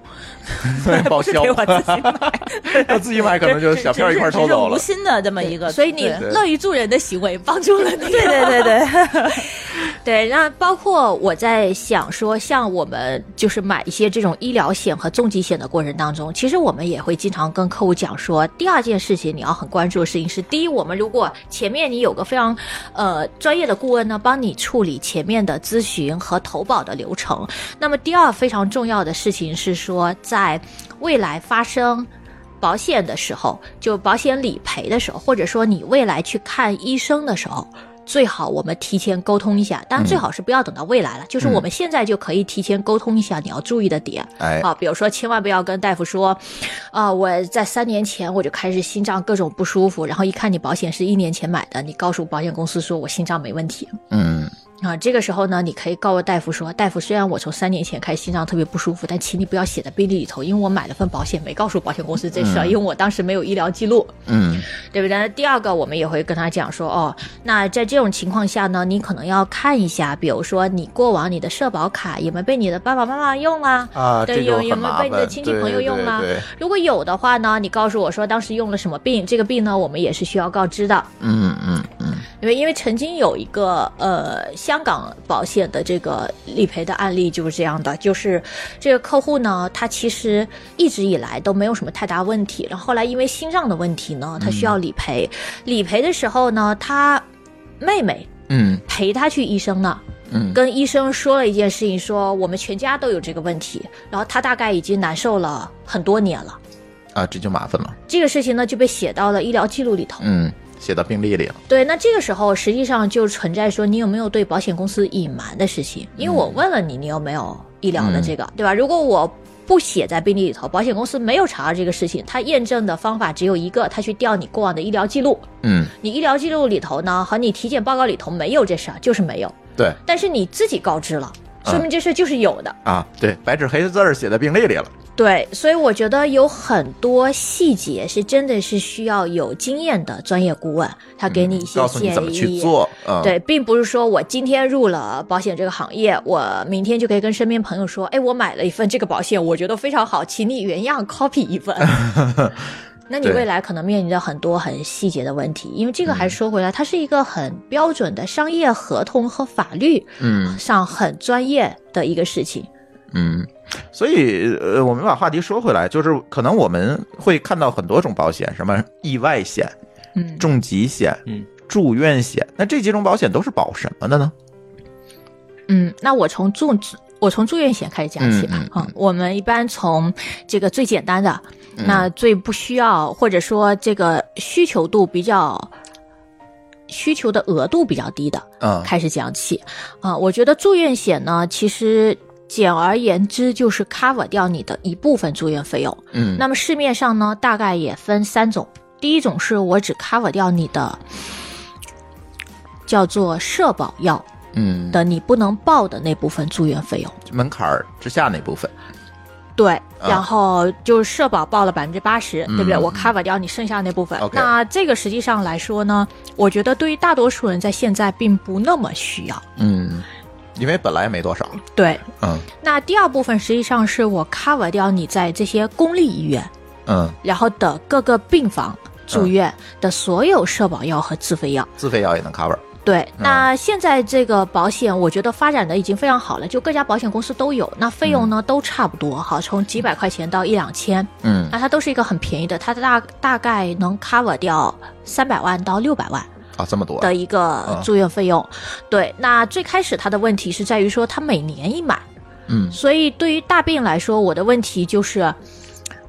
S1: 对，报销
S2: 给，我自己买，
S1: 要自己买可能就小票一块儿
S2: 只是
S1: 抽走
S2: 只是无
S1: 了。
S2: 心的这么一个，
S5: 所以你
S2: 对
S5: 乐于助人的行为帮助了你。对
S2: 对对对，
S5: 对，那包括我在想说，像我们就是买一些这种医疗险和重疾险的过程当中，其实我们也会经常跟客户讲说，第二件事情你要很关注的事情是，第一，我们如果前面你有个非常呃专业的顾问呢，帮你处理前面的咨询和投保的流程，那么第二非常重要的事情是说，在未来发生。保险的时候，就保险理赔的时候，或者说你未来去看医生的时候，最好我们提前沟通一下。当然，最好是不要等到未来了，就是我们现在就可以提前沟通一下你要注意的点。
S1: 哎，
S5: 啊，比如说千万不要跟大夫说，啊、我在三年前我就开始心脏各种不舒服，然后一看你保险是一年前买的，你告诉保险公司说我心脏没问题。
S1: 嗯，
S5: 啊，这个时候呢，你可以告诉大夫说，大夫，虽然我从三年前开始心脏特别不舒服，但请你不要写在病历里头，因为我买了份保险，没告诉保险公司这事儿，因为我当时没有医疗记录。
S1: 嗯，
S5: 对不对？那第二个，我们也会跟他讲说，哦，那在这种情况下呢，你可能要看一下，比如说你过往你的社保卡有没有被你的爸爸妈妈用啦、
S1: 啊，
S5: 对
S1: 这就
S5: 有有
S1: 很
S5: 没有
S1: 麻
S5: 被
S1: 烦。
S5: 你的亲戚朋友用啦
S1: 对对对，
S5: 如果有的话呢，你告诉我说当时用了什么病，这个病呢，我们也是需要告知的。
S1: 嗯嗯嗯，
S5: 因为因为曾经有一个呃香港保险的这个理赔的案例就是这样的，就是这个客户呢，他其实一直以来都没有什么太大问题，然后后来因为心脏的问题呢，他需要理赔，理赔的时候呢，他妹妹
S1: 嗯
S5: 陪他去医生了。
S1: 嗯
S5: 跟医生说了一件事情，说我们全家都有这个问题，然后他大概已经难受了很多年了。
S1: 嗯啊，这就麻烦了。
S5: 这个事情呢就被写到了医疗记录里头。
S1: 嗯，写到病历里了。
S5: 对，那这个时候实际上就存在说你有没有对保险公司隐瞒的事情，因为
S1: 嗯
S5: 我问了你，你有没有医疗的这个，对吧？如果我不写在病历里头，保险公司没有查到这个事情，他验证的方法只有一个，他去调你过往的医疗记录。
S1: 嗯，
S5: 你医疗记录里头呢和你体检报告里头没有这事儿，就是没有，
S1: 对
S5: 但是你自己告知了，
S1: 嗯
S5: 说明这事儿就是有的。
S1: 啊，对，白纸黑字儿写在病历里了。
S5: 对，所以我觉得有很多细节是真的是需要有经验的专业顾问，他给你一
S1: 嗯
S5: 些
S1: 告诉
S5: 建议。
S1: 你怎么去做。嗯，
S5: 对，并不是说我今天入了保险这个行业，我明天就可以跟身边朋友说，哎，我买了一份这个保险，我觉得非常好，请你原样 copy
S1: <laughs>
S5: 一份。那你
S1: 对
S5: 未来可能面临着很多很细节的问题，因为这个还说回来，它是一个很标准的商业合同和法律
S1: 嗯
S5: 上很专业的一个事情。
S1: 嗯，所以呃，我们把话题说回来，就是可能我们会看到很多种保险，什么意外险、
S5: 嗯，
S1: 重疾险、
S3: 嗯
S1: 住院险，那这几种保险都是保什么的呢？
S5: 嗯，那我从住我从住院险开始讲起吧。
S1: 嗯嗯嗯
S5: 啊我们一般从这个最简单的，那最不需要或者说这个需求度比较。需求的额度比较低的
S1: 嗯
S5: 开始讲起，啊、我觉得住院险呢，其实简而言之就是 cover 掉你的一部分住院费用。
S1: 嗯，
S5: 那么市面上呢，大概也分三种，第一种是我只 cover 掉你的叫做社保药，
S1: 嗯
S5: 的你不能报的那部分住院费用。啊
S1: 门槛儿之下那部分，
S5: 对，然后就是社保报了百分之八十，对不对？
S1: 嗯
S5: 我 cover 掉你剩下那部分。
S1: OK
S5: 那这个实际上来说呢，我觉得对于大多数人在现在并不那么需要。
S1: 嗯，因为本来没多少，
S5: 对，
S1: 嗯
S5: 那第二部分实际上是我 cover 掉你在这些公立医院，
S1: 嗯，
S5: 然后的各个病房住院的所有社保药和自费药。
S1: 自费药也能 cover，
S5: 对，那现在这个保险，我觉得发展的已经非常好了，就各家保险公司都有，那费用呢、都差不多哈，从几百块钱到一两千，
S1: 嗯
S5: 那它都是一个很便宜的，它大大概能 cover 掉三百万到六百万
S1: 啊，这么多，
S5: 的一个住院费用。对，那最开始它的问题是在于说它每年一买，
S1: 嗯
S5: 所以对于大病来说，我的问题就是，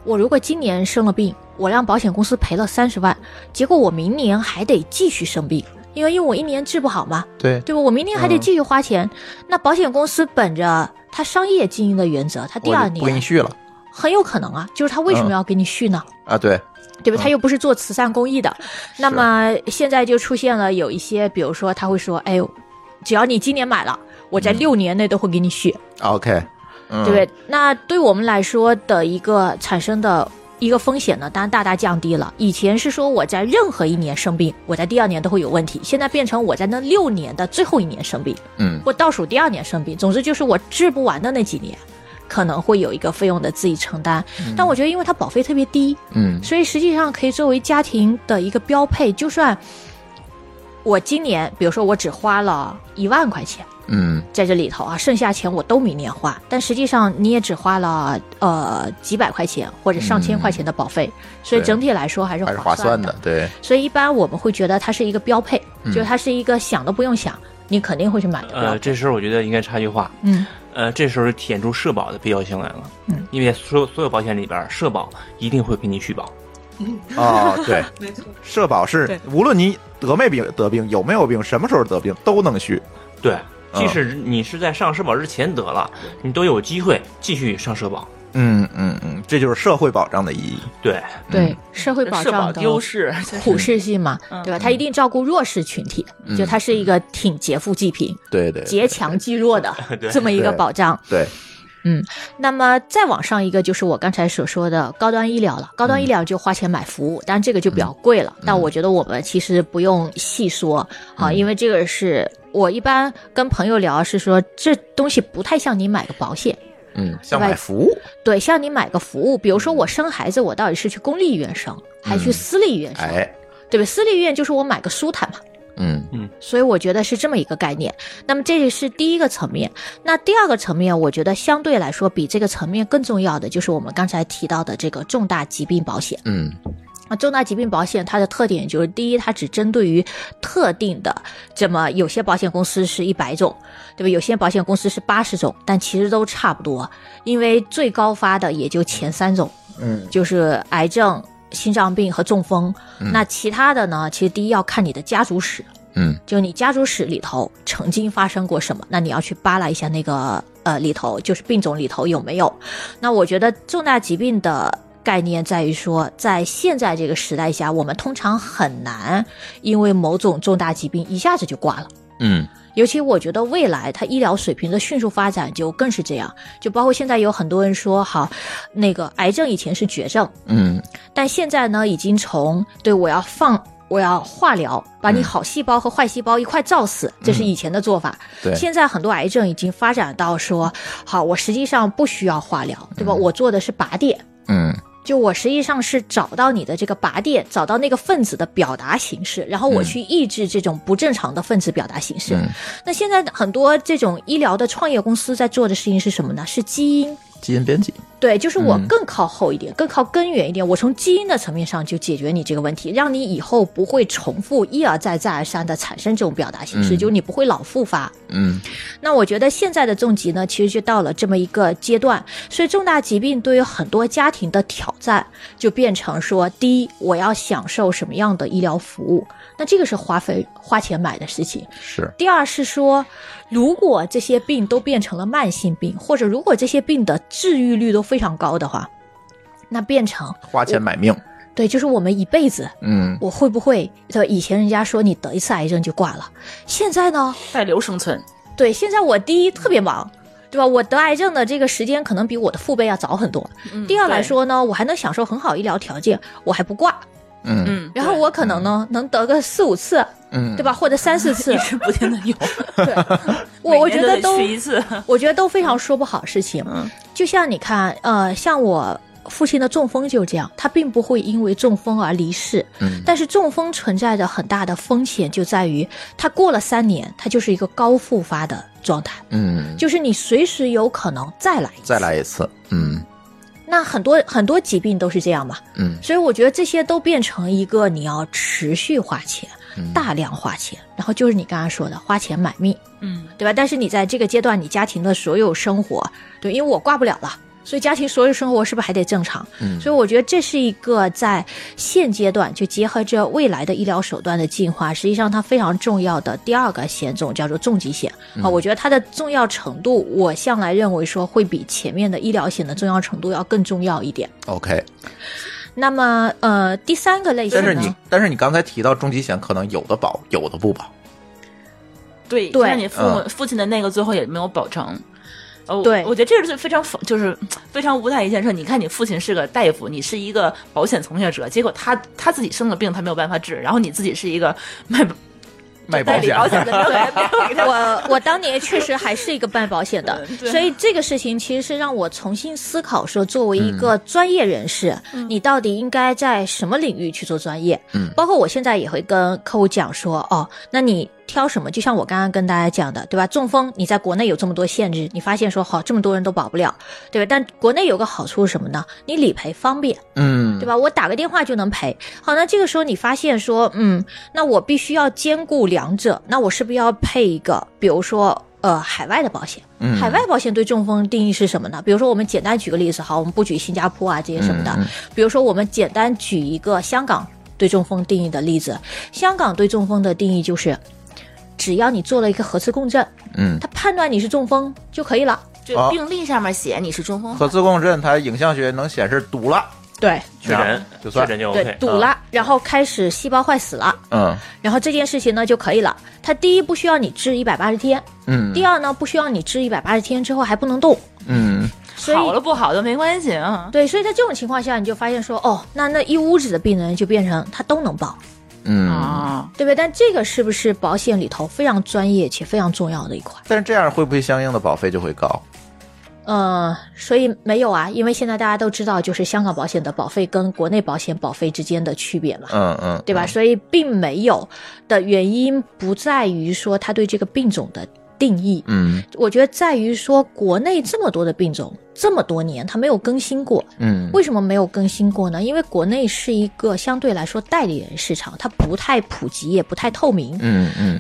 S5: 我如果今年生了病，我让保险公司赔了三十万，结果我明年还得继续生病，因为因为我一年治不好嘛，
S1: 对，
S5: 对吧？我明年还得
S1: 嗯
S5: 继续花钱。那保险公司本着它商业经营的原则，它第
S1: 我
S5: 二
S1: 就不给你
S5: 年
S1: 续了
S5: 很有可能啊，就是它为什么
S1: 嗯
S5: 要给你续呢？
S1: 啊，对，
S5: 对吧？他又不是做慈善公益的，那么现在就出现了有一些，比如说他会说，哎，只要你今年买了，我在六年内都会给你续，
S1: OK，嗯，
S5: 对不对？那对我们来说的一个产生的一个风险呢，当然大大降低了。以前是说我在任何一年生病，我在第二年都会有问题，现在变成我在那六年的最后一年生病，
S1: 嗯
S5: 或倒数第二年生病，总之就是我治不完的那几年。可能会有一个费用的自己承担，但我觉得因为它保费特别低，
S1: 嗯
S5: 所以实际上可以作为家庭的一个标配。就算我今年，比如说我只花了一万块钱
S1: 嗯
S5: 在这里头啊，剩下钱我都明年花，但实际上你也只花了呃几百块钱或者上千块钱的保费，所以
S1: 嗯对
S5: 整体来说还是
S1: 还是划算
S5: 算
S1: 的，。对，
S5: 所以一般我们会觉得它是一个标配，
S1: 嗯
S5: 就是它是一个想都不用想，你肯定会去买的标
S3: 呃，
S5: 配。
S3: 这时候我觉得应该插句话，
S5: 嗯
S3: 呃，这时候体现出社保的必要性来了，
S5: 嗯，
S3: 因为所有所有保险里边儿，社保一定会给你续保，
S5: <laughs>
S1: 哦，对， <laughs>
S6: 没错，
S1: 社保是
S6: 对
S1: 无论你得没病得病，有没有病，什么时候得病都能续，
S3: 对，
S1: 嗯
S3: 即使你是在上社保之前得了，你都有机会继续上社保，
S1: 嗯嗯嗯，这就是社会保障的意义，
S3: 对，
S1: 嗯
S5: 对，社会保
S2: 社
S5: 障
S2: 保
S5: 的
S2: 优势，就是
S5: 普适性嘛，
S2: 嗯
S5: 对吧？它一定照顾弱势群体，
S1: 嗯
S5: 就它是一个挺劫富济贫、
S1: 对对
S5: 劫强济弱的
S3: 对
S5: 这么一个保障。
S1: 对，
S5: 那么再往上一个就是我刚才所说的高端医疗了，高
S1: 嗯
S5: 端医疗就花钱买服务，当然这个就比较贵了。但我觉得我们其实不用细说啊，
S1: 嗯
S5: 因为这个是我一般跟朋友聊是说，这东西不太像你买个保险。
S1: 嗯，像买服务，
S5: 对，像你买个服务，比如说我生孩子，我到底是去公立医院生，还是去
S1: 嗯
S5: 私立医院生，
S1: 哎，
S5: 对吧？私立医院就是我买个舒坦嘛，
S1: 嗯
S5: 所以我觉得是这么一个概念。那么这是第一个层面。那第二个层面，我觉得相对来说比这个层面更重要的就是我们刚才提到的这个重大疾病保险。
S1: 嗯
S5: 那重大疾病保险它的特点就是，第一，它只针对于特定的，这么有些保险公司是一百种，对吧？有些保险公司是八十种，但其实都差不多，因为最高发的也就前三种。
S1: 嗯
S5: 就是癌症、心脏病和中风。
S1: 嗯
S5: 那其他的呢？其实第一要看你的家族史，
S1: 嗯
S5: 就你家族史里头曾经发生过什么，那你要去扒拉一下那个呃里头，就是病种里头有没有。那我觉得重大疾病的概念在于说，在现在这个时代下，我们通常很难因为某种重大疾病一下子就挂了。
S1: 嗯
S5: 尤其我觉得未来它医疗水平的迅速发展就更是这样，就包括现在有很多人说，好，那个癌症以前是绝症，
S1: 嗯
S5: 但现在呢，已经从对我要放。我要化疗，把你
S1: 嗯
S5: 好细胞和坏细胞一块造死，这是以前的做法。
S1: 对
S5: 现在很多癌症已经发展到说，好，我实际上不需要化疗，对吧？我做的是靶点，
S1: 嗯
S5: 就我实际上是找到你的这个靶点，找到那个分子的表达形式，然后我
S1: 嗯
S5: 去抑制这种不正常的分子表达形式。
S1: 嗯
S5: 那现在很多这种医疗的创业公司在做的事情是什么呢？是基因。
S1: 基因编辑，
S5: 对，就是我
S1: 嗯
S5: 更靠后一点，更靠根源一点。我从基因的层面上就解决你这个问题，让你以后不会重复一而再、再而三的产生这种表达形式，
S1: 嗯
S5: 就是你不会老复发。
S1: 嗯
S5: 那我觉得现在的重疾呢，其实就到了这么一个阶段，所以重大疾病对于很多家庭的挑战就变成说，第一，我要享受什么样的医疗服务，那这个是花费花钱买的事情；
S1: 是
S5: 第二是说，如果这些病都变成了慢性病，或者如果这些病的治愈率都非常高的话，那变成
S1: 花钱买命，
S5: 对，就是我们一辈子。
S1: 嗯
S5: 我会不会？对，以前人家说你得一次癌症就挂了，现在呢？ <laughs>
S2: 带瘤生存，
S5: 对，现在我第一特别忙，对吧？我得癌症的这个时间可能比我的父辈要早很多。
S2: 嗯
S5: 第二来，说呢，我还能享受很好医疗条件，我还不挂。
S2: 对
S1: 嗯
S2: 嗯，
S5: 然后我可能呢，能得个四五次，
S1: 嗯，
S5: 对吧？或者三四次
S2: <laughs> 一，直不停的
S5: <laughs>
S2: 有， <laughs>
S5: 我我
S2: 每
S5: 觉
S2: 年都
S5: 得
S2: 得，
S5: 都
S2: 去一次，
S5: 我觉得都非常说不好事情。
S2: 嗯，
S5: 就像你看，呃，像我父亲的中风就这样，他并不会因为中风而离世，
S1: 嗯
S5: 但是中风存在着很大的风险，就在于他过了三年，他就是一个高复发的状态，
S1: 嗯，
S5: 就是你随时有可能再来一次
S1: 再来一次，嗯
S5: 那很多很多疾病都是这样嘛，
S1: 嗯
S5: 所以我觉得这些都变成一个你要持续花钱、
S1: 嗯
S5: 大量花钱，然后就是你刚刚说的花钱买命，
S2: 嗯，
S5: 对吧？但是你在这个阶段，你家庭的所有生活，对，因为我挂不了了。所以家庭所有生活是不是还得正常？
S1: 嗯
S5: 所以我觉得这是一个在现阶段就结合着未来的医疗手段的进化，实际上它非常重要的第二个险种叫做重疾险啊。我觉得它的重要程度，我向来认为说会比前面的医疗险的重要程度要更重要一点。
S1: ，OK。
S5: 那么呃，第三个类型
S1: 但
S5: 呢？
S1: 是你，但是你刚才提到终极险，可能有的保，有的不保。
S2: 对，
S5: 对
S2: 就像你父母
S1: 嗯
S2: 父亲的那个最后也没有保成。哦，
S5: 对
S2: 我觉得这个是非常讽就是嗯非常无奈一件事。你看，你父亲是个大夫，你是一个保险从业者，结果他他自己生了病，他没有办法治，然后你自己是一个卖 <laughs>
S1: 卖
S2: 代
S1: 保
S2: 理
S1: 险，
S2: 保险的，没有人没有人
S5: <laughs>
S2: 给他
S5: 我我当年确实还是一个卖保险的
S2: 嗯，对
S5: 所以这个事情其实是让我重新思考，说作为一
S1: 嗯
S5: 个专业人士，
S2: 嗯
S5: 你到底应该在什么领域去做专业？
S1: 嗯
S5: 包括我现在也会跟客户讲说，哦，那你。挑什么？就像我刚刚跟大家讲的，对吧？中风，你在国内有这么多限制，你发现说好，这么多人都保不了，对吧？但国内有个好处是什么呢？你理赔方便，
S1: 嗯
S5: 对吧？我打个电话就能赔。好，那这个时候你发现说，嗯，那我必须要兼顾两者，那我是不是要配一个，比如说呃海外的保险？
S1: 嗯
S5: 海外保险对中风定义是什么呢？比如说我们简单举个例子，好，我们不举新加坡啊这些什么的，
S1: 嗯嗯
S5: 比如说我们简单举一个香港对中风定义的例子，香港对中风的定义就是。只要你做了一个核磁共振，
S1: 嗯，
S5: 他判断你是中风就可以了。
S2: 就病历上面写你是中风
S1: 核磁共振它影像学能显示堵了，
S5: 对
S3: 确诊
S1: 那就
S3: 啊确
S1: 算
S3: 诊就 OK，啊
S5: 对，堵了，然后开始细胞坏死了，
S1: 嗯
S5: 然后这件事情呢就可以了。它第一不需要你治一百八十天，
S1: 嗯
S5: 第二呢不需要你治一百八十天之后还不能动，
S1: 嗯
S5: 所
S2: 好了
S5: 以
S2: 不好的没关系啊。
S5: 对，所以在这种情况下你就发现说，哦，那那一屋子的病人就变成他都能报，
S1: 嗯。
S2: 啊，
S5: 对不对？但这个是不是保险里头非常专业且非常重要的一块？
S1: 但是这样会不会相应的保费就会高？
S5: 嗯，所以没有啊，因为现在大家都知道，就是香港保险的保费跟国内保险保费之间的区别嘛。
S1: 嗯嗯，
S5: 对吧？所以并没有的原因不在于说他对这个病种的定义，
S1: 嗯
S5: 我觉得在于说，国内这么多的病种，这么多年它没有更新过。
S1: 嗯
S5: 为什么没有更新过呢？因为国内是一个相对来说代理人市场，它不太普及，也不太透明。
S1: 嗯嗯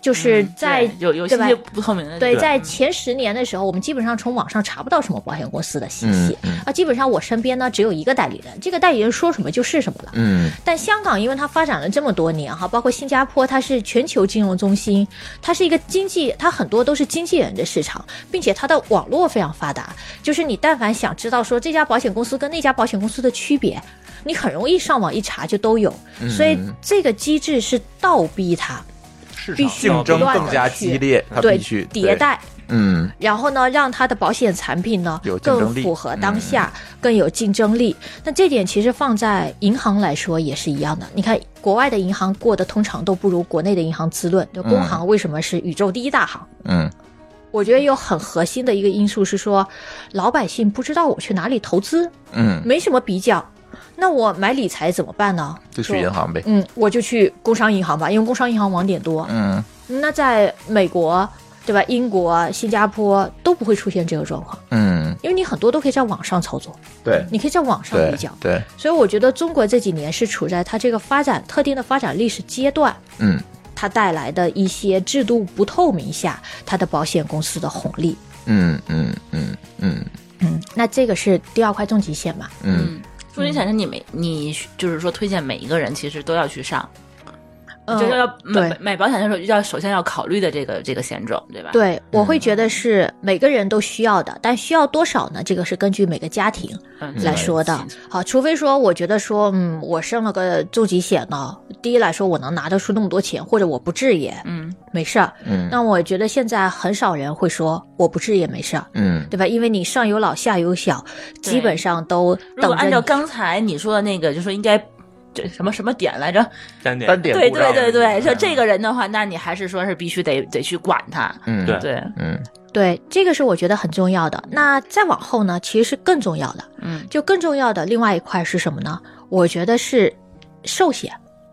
S5: 就是
S2: 嗯
S5: 在
S2: 对有有
S5: 对
S2: 信
S5: 吧
S2: 息不透明的地
S5: 对，
S2: 方，
S5: 在前十年的时候，我们基本上从网上查不到什么保险公司的信息
S1: 嗯嗯
S5: 啊，基本上我身边呢只有一个代理人，这个代理人说什么就是什么了。
S1: 嗯
S5: 但香港因为它发展了这么多年哈，包括新加坡，它是全球金融中心，它是一个经济，它很多都是经纪人的市场，并且它的网络非常发达。就是你但凡想知道说这家保险公司跟那家保险公司的区别，你很容易上网一查就都有。
S1: 嗯
S5: 所以这个机制是倒逼它
S3: 市
S5: 必
S3: 场
S5: 须
S1: 竞
S3: 要
S1: 争
S5: 不断地
S1: 更加激烈，它
S5: 对
S1: 必须
S5: 迭，代。
S1: 对嗯
S5: 然后呢，让它的保险产品呢
S1: 有竞
S5: 更
S1: 争力嗯
S5: 符合当下，更有竞争力。那这点其实放在银行来说也是一样的。你看，国外的银行过得通常都不如国内的银行滋润。就工行为什么是宇宙第一大行？
S1: 嗯
S5: 我觉得有很核心的一个因素是说，老百姓不知道我去哪里投资，
S1: 嗯，
S5: 没什么比较。那我买理财怎么办呢？
S1: 就去银行呗，
S5: 嗯，我就去工商银行吧，因为工商银行网点多。
S1: 嗯
S5: 那在美国，对吧？英国、新加坡都不会出现这个状况。
S1: 嗯，
S5: 因为你很多都可以在网上操作，
S1: 对
S5: 你可以在网上
S1: 对
S5: 比较。
S1: 对，
S5: 所以我觉得中国这几年是处在它这个发展特定的发展历史阶段，
S1: 嗯
S5: 它带来的一些制度不透明下，它的保险公司的红利。
S1: 嗯嗯嗯嗯
S5: 嗯，那这个是第二块重疾险嘛？
S1: 嗯，
S7: 嗯，重疾险是你每你就是说推荐每一个人其实都要去上，
S5: 嗯
S7: 就是要买
S5: 对
S7: 买保险的时候要首先要考虑的这个这个险种，对吧？，
S5: 对，我会觉得是每个人都需要的，但需要多少呢？这个是根据每个家庭
S7: 嗯，
S5: 来说的。好，除非说我觉得说，嗯，我生了个重疾险呢，第一来说我能拿得出那么多钱，或者我不治也
S7: 嗯，
S5: 没事儿。
S1: 嗯
S5: 那我觉得现在很少人会说我不治也没事儿，
S1: 嗯
S5: 对吧？因为你上有老下有小，
S7: 对
S5: 基本上都
S7: 如
S5: 等
S7: 果
S5: 着
S7: 按照
S5: 你。
S7: 刚才你说的那个，就说应该这什么什么点来着？
S3: 单点
S1: 单点
S7: 对
S1: 不
S7: 对
S1: 让
S7: 对对，
S1: 嗯
S7: 说这个人的话，那你还是说是必须得得去管他。
S1: 嗯
S3: 对
S7: 对，
S1: 嗯
S5: 对，这个是我觉得很重要的。那再往后呢，其实是更重要的，
S7: 嗯，
S5: 就更重要的另外一块是什么呢？我觉得是寿险，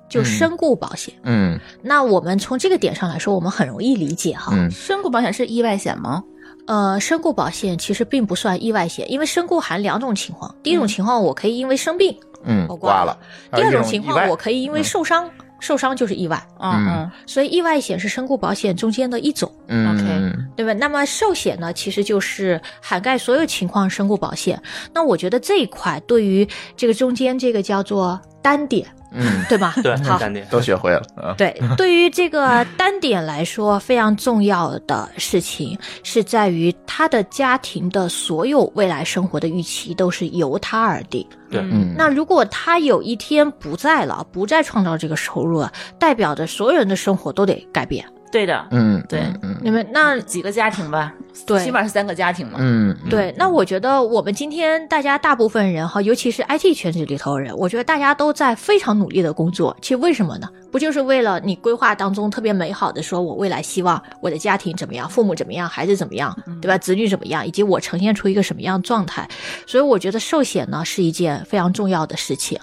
S5: 就
S1: 嗯
S5: 身故保险。
S1: 嗯
S5: 那我们从这个点上来说，我们很容易理解哈。
S1: 嗯
S7: 身故保险是意外险吗？
S5: 呃，身故保险其实并不算意外险，因为身故含两种情况。第一种
S7: 嗯
S5: 情况，我可以因为生病；
S1: 嗯，
S5: 我挂
S1: 挂
S5: 了
S1: 了。
S5: 第
S1: 还有
S5: 二
S1: 一
S5: 种
S1: 种
S5: 情
S1: 意
S5: 况，
S1: 外
S5: 我可以因为
S1: 嗯
S5: 受伤，受伤就是意外。
S7: 嗯
S5: 所以意外险是身故保险中间的一种，
S1: 嗯
S7: OK
S1: 嗯
S5: 对吧？那么寿险呢，其实就是涵盖所有情况身故保险。那我觉得这一块对于这个中间这个叫做单点， <laughs>
S1: 嗯，
S5: 对吧？
S3: 对
S5: 好。
S3: 单点
S1: 都学会了啊，
S5: 对，对于这个单点来说，非常重要的事情是在于他的家庭的所有未来生活的预期都是由他而定。
S3: 对
S7: 嗯
S1: 嗯
S5: 那如果他有一天不在了，不再创造这个收入了，代表着所有人的生活都得改变。
S7: 对的，
S1: 嗯
S7: 对
S1: 嗯
S5: 你们那
S7: 几个家庭吧，
S5: 对
S7: 起码是三个家庭嘛。
S1: 嗯嗯
S5: 对，那我觉得我们今天大家大部分人哈，尤其是 IT 圈子里头的人，我觉得大家都在非常努力的工作。其实为什么呢？不就是为了你规划当中特别美好的，说我未来希望我的家庭怎么样，父母怎么样，孩子怎么样，对吧？子女怎么样，以及我呈现出一个什么样的状态。所以我觉得寿险呢是一件非常重要的事情。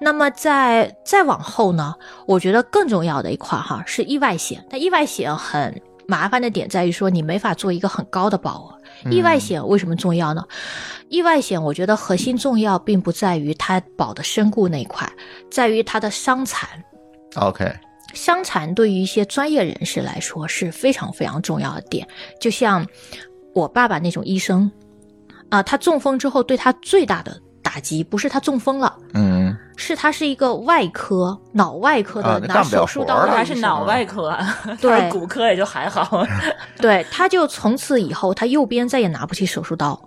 S5: 那么在再往后呢，我觉得更重要的一块哈是意外险。那意外险很麻烦的点在于说你没法做一个很高的保额。意外险为什么重要呢？意外险我觉得核心重要并不在于它保的身故那一块，在于它的伤残。
S1: ，OK，
S5: 伤残对于一些专业人士来说是非常非常重要的点。就像我爸爸那种医生，啊、他中风之后对他最大的打击不是他中风了，
S1: 嗯
S5: 是他是一个外科脑外科
S1: 啊
S5: 的
S1: 那
S5: 拿
S1: 干不了
S5: 手术
S1: 活
S5: 刀
S1: 儿
S5: 的
S1: 了
S7: 还
S5: 医
S7: 是
S5: 生
S7: 脑外科 <laughs> 啊，
S5: 对
S7: 还是骨科也就还好，
S1: 嗯
S5: <laughs> 对，他就从此以后他右边再也拿不起手术刀，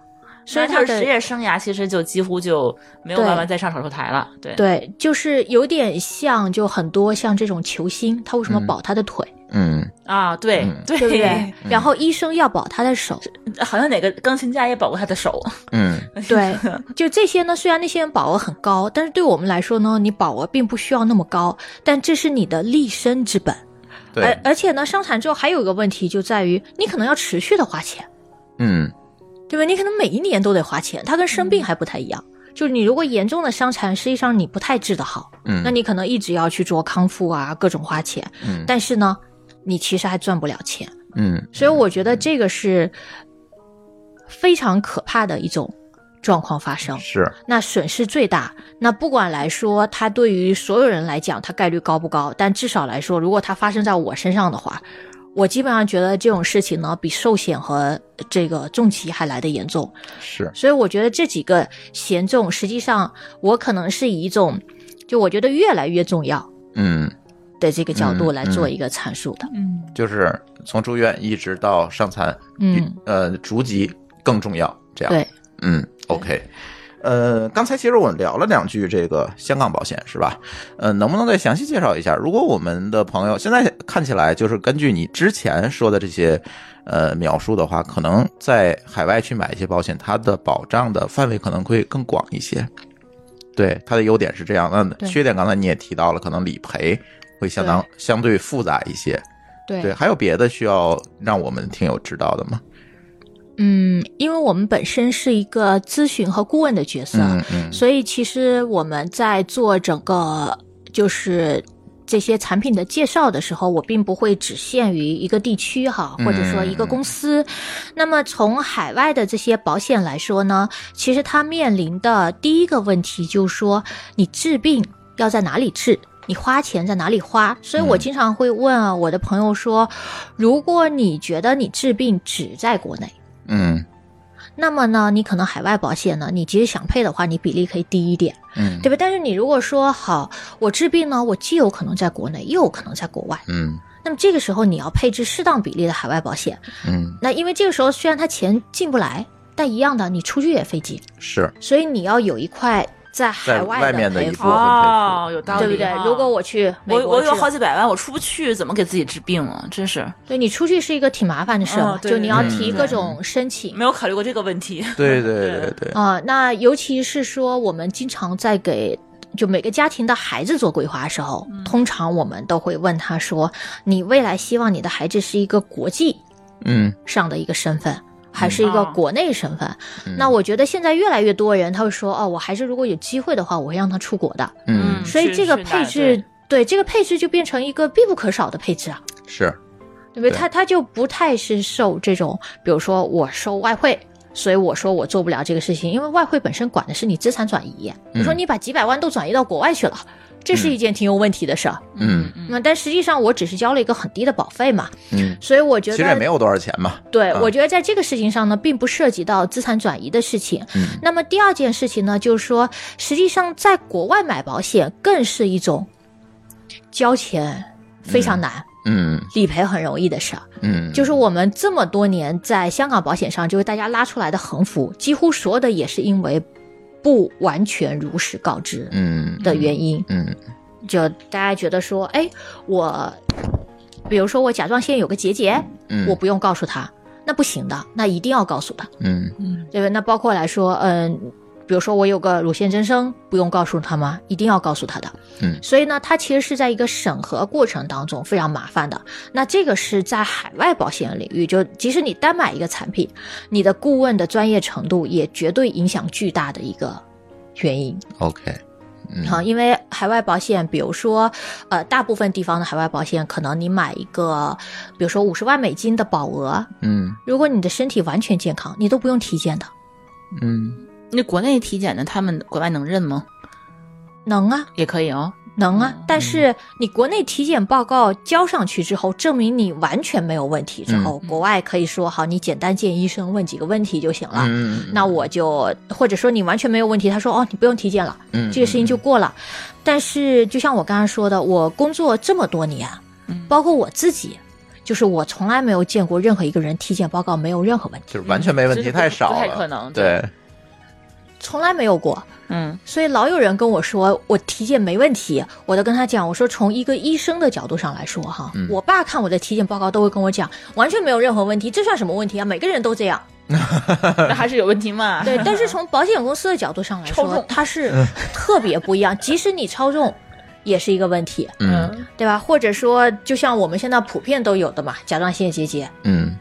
S5: 所以
S7: 那
S5: 他
S7: 就
S5: 的
S7: 是职业生涯其实就几乎就没有
S5: 对
S7: 办法再上手术台了。对，
S5: 对，就是有点像，就很多像这种球星，他为什么
S1: 嗯
S5: 保他的腿，
S1: 嗯
S7: 啊，对
S1: 嗯
S7: 对
S5: 对不对？然后医生要保他的手，
S7: <laughs> 好像哪个钢琴家也保过他的手。
S1: 嗯
S5: 对， <laughs> 就这些呢。虽然那些人保额很高，但是对我们来说呢，你保额并不需要那么高，但这是你的立身之本。而
S1: 对
S5: 而且呢，伤残之后还有一个问题就在于，你可能要持续的花钱，
S1: 嗯
S5: 对吧？你可能每一年都得花钱，它跟生病还不太一样。就是你如果严重的伤残，实际上你不太治得好，
S1: 嗯，
S5: 那你可能一直要去做康复啊，各种花钱。
S1: 嗯
S5: 但是呢，你其实还赚不了钱，
S1: 嗯
S5: 所以我觉得这个是非常可怕的一种状况发生。
S1: 是
S5: 那损失最大，那不管来说，它对于所有人来讲，它概率高不高？但至少来说，如果它发生在我身上的话，我基本上觉得这种事情呢，比寿险和这个重疾还来得严重。
S1: 是
S5: 所以我觉得这几个嫌重，实际上我可能是以一种，就我觉得越来越重要
S1: 嗯，
S5: 的这个角度
S1: 嗯
S5: 来
S1: 嗯
S5: 做一个阐述的。
S2: 嗯，
S1: 就是从住院一直到伤残，
S5: 嗯，
S1: 呃，逐级更重要，这样
S5: 对，
S1: 嗯，OK。呃，刚才其实我聊了两句这个香港保险是吧？呃，能不能再详细介绍一下？如果我们的朋友现在看起来就是根据你之前说的这些呃描述的话，可能在海外去买一些保险，它的保障的范围可能会更广一些。对，它的优点是这样，那
S5: 对
S1: 缺点刚才你也提到了，可能理赔会相当相对复杂一些。
S5: 对
S1: 对，还啊有别的需要让我们听友知道的吗？
S5: 嗯，因为我们本身是一个咨询和顾问的角色，
S1: 嗯嗯，
S5: 所以其实我们在做整个就是这些产品的介绍的时候，我并不会只限于一个地区哈，
S1: 嗯
S5: 或者说一个公司。那么从海外的这些保险来说呢，其实它面临的第一个问题就是说，你治病要在哪里治？你花钱在哪里花？所以我
S1: 嗯
S5: 经常会问啊，我的朋友说，如果你觉得你治病只在国内，
S1: 嗯
S5: 那么呢，你可能海外保险呢，你即使想配的话，你比例可以低一点。
S1: 嗯，
S5: 对吧？但是你如果说好，我治病呢，我既有可能在国内，又有可能在国外，
S1: 嗯
S5: 那么这个时候你要配置适当比例的海外保险。
S1: 嗯
S5: 那因为这个时候虽然它钱进不来，但一样的你出去也费劲，
S1: 是
S5: 所以你要有一块在海
S1: 在外面的
S5: 赔
S1: 一啊部
S5: 付
S1: 分
S7: 哦，
S1: 赔
S7: 有
S1: 付
S7: 道理，
S5: 对不对？如果我去美
S7: 我我
S5: 国
S7: 有
S5: 治
S7: 好几百万，我出不去，怎么给自己治病啊？真是
S5: 对你出去是一个挺麻烦的事儿嘛，
S7: 哦对
S5: 就你要
S1: 对对
S5: 提
S1: 对
S5: 各种申请，
S7: 没有考虑过这个问题。
S1: 对对对对，
S5: 啊、那尤其是说我们经常在给就每个家庭的孩子做规划的时候，
S7: 嗯
S5: 通常我们都会问他说：“你未来希望你的孩子是一个国际
S1: 嗯
S5: 上的一个身份。”还是一个
S7: 哦
S5: 国内身份，那我觉得现在越来越多人他会说哦，我还是如果有机会的话，我会让他出国的。
S1: 嗯
S5: 所以
S7: 是
S5: 这个
S7: 是的
S5: 配置，对这个配置就变成一个必不可少的配置啊，
S1: 是
S5: 对不对？
S1: 对
S5: 他他就不太是受这种，比如说我收外汇，所以我说我做不了这个事情，因为外汇本身管的是你资产转移。你说
S1: 嗯
S5: 你把几百万都转移到国外去了，这是一件挺有问题的事儿。
S1: 嗯
S5: 那、但实际上我只是交了一个很低的保费嘛，
S1: 嗯，
S5: 所以我觉
S1: 其
S5: 得
S1: 实也没有多少钱嘛，
S5: 对，
S1: 嗯
S5: 我觉得在这个事情上呢，并不涉及到资产转移的事情。
S1: 嗯
S5: 那么第二件事情呢，就是说，实际上在国外买保险更是一种交钱非常难、
S1: 嗯
S5: 理赔很容易的事儿。
S1: 嗯，
S5: 就是我们这么多年在香港保险上，就是大家拉出来的横幅，几乎所有的也是因为不完全如实告知
S1: 嗯
S5: 的原因，
S1: 嗯
S5: 就大家觉得说，哎，我，比如说我甲状腺有个结节，
S1: 嗯
S5: 我不用告诉他，那不行的，那一定要告诉他，
S1: 嗯
S5: 对吧？那包括来说，嗯。比如说我有个乳腺增生，不用告诉他吗？一定要告诉他的。
S1: 嗯
S5: 所以呢，它其实是在一个审核过程当中非常麻烦的。那这个是在海外保险领域，就即使你单买一个产品，你的顾问的专业程度也绝对影响巨大的一个原因。
S1: OK，嗯
S5: 好，因为海外保险，比如说，呃，大部分地方的海外保险，可能你买一个，比如说五十万美金的保额，
S1: 嗯
S5: 如果你的身体完全健康，你都不用体检的，
S1: 嗯
S7: <laughs> 那国内体检的，他们国外能认吗？
S5: 能啊，
S7: 也可以哦。
S5: 能
S1: 嗯
S5: 啊。但是你国内体检报告交上去之后，证明你完全没有问题之后，
S1: 嗯
S5: 国外可以说好，你简单见医生问几个问题就行了。
S1: 嗯，
S5: 啊那我就或者说你完全没有问题，他说哦，你不用体检了，
S1: 嗯
S5: 这个事情就过了。但是就像我刚刚说的，我工作这么多年，啊
S1: 嗯
S5: 包括我自己，就是我从来没有见过任何一个人体检报告没有任何问题，
S1: 就是完全没问
S7: 就
S1: 题，
S7: 是不
S1: 太少
S7: 不
S1: 了，
S7: 太可能
S1: 对，
S5: 从来没有过。
S1: <laughs>
S7: 嗯，
S5: 所以老有人跟我说我体检没问题，我都跟他讲，我说从一个医生的角度上来说哈，
S1: 嗯
S5: 我爸看我的体检报告都会跟我讲，完全没有任何问题，这算什么问题啊？每个人都这样。
S7: 那还是有问题嘛？
S5: 对，但是从保险公司的角度上来
S7: 超
S5: 说
S7: 重，
S5: 它是特别不一样。即使你超重，也是一个问题，
S1: 嗯
S5: 对吧？或者说，就像我们现在普遍都有的嘛，甲状腺结节。
S1: 嗯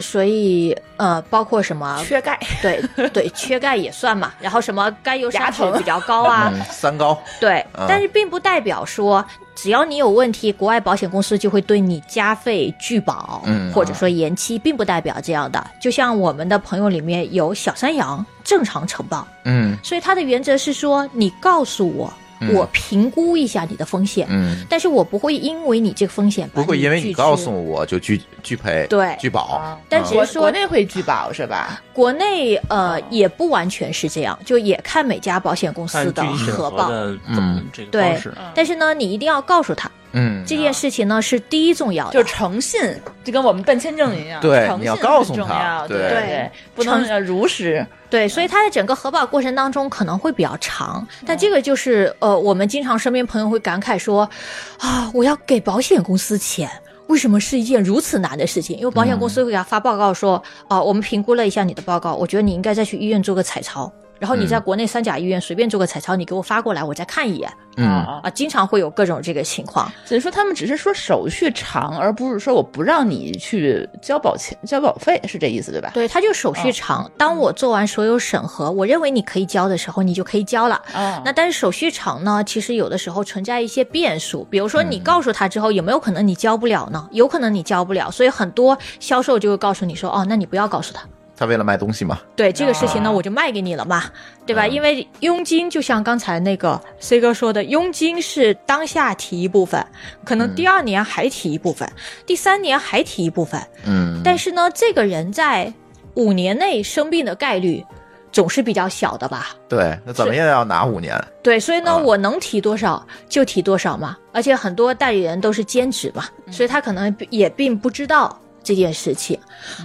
S5: 所以，呃，包括什
S2: <laughs>
S5: 么，
S2: 缺钙，
S5: 对对，缺钙也算嘛。然后什么甘油
S2: 牙
S5: 三酯
S2: 疼
S5: 比较高啊，
S1: 嗯，三高，
S5: 对
S1: 啊，
S5: 但是并不代表说，只要你有问题，国外保险公司就会对你加费拒保，
S1: 嗯
S5: 或者说延期，并不代表这样的。就像我们的朋友里面有小山羊正常承保，
S1: 嗯
S5: 所以他的原则是说，你告诉我我评估一下你的风险，
S1: 嗯，
S5: 但是我不会因为你这个风险把
S1: 不会因为
S5: 拒
S1: 你
S5: 之
S1: 告诉我就拒拒赔，
S5: 对啊
S1: 拒保，嗯
S5: 但只
S7: 国
S5: 是
S7: 国
S5: 说
S7: 内会拒保是吧？
S5: 国内呃也不完全是这样，就也看每家保险公司
S3: 看具
S5: 的
S3: 体审
S5: 核
S3: 核
S5: 报。
S3: 的
S1: 嗯
S3: 怎么这个
S5: 对
S3: 方式。
S5: 但是呢，你一定要告诉他
S1: 嗯，
S5: 这件事情呢是第一重要的，
S2: 就是诚信，就跟我们办签证一样，
S1: 对
S2: 诚
S1: 你
S2: 信
S1: 要告诉
S2: 很重
S1: 他
S2: 要
S1: 对
S2: 对
S5: 对，
S2: 不能呃如实，
S5: 对，所以它在整个核保过程当中可能会比较长，但这个就是呃，我们经常身边朋友会感慨说，啊，我要给保险公司钱。为什么是一件如此难的事情？因为保险公司会给他发报告说，啊，我们评估了一下你的报告，我觉得你应该再去医院做个彩超，然后你在国内三甲医院随便做个彩超，你给我发过来，我再看一眼。
S1: 嗯
S5: 啊，经常会有各种这个情况。
S2: 所以说他们只是说手续长，而不是说我不让你去交保钱、交保费，是这意思对吧？
S5: 对，它就是手续长。当我做完所有审核，我认为你可以交的时候，你就可以交了。
S2: 啊
S5: 那但是手续长呢，其实有的时候存在一些变数，比如说你告诉他之后，有没有可能你交不了呢？有可能你交不了，所以很多销售就会告诉你说，哦，那你不要告诉他。
S1: 他为了卖东西嘛，
S5: 对这个事情呢，
S2: 啊
S5: 我就卖给你了嘛，对吧？因为佣金就像刚才那个 C 哥说的，佣金是当下提一部分，可能第二年还提一部分，第三年还提一部分，
S1: 嗯，
S5: 但是呢，这个人在五年内生病的概率总是比较小的吧？
S1: 对，那怎么也要拿五年，
S5: 对，所以呢，
S1: 啊
S5: 我能提多少就提多少嘛。而且很多代理人都是兼职嘛，所以他可能也并不知道这件事情。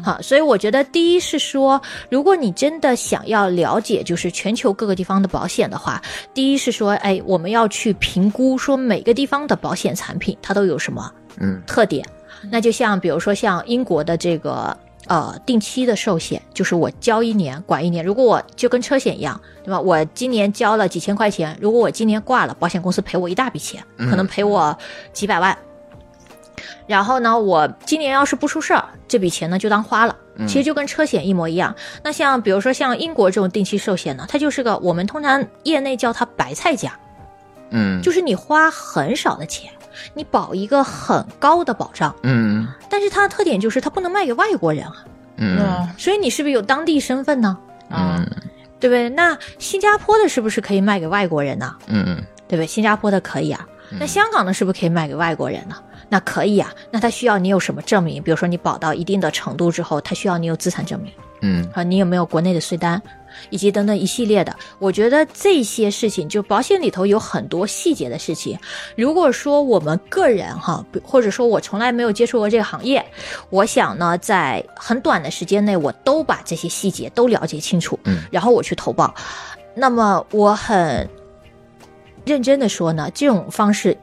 S5: 好、所以我觉得第一是说，如果你真的想要了解就是全球各个地方的保险的话，第一是说，哎，我们要去评估说每个地方的保险产品它都有什么
S1: 嗯
S5: 特点。那就像比如说像英国的这个呃定期的寿险，就是我交一年管一年。如果我就跟车险一样，对吧？我今年交了几千块钱，如果我今年挂了，保险公司赔我一大笔钱，可能赔我几百万。然后呢，我今年要是不出事儿，这笔钱呢就当花了。其实就跟车险一模一样。那像比如说像英国这种定期寿险呢，它就是个我们通常业内叫它白菜价，
S1: 嗯，
S5: 就是你花很少的钱，你保一个很高的保障。
S1: 嗯
S5: 但是它的特点就是它不能卖给外国人啊，
S1: 嗯
S5: 所以你是不是有当地身份呢？
S1: 嗯
S5: 对不对？那新加坡的是不是可以卖给外国人呢？
S1: 嗯
S5: 对不对？新加坡的可以啊。那香港的是不是可以卖给外国人呢？那可以啊。那它需要你有什么证明？比如说你保到一定的程度之后，它需要你有资产证明
S1: 嗯
S5: 啊，你有没有国内的税单，以及等等一系列的。我觉得这些事情，就保险里头有很多细节的事情。如果说我们个人哈，比或者说我从来没有接触过这个行业，我想呢，在很短的时间内，我都把这些细节都了解清楚，
S1: 嗯，
S5: 然后我去投保。那么我很认真的说呢，这种方式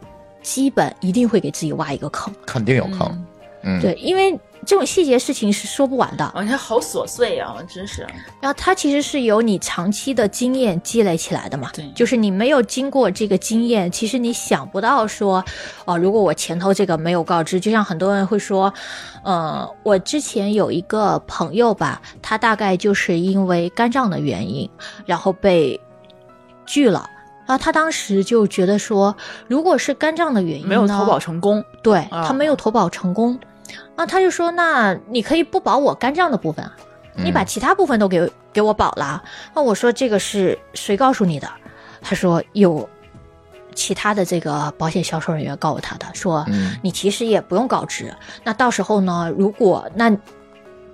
S5: 基本一定会给自己挖一个坑，
S1: 肯定有坑，嗯，
S5: 对，因为这种细节事情是说不完的。
S2: 哦
S7: 啊，你看好琐碎啊，真是。
S5: 然后它其实是由你长期的经验积累起来的嘛，
S7: 对
S5: 就是你没有经过这个经验，其实你想不到说，哦、如果我前头这个没有告知，就像很多人会说，呃，我之前有一个朋友吧，他大概就是因为肝脏的原因，然后被拒了。然后他当时就觉得说，如果是肝脏的原因呢，
S7: 没有投保成功，
S5: 对、
S7: 啊
S5: 他没有投保成功，啊，他就说那你可以不保我肝脏的部分啊，
S7: 嗯
S5: 你把其他部分都给给我保了。啊那我说这个是谁告诉你的？他说有其他的这个保险销售人员告诉他的，说
S1: 嗯
S5: 你其实也不用告知。那到时候呢，如果那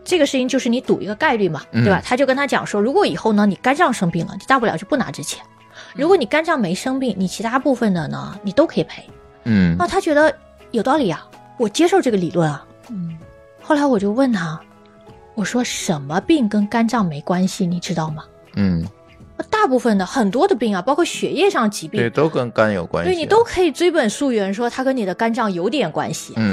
S5: 这个事情就是你赌一个概率嘛，
S7: 嗯
S5: 对吧？他就跟他讲说，如果以后呢你肝脏生病了，你大不了就不拿这钱；如果你肝脏没生病，你其他部分的呢，你都可以赔。
S1: 嗯
S5: 那他觉得有道理啊，我接受这个理论啊。
S7: 嗯，
S5: 后来我就问他，我说什么病跟肝脏没关系，你知道吗？
S1: 嗯，
S5: 大部分的很多的病啊，包括血液上疾病
S1: 对，，都跟肝有关系，
S5: 对你都可以追本溯源，说它跟你的肝脏有点关系。
S1: 嗯，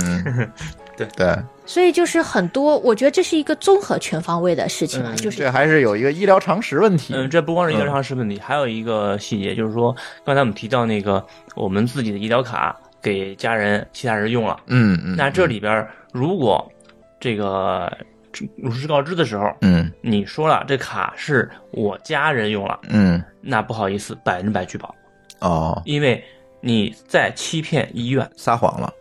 S3: 对
S1: 对，
S5: 所以就是很多，我觉得这是一个综合全方位的事情啊，
S3: 嗯
S5: 就是
S1: 这还是有一个医疗常识问题，
S3: 嗯，这不光是医疗
S1: 嗯
S3: 常识问题，还有一个细节，就是说刚才我们提到那个我们自己的医疗卡给家人、其他人用了，
S1: 嗯嗯，
S3: 那这里边儿如果这个如实告知的时候，
S1: 嗯
S3: 你说了这卡是我家人用了，
S1: 嗯
S3: 那不好意思，百分百拒保，
S1: 哦，
S3: 因为你在欺骗医院。
S1: 撒谎了，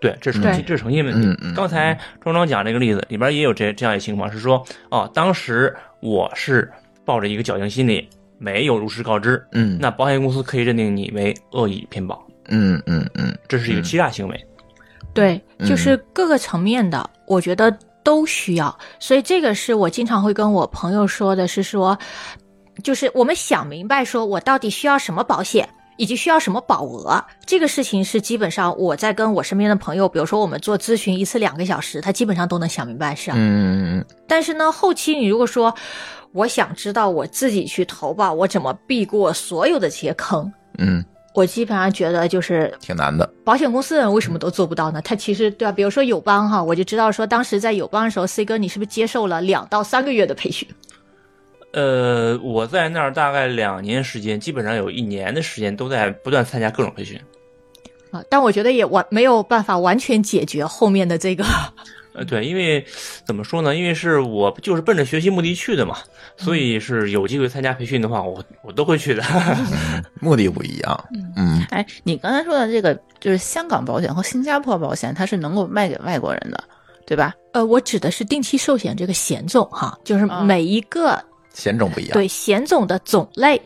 S3: 对，这是
S1: 对
S3: 诚信，这是诚信问题。
S1: 嗯嗯
S3: 刚才庄庄讲这个例子里边也有这这样一情况，是说哦，当时我是抱着一个侥幸心理，没有如实告知，
S1: 嗯
S3: 那保险公司可以认定你为恶意骗保，
S1: 嗯嗯嗯
S3: 这是一个欺诈行为。
S5: 对，就
S1: 嗯
S5: 是各个层面的，我觉得都需要。所以这个是我经常会跟我朋友说的，是说，就是我们想明白，说我到底需要什么保险。以及需要什么保额，这个事情是基本上我在跟我身边的朋友，比如说我们做咨询一次两个小时，他基本上都能想明白是、啊
S1: 嗯嗯
S5: 但是呢，后期你如果说我想知道我自己去投保，我怎么避过所有的这些坑，
S1: 嗯，
S5: 我基本上觉得就是
S1: 挺难的。
S5: 保险公司的人为什么都做不到呢？他其实对吧、啊比如说友邦哈，我就知道说当时在友邦的时候，C 哥你是不是接受了两到三个月的培训？
S3: 呃，我在那儿大概两年时间，基本上有一年的时间都在不断参加各种培训。
S5: 啊，但我觉得也完没有办法完全解决后面的这个， <laughs>
S3: 呃，对，因为怎么说呢？因为是我就是奔着学习目的去的嘛，所以是有机会参加培训的话，我我都会去的。 <laughs>
S1: 目的不一样，嗯
S2: 哎，你刚才说的这个就是香港保险和新加坡保险，它是能够卖给外国人的，对吧？
S5: 呃，我指的是定期寿险这个险种哈，就是
S2: 啊
S5: 每一个、
S1: 险种不一样，
S5: 对险种的种类，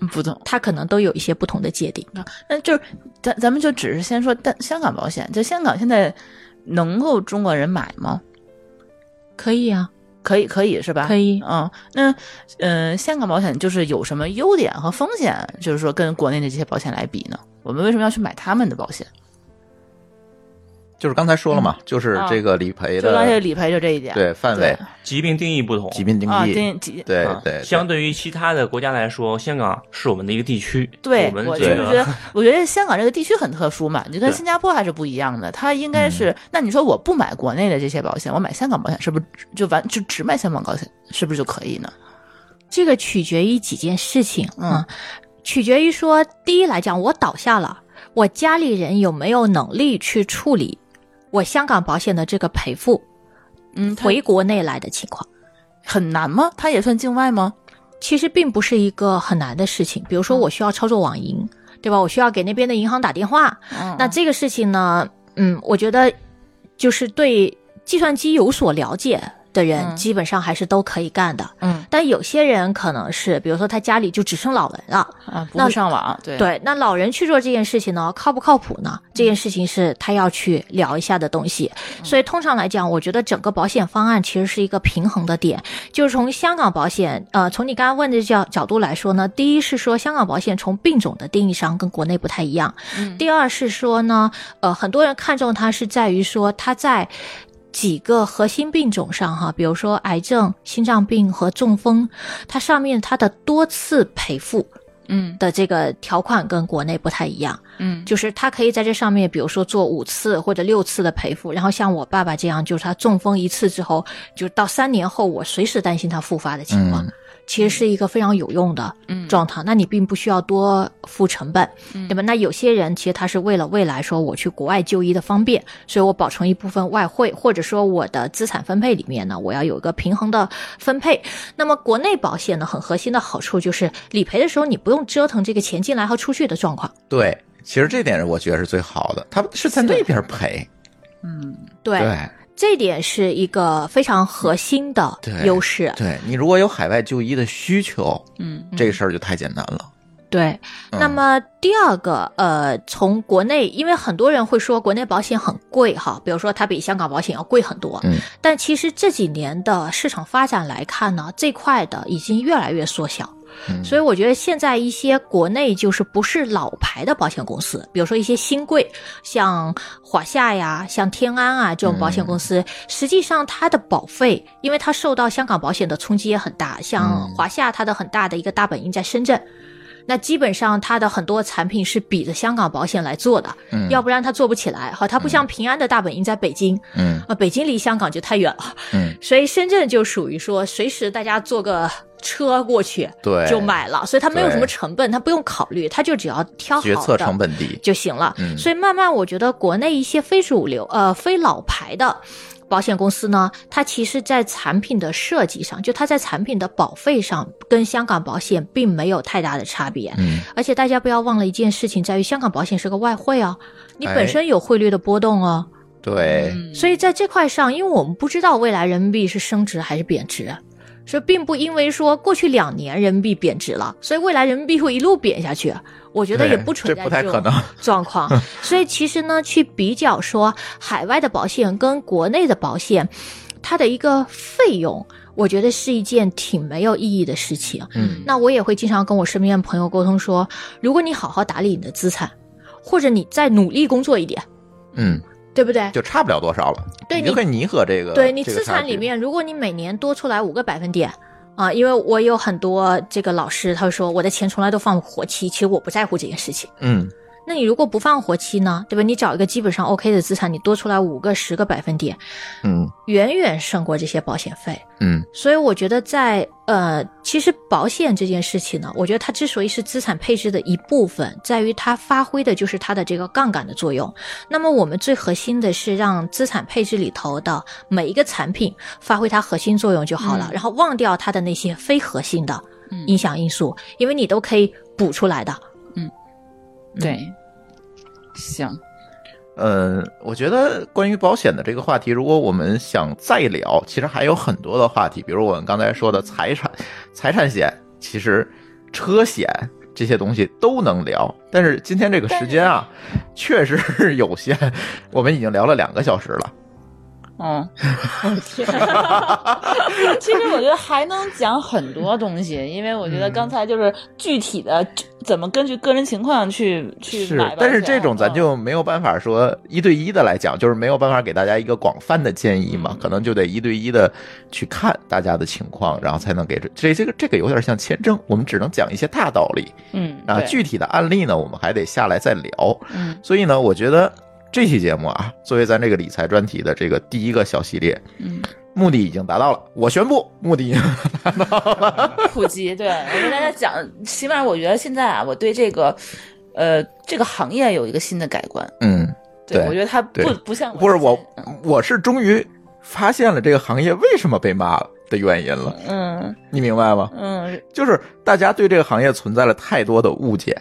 S2: 嗯不懂。
S5: 它可能都有一些不同的界定。
S2: 那就是咱咱们就只是先说但香港保险，就香港现在能够中国人买吗？
S5: 可以啊，
S2: 可以，可以是吧？
S5: 可以
S2: 嗯，那呃，香港保险就是有什么优点和风险？就是说跟国内的这些保险来比呢，我们为什么要去买他们的保险？
S1: 就是刚才说了嘛，就是
S2: 啊
S1: 这个理赔
S2: 就刚才
S1: 的
S2: 理赔就这一点，
S1: 对范围、
S3: 疾病定义不同，
S1: 疾病定
S2: 啊，
S1: 义，
S2: 定几
S1: 对
S3: 啊
S1: 对，
S3: 相对于其他的国家来说，香港是我们的一个地区，
S2: 对，
S3: 我们
S2: 我就
S3: 这
S2: 是觉
S3: 个
S2: 得，我觉得香港这个地区很特殊嘛，你就跟
S3: 对
S2: 新加坡还是不一样的。它应该
S1: 嗯
S2: 是，那你说我不买国内的这些保险，我买香港保险，是不是就完就只买香港保险，是不是就可以呢？
S5: 这个取决于几件事情
S2: 嗯
S5: 啊、取决于说，第一来讲，我倒下了，我家里人有没有能力去处理我香港保险的这个赔付
S2: 嗯，它
S5: 回国内来的情况。
S2: 很难吗？它也算境外吗？
S5: 其实并不是一个很难的事情，比
S2: 嗯
S5: 如说我需要操作网银，对吧？我需要给那边的银行打电话，
S2: 嗯
S5: 那这个事情呢，嗯，我觉得就是对计算机有所了解的人，
S2: 嗯
S5: 基本上还是都可以干的。
S2: 嗯
S5: 但有些人可能是，比如说他家里就只剩老人了，
S2: 啊，不
S5: 那
S2: 会上网，对嗯
S5: 对，那老人去做这件事情呢，靠不靠谱呢？这件事情是他要去聊一下的东西。所以通常来讲，我觉得整个保险方案其实是一个平衡的点，就是从香港保险，呃，从你刚刚问的角角度来说呢，第一是说香港保险从病种的定义上跟国内不太一样，
S2: 嗯
S5: 第二是说呢，呃，很多人看重它是在于说它在。几个核心病种上，哈，比如说癌症、心脏病和中风，它上面它的多次赔付
S2: 嗯
S5: 的这个条款跟国内不太一样，
S2: 嗯
S5: 就是他可以在这上面，比如说做五次或者六次的赔付，然后像我爸爸这样，就是他中风一次之后，就到三年后，我随时担心他复发的情况，
S1: 嗯
S5: 其实是一个非常有用的
S2: 嗯
S5: 状态。那你并不需要多付成本，
S2: 嗯
S5: 对吧？那有些人其实他是为了未来说我去国外就医的方便，所以我保存一部分外汇，或者说我的资产分配里面呢，我要有一个平衡的分配。那么国内保险呢，很核心的好处就是理赔的时候你不用折腾这个钱进来和出去的状况。
S1: 对，其实这点我觉得是最好的，他是在那边赔，
S2: 嗯
S5: 对，
S1: 对
S5: 这点是一个非常核心的
S1: 对
S5: 优势。
S1: 对，你如果有海外就医的需求，
S2: 嗯，
S1: 这个事儿就太简单了。
S5: 对，
S1: 嗯
S5: 那么第二个，呃，从国内，因为很多人会说国内保险很贵哈，比如说它比香港保险要贵很多，
S1: 嗯，
S5: 但其实这几年的市场发展来看呢，这块的已经越来越缩小。
S1: 嗯
S5: 所以我觉得现在一些国内就是不是老牌的保险公司，比如说一些新贵，像华夏呀、像天安啊这种保
S1: 嗯
S5: 险公司，实际上它的保费，因为它受到香港保险的冲击也很大，像
S1: 嗯
S5: 华夏它的很大的一个大本营在深圳。那基本上它的很多产品是比着香港保险来做的，
S1: 嗯
S5: 要不然它做不起来。好，它不像平安的大本营在北京，
S1: 嗯
S5: 啊，北京离香港就太远了， <laughs>
S1: 嗯，
S5: 所以深圳就属于说随时大家坐个车过去，
S1: 对，
S5: 就买了，所以他没有
S1: 对
S5: 什么成本，他不用考虑，他就只要挑好的
S1: 决策成本低，
S5: 就行了。
S1: 嗯
S5: 所以慢慢我觉得国内一些非主流呃非老牌的。保险公司呢，它其实在产品的设计上，就它在产品的保费上，跟香港保险并没有太大的差别。
S1: 嗯
S5: 而且大家不要忘了一件事情，在于香港保险是个外汇啊，你
S1: 哎
S5: 本身有汇率的波动哦，
S1: 对，
S5: 嗯所以在这块上，因为我们不知道未来人民币是升值还是贬值，所以并不因为说过去两年人民币贬值了，所以未来人民币会一路贬下去。我觉得也
S1: 对
S5: 不存
S1: 这
S5: 在
S1: 不太
S5: 种
S1: 可能
S5: 状况。 <laughs> 所以其实呢，去比较说海外的保险跟国内的保险，它的一个费用，我觉得是一件挺没有意义的事情。
S1: 嗯，
S5: 那我也会经常跟我身边的朋友沟通说，如果你好好打理你的资产，或者你再努力工作一点，
S1: 嗯，
S5: 对不对？
S1: 就差不了多少了，
S5: 对
S1: 你就
S5: 你
S1: 可以弥合这个，
S5: 对你
S1: 呃这个
S5: 资
S1: 差
S5: 产里
S1: 距，
S5: 面，如果你每年多出来五个百分点啊，因为我有很多这个老师，他会说我的钱从来都放活期，其实我不在乎这件事情。
S1: 嗯，
S5: 那你如果不放活期呢，对吧？你找一个基本上 OK 的资产，你多出来五个、十个百分点，
S1: 嗯
S5: 远远胜过这些保险费。
S1: 嗯
S5: 所以我觉得在呃，其实保险这件事情呢，我觉得它之所以是资产配置的一部分，在于它发挥的就是它的这个杠杆的作用。那么我们最核心的是让资产配置里头的每一个产品发挥它核心作用就好了，
S2: 嗯
S5: 然后忘掉它的那些非核心的
S2: 嗯
S5: 影响因素，因为你都可以补出来的。
S2: 对，行，
S1: 呃，我觉得关于保险的这个话题，如果我们想再聊，其实还有很多的话题，比如我们刚才说的财产、财产险，其实车险这些东西都能聊。但是今天这个时间啊，确实是有限，我们已经聊了两个小时了。
S2: <laughs> 嗯，我的天，其实我觉得还能讲很多东西，因为我觉得
S1: 嗯
S2: 刚才就是具体的怎么根据个人情况去去
S1: 是
S2: 买保险，
S1: 但是这种咱
S2: 嗯
S1: 就没有办法说一对一的来讲，就是没有办法给大家一个广泛的建议嘛，可能就得一对一的去看大家的情况，然后才能给出这这个这个有点像签证，我们只能讲一些大道理
S2: 嗯
S1: 啊，
S2: 对
S1: 具体的案例呢，我们还得下来再聊。
S2: 嗯
S1: 所以呢，我觉得这期节目啊，作为咱这个理财专题的这个第一个小系列，
S2: 嗯
S1: 目的已经达到了，我宣布目的已经
S2: <laughs> 普及，对我跟大家讲，起码我觉得现在啊，我对这个呃这个行业有一个新的改观，
S1: 嗯。对
S2: 我觉得嗯它不
S1: 对
S2: 不像
S1: 不是我
S2: 之前，
S1: 我是终于发现了这个行业为什么被骂的原因了，
S2: 嗯
S1: 你明白吗？
S2: 嗯
S1: 就是大家对这个行业存在了太多的误解，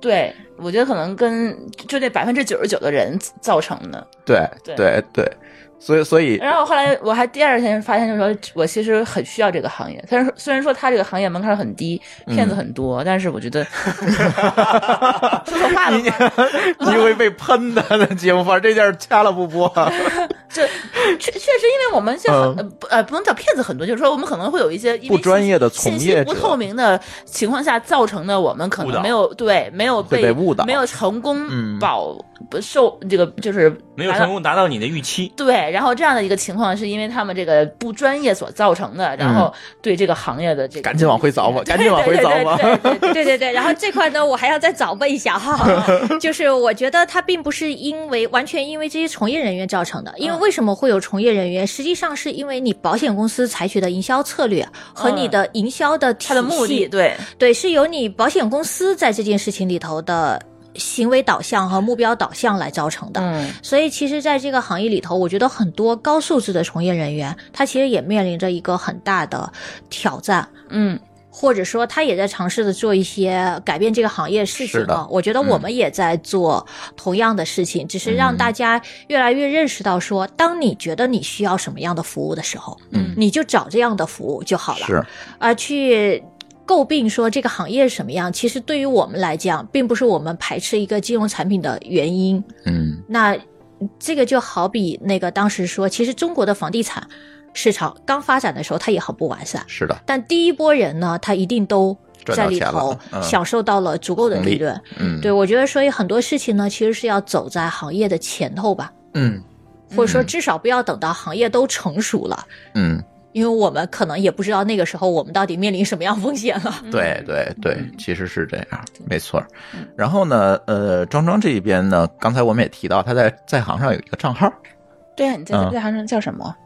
S2: 对，我觉得可能跟就这百分之九十九的人造成的，
S1: 对
S2: 对哎
S1: 对对，所以所以
S2: 然后后来我还第二天发现，就是说我其实很需要这个行业。虽然说虽然说它这个行业门槛很低，
S1: 嗯
S2: 骗子很多，但是我觉得说实话
S1: <laughs> 你
S2: 的话，
S1: 你会被喷的。那节目反正这件儿掐了不播， <laughs>
S2: 这确确实因为我们现在很、
S1: 嗯
S2: 呃不呃不能叫骗子很多，就是说我们可能会有一些因为
S1: 不专业的从
S2: 信息
S1: 业
S2: 信息不
S1: 者
S2: 透明的情况下造成的，我们可
S3: 误
S2: 能
S3: 导
S2: 没有对没有
S1: 会
S2: 被
S1: 被误导
S2: 没有成功
S1: 嗯
S2: 保、不受这个就是
S3: 没有
S2: 达到
S3: 成功达到你的预期。
S2: 对，然后这样的一个情况是因为他们这个不专业所造成的，
S1: 嗯
S2: 然后对这个行业的这个
S1: 赶紧往回凿吧，赶紧往回
S2: 对
S1: 凿
S2: 对
S1: 吧。<laughs>
S2: 对对对
S5: <laughs> 对对对，然后这块呢，我还要再找问一
S2: <laughs>
S5: 下哈，就是我觉得它并不是因为完全因为这些从业人员造成的，因为
S2: 嗯
S5: 为什么会有从业人员，实际上是因为你保险公司采取的营销策略和你的营销的体系
S2: 他嗯的目的，对，
S5: 对，是由你保险公司在这件事情里头的行为导向和目标导向来造成的。
S2: 嗯
S5: 所以，其实，在这个行业里头，我觉得很多高素质的从业人员，他其实也面临着一个很大的挑战，
S2: 嗯，
S5: 或者说他也在尝试的做一些改变这个行业的事情
S1: 是的嗯
S5: 啊。我觉得我们也在做同样的事情，只是让大家越来越认识到说，当你觉得你需要什么样的服务的时候，
S2: 嗯
S5: 你就找这样的服务就好了。
S1: 是，
S5: 而去诟病说这个行业是什么样，其实对于我们来讲，并不是我们排斥一个金融产品的原因。
S1: 嗯
S5: 那这个就好比那个当时说，其实中国的房地产市场刚发展的时候，它也很不完善。
S1: 是的，
S5: 但第一波人呢，他一定都
S1: 赚
S5: 在
S1: 到
S5: 里
S1: 钱
S5: 头
S1: 了嗯
S5: 享受到了足够的
S1: 红利
S5: 利润。
S1: 嗯，
S5: 对，我觉得，所以很多事情呢，其实是要走在行业的前头吧，
S1: 嗯
S5: 或者说
S1: 嗯
S5: 至少不要等到行业都成熟了，
S1: 嗯，
S5: 因为我们可能也不知道那个时候我们到底面临什么样风险了。
S1: 对对对，
S2: 嗯
S1: 其实是这样，没错儿。然后呢，呃，庄庄这一边呢，刚才我们也提到，他在在行上有一个账号，
S2: 对啊，你在
S1: 嗯
S2: 在行上叫什么？
S5: <laughs>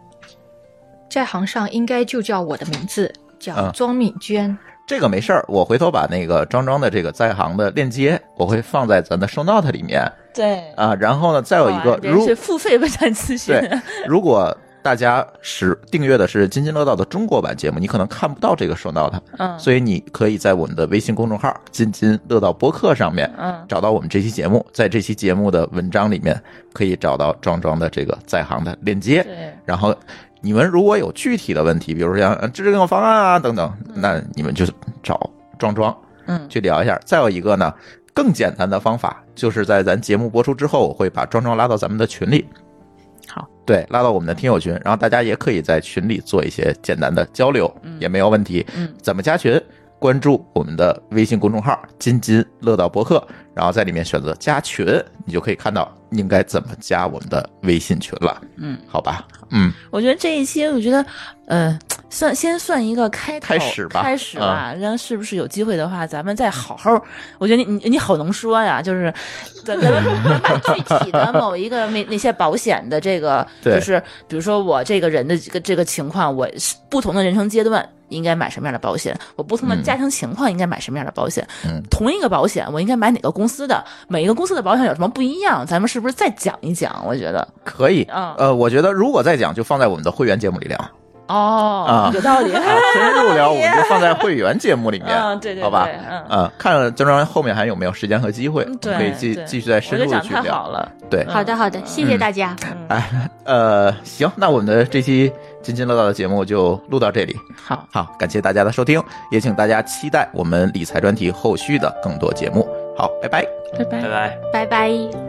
S5: 在行上应该就叫我的名字，叫
S1: 嗯
S5: 庄敏娟。
S1: 这个没事儿，我回头把那个庄庄的这个在行的链接，我会放在咱的 show note 里面
S2: 对，
S1: 啊。然后呢，再有一个，
S2: 这
S1: 如
S2: 是付费问产咨
S5: <laughs>
S2: 询，
S1: 对，如果大家使订阅的是津津乐道的中国版节目，你可能看不到这个 show note，
S2: 嗯
S1: 所以你可以在我们的微信公众号“津津乐道播客”上面
S2: 嗯，
S1: 找到我们这期节目，在这期节目的文章里面可以找到庄庄的这个在行的链接。
S2: 对，
S1: 然后你们如果有具体的问题，比如说像呃制定方案啊等等，那你们就找壮壮
S2: 嗯，
S1: 去聊一下。再有一个呢，更简单的方法就是在咱节目播出之后，我会把壮壮拉到咱们的群里。
S2: 好，
S1: 对，拉到我们的听友群，然后大家也可以在群里做一些简单的交流，
S2: 嗯
S1: 也没有问题。
S2: 嗯，
S1: 怎么加群？关注我们的微信公众号“津津乐道播客”，然后在里面选择加群，你就可以看到应该怎么加我们的微信群了。
S2: 嗯，
S1: 好吧，嗯，
S2: 我觉得这一期，我觉得，呃，算先算一个开头
S1: 开始吧啊
S2: 开始吧，然后是不是有机会的话，咱们再好好。我觉得你你你好能说呀，就是
S1: <laughs>
S2: 咱咱们把具体的某一个那那些保险的这个，
S1: <laughs> 对
S2: 就是比如说我这个人的这个这个情况，我是不同的人生阶段。应该买什么样的保险？我不同的
S1: 嗯
S2: 家庭情况应该买什么样的保险？
S1: 嗯
S2: 同一个保险，我应该买哪个公司的？每一个公司的保险有什么不一样？咱们是不是再讲一讲？我觉得，
S1: 可以。
S2: 嗯
S1: 呃，我觉得如果再讲，就放在我们的会员节目里
S2: <laughs>
S1: 聊。
S2: 哦
S1: 啊，
S2: 有
S1: <laughs>
S2: 道理。
S1: 啊，深入聊我们就放在会员节目里面，
S2: <laughs> 嗯，对对对，
S1: 好吧？
S2: 嗯，
S1: 嗯，看张张后面还有没有时间和机会，
S2: 嗯
S1: 我们可以
S2: 对
S1: 继
S2: 对
S1: 继续再
S2: 我
S1: 深
S2: 觉
S1: 入
S2: 得
S1: 的
S2: 讲
S1: 去
S2: 太好
S1: 聊。
S2: 了，
S1: 对，
S5: 好的，好的，谢
S1: 嗯
S5: 谢大家。
S1: 呃，行，那我们的这期津津乐道的节目就录到这里。
S2: 好，
S1: 嗯好，感谢大家的收听，也请大家期待我们理财专题后续的更多节目。好，拜拜。
S2: 拜拜
S3: 拜。拜。
S5: 拜拜。